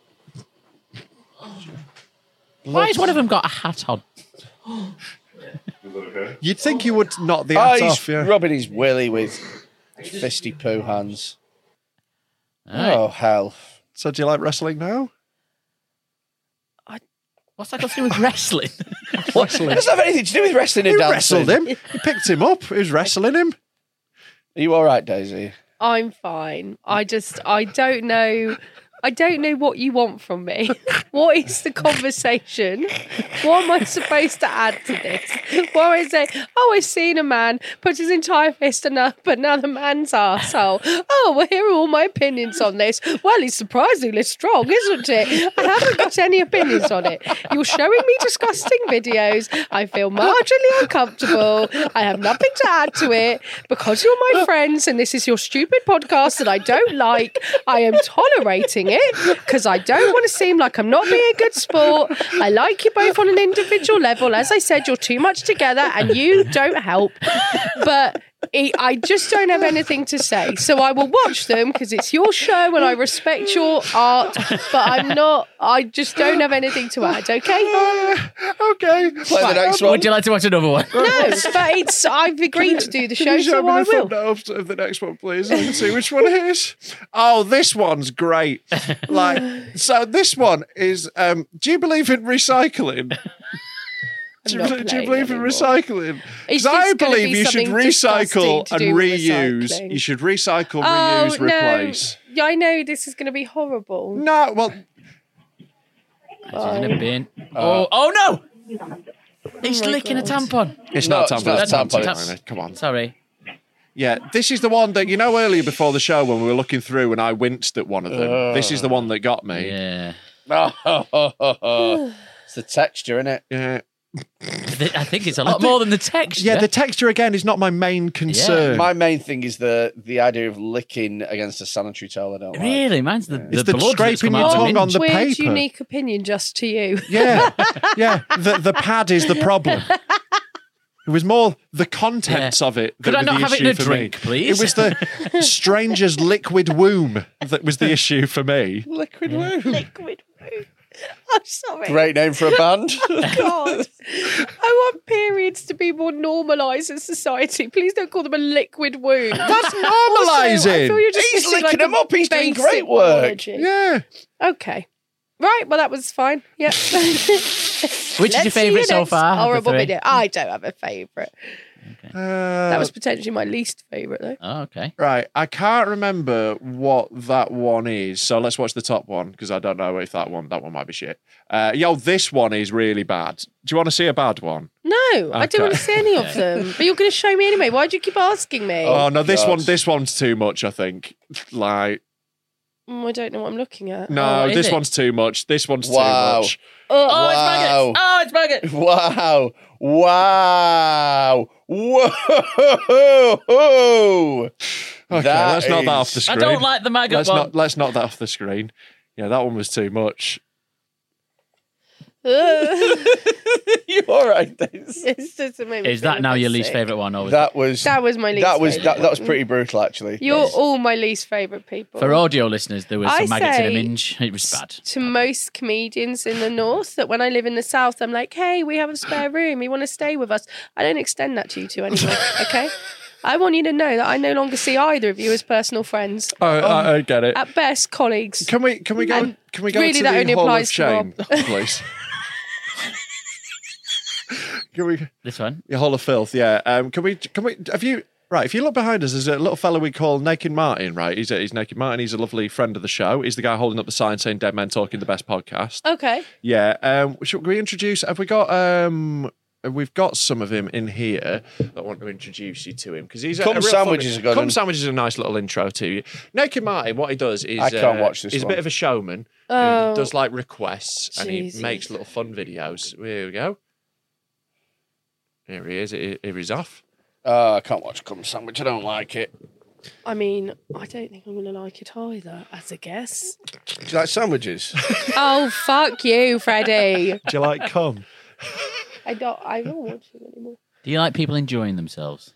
Speaker 4: Why has one of them got a hat on?
Speaker 1: You'd think you would knock the
Speaker 2: Oh,
Speaker 1: hat
Speaker 2: he's
Speaker 1: off. Yeah.
Speaker 2: rubbing his willy with fisty poo hands.
Speaker 4: All right.
Speaker 2: Oh, hell.
Speaker 1: So do you like wrestling now?
Speaker 4: What's that got to do with wrestling?
Speaker 2: Wrestling. It doesn't have anything to do with wrestling and
Speaker 1: Who
Speaker 2: dancing.
Speaker 1: wrestled him? He picked him up. Who's wrestling him?
Speaker 2: Are you all right, Daisy?
Speaker 3: I'm fine. I just I don't know. I don't know what you want from me. What is the conversation? What am I supposed to add to this? What is it? Oh, I've seen a man put his entire fist in a- another man's arsehole. Oh, well, here are all my opinions on this. Well, it's surprisingly strong, isn't it? I haven't got any opinions on it. You're showing me disgusting videos. I feel marginally uncomfortable. I have nothing to add to it because you're my friends and this is your stupid podcast that I don't like. I am tolerating it because I don't want to seem like I'm not being a good sport. I like you both on an individual level. As I said, you're too much together and you don't help. But I I just don't have anything to say. So I will watch them because it's your show and I respect your art, but I'm not, I just don't have anything to add, okay?
Speaker 1: Ah, okay.
Speaker 2: Play the next one.
Speaker 4: Would you like to watch another one?
Speaker 3: No, but it's, I've agreed to do the
Speaker 1: Can
Speaker 3: show,
Speaker 1: you show
Speaker 3: so
Speaker 1: me
Speaker 3: I
Speaker 1: the
Speaker 3: will.
Speaker 1: thumbnail of- of the next one, please? I can see which one it is. Oh, this one's great. Like, so this one is. Um, do you believe in recycling? Do you,
Speaker 3: not
Speaker 1: believe- do you
Speaker 3: playing
Speaker 1: believe in
Speaker 3: anymore.
Speaker 1: recycling?
Speaker 3: It's
Speaker 1: Because I
Speaker 3: just gonna
Speaker 1: believe
Speaker 3: be
Speaker 1: you should
Speaker 3: something disgusting
Speaker 1: recycle
Speaker 3: to
Speaker 1: and
Speaker 3: do with
Speaker 1: reuse.
Speaker 3: recycling. Oh,
Speaker 1: You should recycle, reuse,
Speaker 3: no.
Speaker 1: replace.
Speaker 3: Yeah, I know this is going to be horrible.
Speaker 1: No, well,
Speaker 4: She's in a bin. oh, oh no! He's
Speaker 3: my
Speaker 4: licking a
Speaker 3: God.
Speaker 4: tampon.
Speaker 1: it's not
Speaker 2: it's
Speaker 1: tampon.
Speaker 2: not
Speaker 1: it's
Speaker 2: tampon.
Speaker 1: tampon. Come on.
Speaker 4: Sorry.
Speaker 1: Yeah, this is the one that you know earlier before the show when we were looking through and I winced at one of them. this is the one that got me.
Speaker 4: Yeah.
Speaker 2: it's the texture, is it?
Speaker 1: Yeah.
Speaker 4: Th- I think it's a lot more than the text.
Speaker 1: Yeah, the texture again is not my main concern.
Speaker 2: My main thing is the the idea of licking against a sanitary towel. I don't like.
Speaker 4: Really, mine's the,
Speaker 1: It's the
Speaker 4: the, blood that's
Speaker 1: scraping
Speaker 4: come
Speaker 1: your
Speaker 4: out of
Speaker 1: tongue
Speaker 4: it.
Speaker 1: on the
Speaker 3: Weird,
Speaker 1: paper.
Speaker 3: unique opinion just to you.
Speaker 1: yeah, yeah. The the pad is the problem. It was more the contents
Speaker 4: Yeah.
Speaker 1: of it. That
Speaker 4: Could I
Speaker 1: were
Speaker 4: not
Speaker 1: the
Speaker 4: have it
Speaker 1: issue
Speaker 4: in a
Speaker 1: for me.
Speaker 4: drink, please?
Speaker 1: It was the stranger's liquid womb that was the issue for me.
Speaker 2: Liquid Woo.
Speaker 6: Liquid woo. I'm sorry.
Speaker 2: Great name for a band.
Speaker 3: Oh, God, I want periods to be more normalised in society. Please don't call them a liquid womb.
Speaker 1: That's
Speaker 3: Also, I feel
Speaker 1: normalising.
Speaker 3: you're just
Speaker 2: He's
Speaker 3: missing,
Speaker 2: licking
Speaker 3: like,
Speaker 2: him
Speaker 3: a
Speaker 2: up. He's doing
Speaker 3: basic
Speaker 2: great work.
Speaker 3: biology.
Speaker 1: Yeah.
Speaker 3: Okay. Right. Well, that was fine. Yep.
Speaker 4: Which is your favourite so far? of the
Speaker 3: Horrible
Speaker 4: three?
Speaker 3: video. I don't have a favourite.
Speaker 1: Uh,
Speaker 3: That was potentially my least favourite, though.
Speaker 4: Oh, okay.
Speaker 1: right. I can't remember what that one is. So let's watch the top one because I don't know if that one that one might be shit. Uh, yo, this one is really bad. Do you want to see a bad one?
Speaker 3: No, I
Speaker 1: Okay.
Speaker 3: don't want to see any of them. But you're going to show me anyway. Why do you keep asking me?
Speaker 1: Oh, no, this
Speaker 2: God.
Speaker 1: one this one's too much. I think. Like.
Speaker 3: Mm, I don't know what I'm looking at.
Speaker 1: No,
Speaker 4: Oh, is
Speaker 1: this
Speaker 4: it?
Speaker 1: one's too much. This one's
Speaker 2: Wow.
Speaker 1: too much.
Speaker 3: Ugh.
Speaker 2: wow.
Speaker 4: Oh, it's maggots.
Speaker 2: Wow. Wow. Whoa.
Speaker 1: Okay,
Speaker 2: That
Speaker 1: let's knock that off
Speaker 2: is-
Speaker 1: the
Speaker 4: I
Speaker 1: screen.
Speaker 4: don't like the maggot
Speaker 1: let's
Speaker 4: one.
Speaker 1: not let's knock that off the screen. Yeah, that one was too much.
Speaker 3: Ugh.
Speaker 2: you all right, Daisy?
Speaker 3: This doesn't make me
Speaker 4: Is
Speaker 3: feel
Speaker 4: that now your least
Speaker 3: sick.
Speaker 4: favourite one? Or was that,
Speaker 2: That was
Speaker 3: That was my least.
Speaker 2: that was
Speaker 3: favourite
Speaker 2: that, that was
Speaker 3: one.
Speaker 2: pretty brutal, actually.
Speaker 3: You're all my least favorite people.
Speaker 4: for audio listeners, there was
Speaker 3: I
Speaker 4: some maggots in a
Speaker 3: say-
Speaker 4: minge. It was bad.
Speaker 3: to most comedians in the north that when I live in the south, I'm like, hey, we have a spare room. You want to stay with us? I don't extend that to you two anymore. Okay. I want you to know that I no longer see either of you as personal friends.
Speaker 1: Oh,
Speaker 4: Um,
Speaker 1: I, I get
Speaker 4: uh,
Speaker 1: it.
Speaker 3: At best, colleagues.
Speaker 1: Can we can we go
Speaker 3: And
Speaker 1: can we go
Speaker 3: really
Speaker 1: to
Speaker 3: that
Speaker 1: the
Speaker 3: only
Speaker 1: Hall
Speaker 3: applies
Speaker 1: of
Speaker 3: to
Speaker 1: Shame,
Speaker 3: Rob.
Speaker 1: please? can we
Speaker 4: This one.
Speaker 1: the Hall of Filth? Yeah. Um, can we can we have you right? If you look behind us, there's a little fella we call Naked Martin. Right, he's a, he's Naked Martin. He's a lovely friend of the show. He's the guy holding up the sign saying "Dead Men Talking," the best podcast.
Speaker 3: Okay.
Speaker 1: Yeah. Um, should we introduce? Have we got? Um, we've got some of him in here. I want to introduce you to him because he's a,
Speaker 2: Cum
Speaker 1: a real
Speaker 2: sandwiches
Speaker 1: funny-
Speaker 2: are good,
Speaker 1: Cum
Speaker 2: and-
Speaker 1: sandwiches is a nice little intro to you. Naked Martin, what he does is
Speaker 2: I can't
Speaker 1: uh,
Speaker 2: watch this
Speaker 1: He's a
Speaker 2: one.
Speaker 1: bit of a showman.
Speaker 3: Oh.
Speaker 1: He does like requests and he
Speaker 3: Jesus.
Speaker 1: makes little fun videos. Here we go. Here he is. Here here he's off.
Speaker 2: Uh, I can't watch cum sandwich. I don't like it.
Speaker 3: I mean, I don't think I'm going to like it either, as a guess.
Speaker 2: Do you like sandwiches?
Speaker 3: oh, fuck you, Freddie.
Speaker 1: Do you like cum?
Speaker 3: I don't, I'm not watching anymore.
Speaker 4: Do you like people enjoying themselves?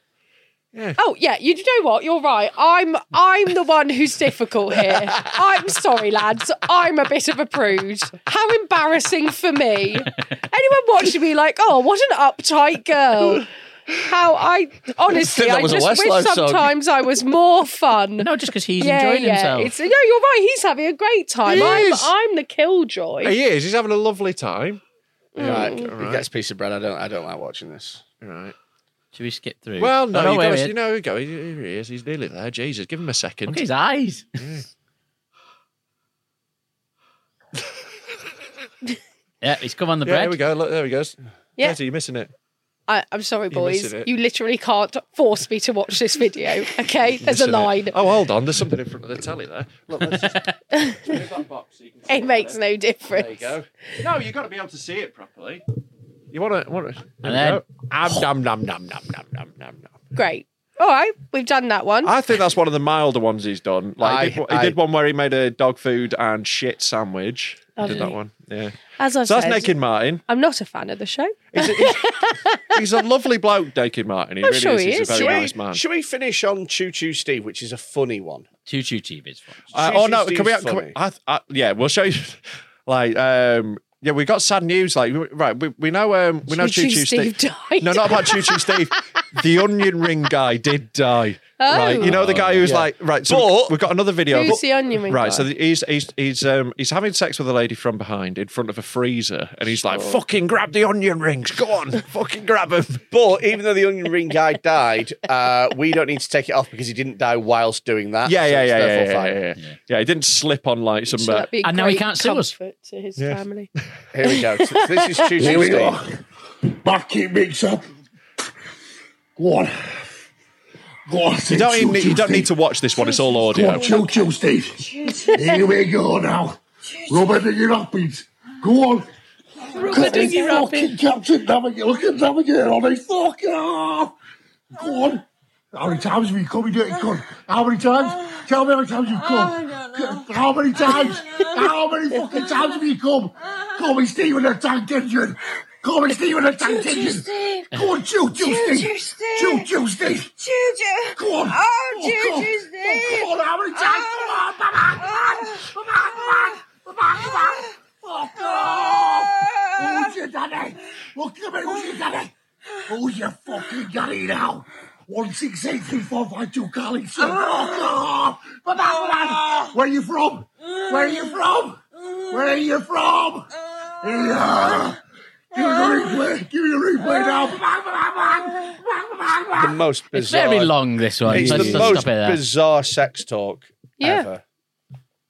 Speaker 3: Oh yeah, you do you know what? You're right. I'm I'm the one who's difficult here. I'm sorry, lads. I'm a bit of a prude. How embarrassing for me. Anyone watching me like, oh, what an uptight girl. How I honestly,
Speaker 2: That
Speaker 3: I
Speaker 2: was a
Speaker 3: just
Speaker 2: Westlife
Speaker 3: wish
Speaker 2: song.
Speaker 3: sometimes I was more fun.
Speaker 4: No, just because he's enjoying himself.
Speaker 3: It's, no, you're right. He's having a great time.
Speaker 1: He
Speaker 3: I'm
Speaker 1: is.
Speaker 3: I'm the killjoy.
Speaker 1: He is. He's having a lovely time.
Speaker 2: Right.
Speaker 1: Mm.
Speaker 2: He gets a piece of bread. I don't. I don't like watching this.
Speaker 1: Right.
Speaker 4: Should we skip through?
Speaker 1: Well, no,
Speaker 4: Oh, no,
Speaker 1: you,
Speaker 4: wait,
Speaker 2: eh?
Speaker 1: gotta,
Speaker 4: wait.
Speaker 1: you know, you go. Here he is. He's nearly there. Jesus, give him a second.
Speaker 4: Look at his eyes. yeah, he's come on the
Speaker 1: yeah,
Speaker 4: bread.
Speaker 1: there we go. Look, there he goes.
Speaker 3: Yeah.
Speaker 1: Katie, you're missing it.
Speaker 3: I, I'm sorry,
Speaker 1: You're missing
Speaker 3: boys.
Speaker 1: it.
Speaker 3: You literally can't force me to watch this video. Okay, there's a
Speaker 1: Missing it.
Speaker 3: line.
Speaker 1: Oh, hold on. There's something in front of the telly there. Look, let's just move that box. So you can see
Speaker 3: It makes no
Speaker 1: There you
Speaker 3: difference.
Speaker 1: go. No, you've got to be able to see it properly. You want to? Want to?
Speaker 4: And then-
Speaker 1: Am, nom, nom, nom, nom, nom, nom, nom, nom.
Speaker 3: Great. All right, we've done that one.
Speaker 1: I think that's one of the milder ones he's done.
Speaker 2: I-
Speaker 1: Like he, did, one- he
Speaker 2: I-
Speaker 1: did one where he made a dog food and shit sandwich. He Did that
Speaker 3: Lovely.
Speaker 1: one? Yeah.
Speaker 3: As I've
Speaker 1: So that's
Speaker 3: said,
Speaker 1: Naked Martin.
Speaker 3: I'm not a fan of the show.
Speaker 1: He's a, he's, he's a lovely bloke, Naked Martin. He
Speaker 3: I'm
Speaker 1: really
Speaker 3: sure
Speaker 1: is.
Speaker 3: he
Speaker 1: He's
Speaker 3: is.
Speaker 1: a very
Speaker 2: Should we,
Speaker 1: nice man.
Speaker 2: should we finish on Choo Choo Steve, which is a funny one?
Speaker 4: Choo choo tube is fun.
Speaker 1: Uh,
Speaker 2: Choo
Speaker 1: oh
Speaker 2: Choo
Speaker 1: no! Can we?
Speaker 2: Steve's
Speaker 1: Can we
Speaker 2: funny.
Speaker 1: I, th- I, yeah, we'll show you. Like, um, yeah, we got sad news. Like, we- right, we, we know. Um, we know.
Speaker 3: Choo
Speaker 1: Choo
Speaker 3: Choo
Speaker 1: Choo
Speaker 3: Steve
Speaker 1: Steve.
Speaker 3: died.
Speaker 1: No, not about Choo Choo Steve. The onion ring guy did die. Right, you know the guy who's
Speaker 2: Yeah.
Speaker 1: like right. So we-
Speaker 2: But-
Speaker 1: we've got another video.
Speaker 3: Oh. Who's the onion ring
Speaker 1: Right,
Speaker 3: guy?
Speaker 1: so he's he's he's um he's having sex with a lady from behind in front of a freezer, and he's
Speaker 3: Oh.
Speaker 1: like, "Fucking grab the onion rings, go on, fucking grab them."
Speaker 2: But even though the onion ring guy died, uh, we don't need to take it off because he didn't die whilst doing that.
Speaker 1: Yeah,
Speaker 2: so
Speaker 1: yeah,
Speaker 2: it's
Speaker 1: yeah, yeah,
Speaker 2: therefore
Speaker 1: yeah,
Speaker 2: fine.
Speaker 1: yeah, yeah. Yeah, he didn't slip on like some.
Speaker 3: So
Speaker 1: uh,
Speaker 3: that'd be a
Speaker 4: And now he
Speaker 3: great
Speaker 4: can't sue us.
Speaker 3: comfort to his
Speaker 1: Yeah.
Speaker 3: family.
Speaker 2: Here we go. So this is Choo Choo Steve.
Speaker 9: Market mix up. Go on. Go on.
Speaker 1: you don't even need, you don't need to watch this one; it's all
Speaker 9: Go
Speaker 1: audio.
Speaker 9: on, chill, chill, Steve. Here we go now. Robert the Europeans. Go on. Robert the fucking Captain Navigator. Look at Navigator on his fucking arm. Go on. How many times have you come? You do it, cunt. How many times? Tell me how many times you've come. How many times? How many fucking times have you come? Call me Steve in a tank engine. Call me Steve in a tank engine. Go on, chill, chill, Steve. Chill, chill, Steve.
Speaker 6: Choo-choo.
Speaker 9: Come on.
Speaker 6: Oh,
Speaker 9: come on.
Speaker 6: Juju Steve.
Speaker 9: Oh, come on, how many times? Come on, come on, come on, come on, come on, come on. Oh, come on. Who's your daddy? Look at me, who's your daddy? Who's your fucking daddy now? One six eight three four five two Carlington. Oh, come on. Come on, come on. Where are you from? Where are you from? Where are you from? Yeah. Give me the replay. Give me the replay now. Come on, come on, come on. Come on, come on.
Speaker 2: The most
Speaker 4: It's
Speaker 2: bizarre.
Speaker 4: very long, this one.
Speaker 2: It's
Speaker 4: Let's
Speaker 2: the
Speaker 4: just
Speaker 2: most
Speaker 4: stop it there.
Speaker 2: bizarre sex talk
Speaker 3: Yeah.
Speaker 2: ever.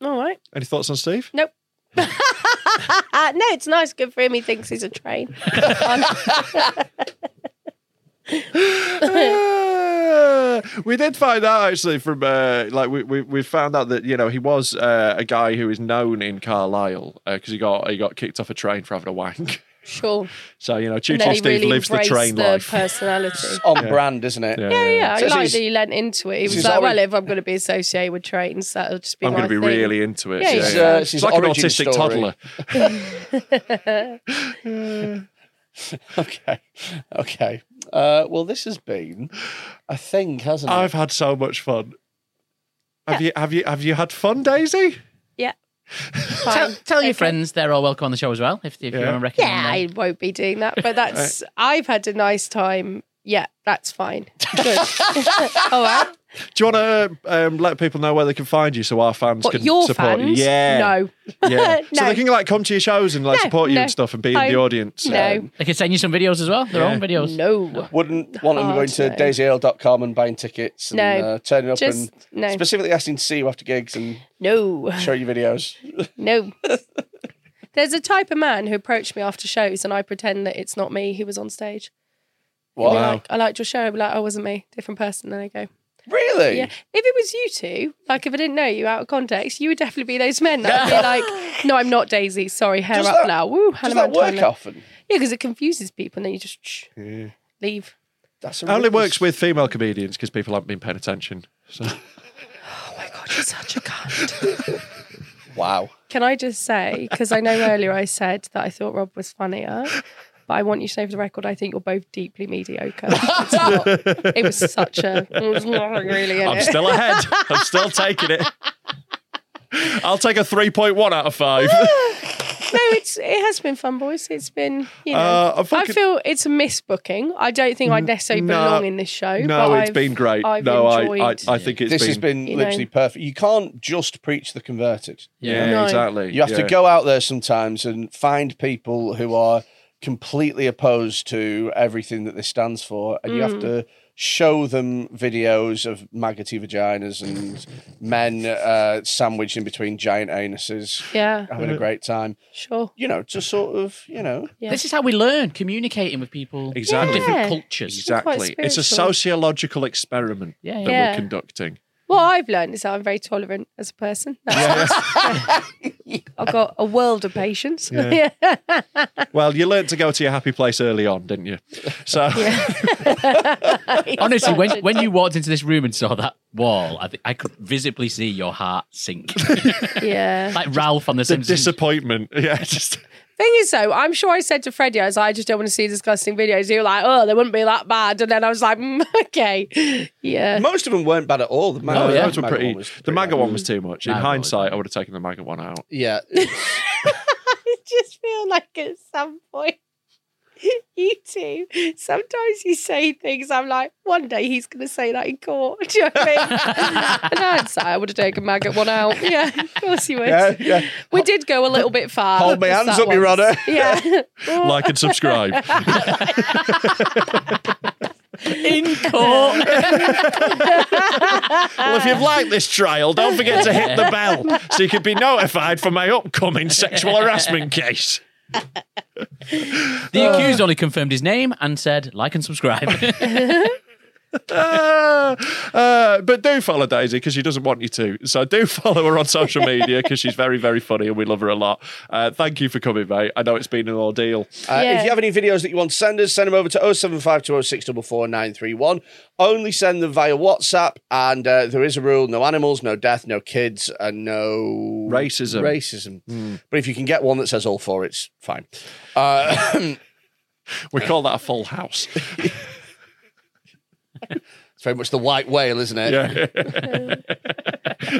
Speaker 3: All right.
Speaker 1: Any thoughts on Steve?
Speaker 3: Nope. Ah, no, it's nice. Good for him. He thinks he's a train.
Speaker 1: Uh, we did find out actually from uh, like we, we we found out that you know he was uh, a guy who is known in Carlisle because he got he got kicked off a train for having a wank.
Speaker 3: Sure.
Speaker 1: So you know, Choo
Speaker 3: And
Speaker 1: Choo
Speaker 3: then he
Speaker 1: Steve
Speaker 3: really
Speaker 1: lives the
Speaker 3: embraced
Speaker 1: train
Speaker 3: the
Speaker 1: life. Oh.
Speaker 3: personality.
Speaker 2: It's on brand, isn't it?
Speaker 1: Yeah,
Speaker 3: Yeah, yeah.
Speaker 2: So
Speaker 3: I like
Speaker 2: he's-
Speaker 3: that he lent into it. He was
Speaker 2: he's
Speaker 3: like,
Speaker 2: already-
Speaker 3: well, if I'm going to be associated with trains, that'll just be
Speaker 1: I'm
Speaker 3: my
Speaker 1: going to be
Speaker 3: thing.
Speaker 1: really into it.
Speaker 3: Yeah,
Speaker 1: yeah,
Speaker 3: he's,
Speaker 1: yeah.
Speaker 2: uh,
Speaker 1: It's
Speaker 2: she's
Speaker 1: like an
Speaker 2: origin
Speaker 1: autistic
Speaker 2: story.
Speaker 1: toddler.
Speaker 2: Okay. Okay. Uh, well, this has been a thing, hasn't it?
Speaker 1: I've had so much fun. Have you have you have you had fun, Daisy?
Speaker 3: Yeah.
Speaker 4: Tell,
Speaker 3: Fine.
Speaker 4: tell your
Speaker 3: Okay.
Speaker 4: friends they're all welcome on the show as well. If, if you
Speaker 1: Yeah.
Speaker 4: want to recommend
Speaker 3: Yeah,
Speaker 4: them.
Speaker 3: I won't be doing that. But that's, I've had a nice time. Yeah, that's fine. Good. All right.
Speaker 1: Do you want to um, let people know where they can find you so our fans
Speaker 3: What,
Speaker 1: can
Speaker 3: your
Speaker 1: support
Speaker 3: fans?
Speaker 1: you? Yeah.
Speaker 3: No.
Speaker 1: Yeah. So
Speaker 3: No.
Speaker 1: they can like come to your shows and like
Speaker 3: No,
Speaker 1: support you and
Speaker 3: no.
Speaker 1: stuff and be in the
Speaker 3: No.
Speaker 1: audience.
Speaker 3: No.
Speaker 4: They can send you some videos as well, their
Speaker 1: Yeah.
Speaker 4: own videos.
Speaker 3: No.
Speaker 2: Wouldn't want them
Speaker 3: Hard
Speaker 2: going to
Speaker 3: no.
Speaker 2: daisyale.com and buying tickets and
Speaker 3: No.
Speaker 2: uh, turning up
Speaker 3: Just
Speaker 2: and
Speaker 3: no.
Speaker 2: specifically asking to see you after gigs and
Speaker 3: No.
Speaker 2: show you videos.
Speaker 3: No. There's a type of man who approached me after shows and I pretend that it's not me who was on stage. He'd be
Speaker 2: Wow.
Speaker 3: Like, I liked your show. I'd be like, oh, wasn't me. Different person. Then I go,
Speaker 2: Really?
Speaker 3: yeah. If it was you two, like if I didn't know you out of context, you would definitely be those men that would be like, no, I'm not Daisy. Sorry, hair
Speaker 2: Does
Speaker 3: up
Speaker 2: that-
Speaker 3: now. Woo,
Speaker 2: Does
Speaker 3: Hannah
Speaker 2: that work
Speaker 3: Montana.
Speaker 2: often?
Speaker 3: Yeah, because it confuses people and then you just shh, leave.
Speaker 2: That's
Speaker 1: It
Speaker 2: a
Speaker 1: only
Speaker 2: really-
Speaker 1: works with female comedians because people haven't been paying attention. So
Speaker 3: Oh my God, you're such a cunt.
Speaker 2: Wow.
Speaker 3: Can I just say, because I know earlier I said that I thought Rob was funnier, but I want you to know for the record, I think you're both deeply mediocre. It's not- it was such a. There was nothing really in
Speaker 1: I'm
Speaker 3: it.
Speaker 1: still ahead. I'm still taking it. I'll take a 3.1 out of 5.
Speaker 3: no, it's it has been fun, boys. It's been you know.
Speaker 1: Uh, I
Speaker 3: I
Speaker 1: fucking-
Speaker 3: feel it's a misbooking. I don't think I necessarily
Speaker 1: no.
Speaker 3: belong in this show.
Speaker 1: no,
Speaker 3: but
Speaker 1: it's
Speaker 3: I've-
Speaker 1: been great.
Speaker 3: I've
Speaker 1: no, I, I,
Speaker 3: enjoyed-
Speaker 1: I think it's
Speaker 2: This
Speaker 1: been.
Speaker 2: has been
Speaker 3: You know.
Speaker 2: literally perfect. You can't just preach the converted.
Speaker 1: yeah,
Speaker 3: No.
Speaker 1: exactly.
Speaker 2: You have
Speaker 1: yeah.
Speaker 2: to go out there sometimes and find people who are completely opposed to everything that this stands for, and you have
Speaker 10: Mm.
Speaker 2: to show them videos of maggoty vaginas and men uh, sandwiched in between giant anuses,
Speaker 3: Yeah.
Speaker 2: having a great time.
Speaker 3: Sure.
Speaker 2: You know, just sort of, you know.
Speaker 3: Yeah.
Speaker 4: This is how we learn communicating with people
Speaker 1: Exactly.
Speaker 4: from different cultures.
Speaker 1: Exactly. It's a sociological experiment
Speaker 3: Yeah,
Speaker 1: that
Speaker 3: yeah.
Speaker 1: we're conducting.
Speaker 3: What I've learned is that I'm very tolerant as a person. That's I've got a world of patience.
Speaker 1: Yeah. Well, you learnt to go to your happy place early on, didn't you? So
Speaker 4: Honestly, when, when you walked into this room and saw that wall, I, think I could visibly see your heart sink.
Speaker 3: yeah.
Speaker 4: like Ralph on The Simpsons.
Speaker 1: disappointment. Yeah, just
Speaker 3: Thing is, though, I'm sure I said to Freddie, I was like, I just don't want to see disgusting videos. You were like, oh, they wouldn't be that bad. And then I was like, mm, okay. Yeah.
Speaker 2: Most of them weren't bad at all. Oh, The
Speaker 1: No,
Speaker 2: maggot,
Speaker 1: those were pretty. the MAGA one was too much. In
Speaker 2: Maga one was
Speaker 1: hindsight, I would have taken the MAGA one out.
Speaker 2: Yeah.
Speaker 6: I just feel like at some point, you two, sometimes you say things, I'm like, one day he's going to say that in court. Do you know what I mean?
Speaker 3: And I'd say I would have taken maggot one out. Yeah, of course you would.
Speaker 6: Yeah, yeah.
Speaker 3: We did go a little bit far.
Speaker 2: Hold my
Speaker 3: Just
Speaker 2: hands
Speaker 3: that
Speaker 2: up, Your
Speaker 3: once.
Speaker 2: Honour.
Speaker 3: Yeah.
Speaker 1: Like and subscribe.
Speaker 3: In court.
Speaker 1: well, if you've liked this trial, don't forget to hit the bell so you can be notified for my upcoming sexual harassment case.
Speaker 4: The accused only confirmed his name and said, like and subscribe.
Speaker 1: Uh, uh, but do follow Daisy because she doesn't want you to. So do follow her on social media because she's very, very funny and we love her a lot. Uh, thank you for coming, mate. I know it's been an ordeal.
Speaker 2: Uh, If you have any videos that you want to send us, send them over to 07520644931. Only send them via WhatsApp, and uh, there is a rule: no animals, no death, no kids, and no
Speaker 1: Racism.
Speaker 2: Racism. But if you can get one that says all four, it's fine. Uh,
Speaker 1: we call that a full house.
Speaker 2: it's very much the white whale, isn't it?
Speaker 1: Yeah.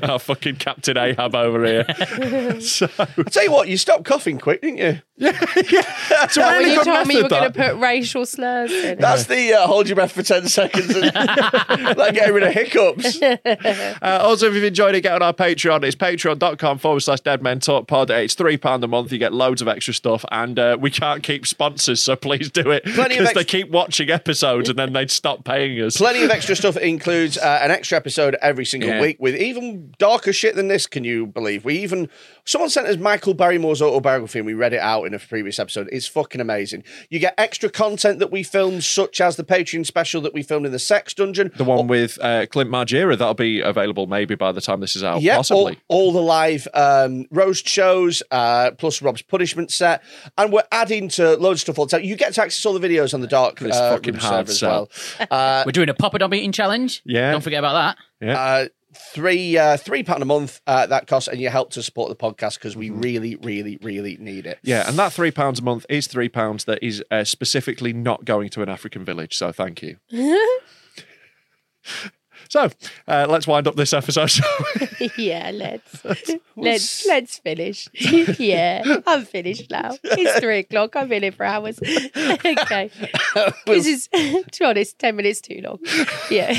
Speaker 1: Our fucking Captain Ahab over here. So,
Speaker 2: I tell you what, you stopped coughing quick, didn't you?
Speaker 1: That's a
Speaker 3: Well,
Speaker 1: really
Speaker 3: you
Speaker 1: good
Speaker 3: told me you were
Speaker 1: method.
Speaker 3: going
Speaker 1: That.
Speaker 3: to put racial slurs in.
Speaker 2: That's the uh, hold your breath for ten seconds and like getting rid of hiccups.
Speaker 1: Uh, also, if you've enjoyed it, get on our Patreon. It's patreon.com forward slash dead men talk pod. It's £3 a month. You get loads of extra stuff, and uh, we can't keep sponsors, so please do it.
Speaker 2: Plenty of
Speaker 1: Because they
Speaker 2: ex-
Speaker 1: keep watching episodes and then they'd stop paying us.
Speaker 2: Plenty of extra stuff includes uh, an extra episode every single
Speaker 1: Yeah.
Speaker 2: week with even darker shit than this. Can you believe? We even someone sent us Michael Barrymore's autobiography and we read it out in a previous episode. It's fucking amazing. You get extra content that we filmed, such as the Patreon special that we filmed in the Sex Dungeon.
Speaker 1: The one with uh, Clint Margera, that'll be available maybe by the time this is out.
Speaker 2: yeah, all-
Speaker 1: possibly.
Speaker 2: All, the live um, roast shows, uh, plus Rob's punishment set, and we're adding to loads of stuff all the time. You get to access all the videos on the dark
Speaker 1: This
Speaker 2: uh,
Speaker 1: fucking
Speaker 2: room
Speaker 1: hard
Speaker 2: server as
Speaker 1: sell.
Speaker 2: well. Uh,
Speaker 4: We're doing a pop dom eating challenge.
Speaker 1: Yeah.
Speaker 4: Don't forget about that.
Speaker 2: Uh, three uh, three pound a month uh, that costs, and you help to support the podcast because we really, really, really need it.
Speaker 1: Yeah, and that three pounds a month is three pounds that is uh, specifically not going to an African village. So thank you. So uh, let's wind up this episode.
Speaker 3: yeah, let's let's let's finish. yeah, I'm finished now. It's three o'clock. I've been here for hours. okay, this is to be honest, ten minutes too long. Yeah,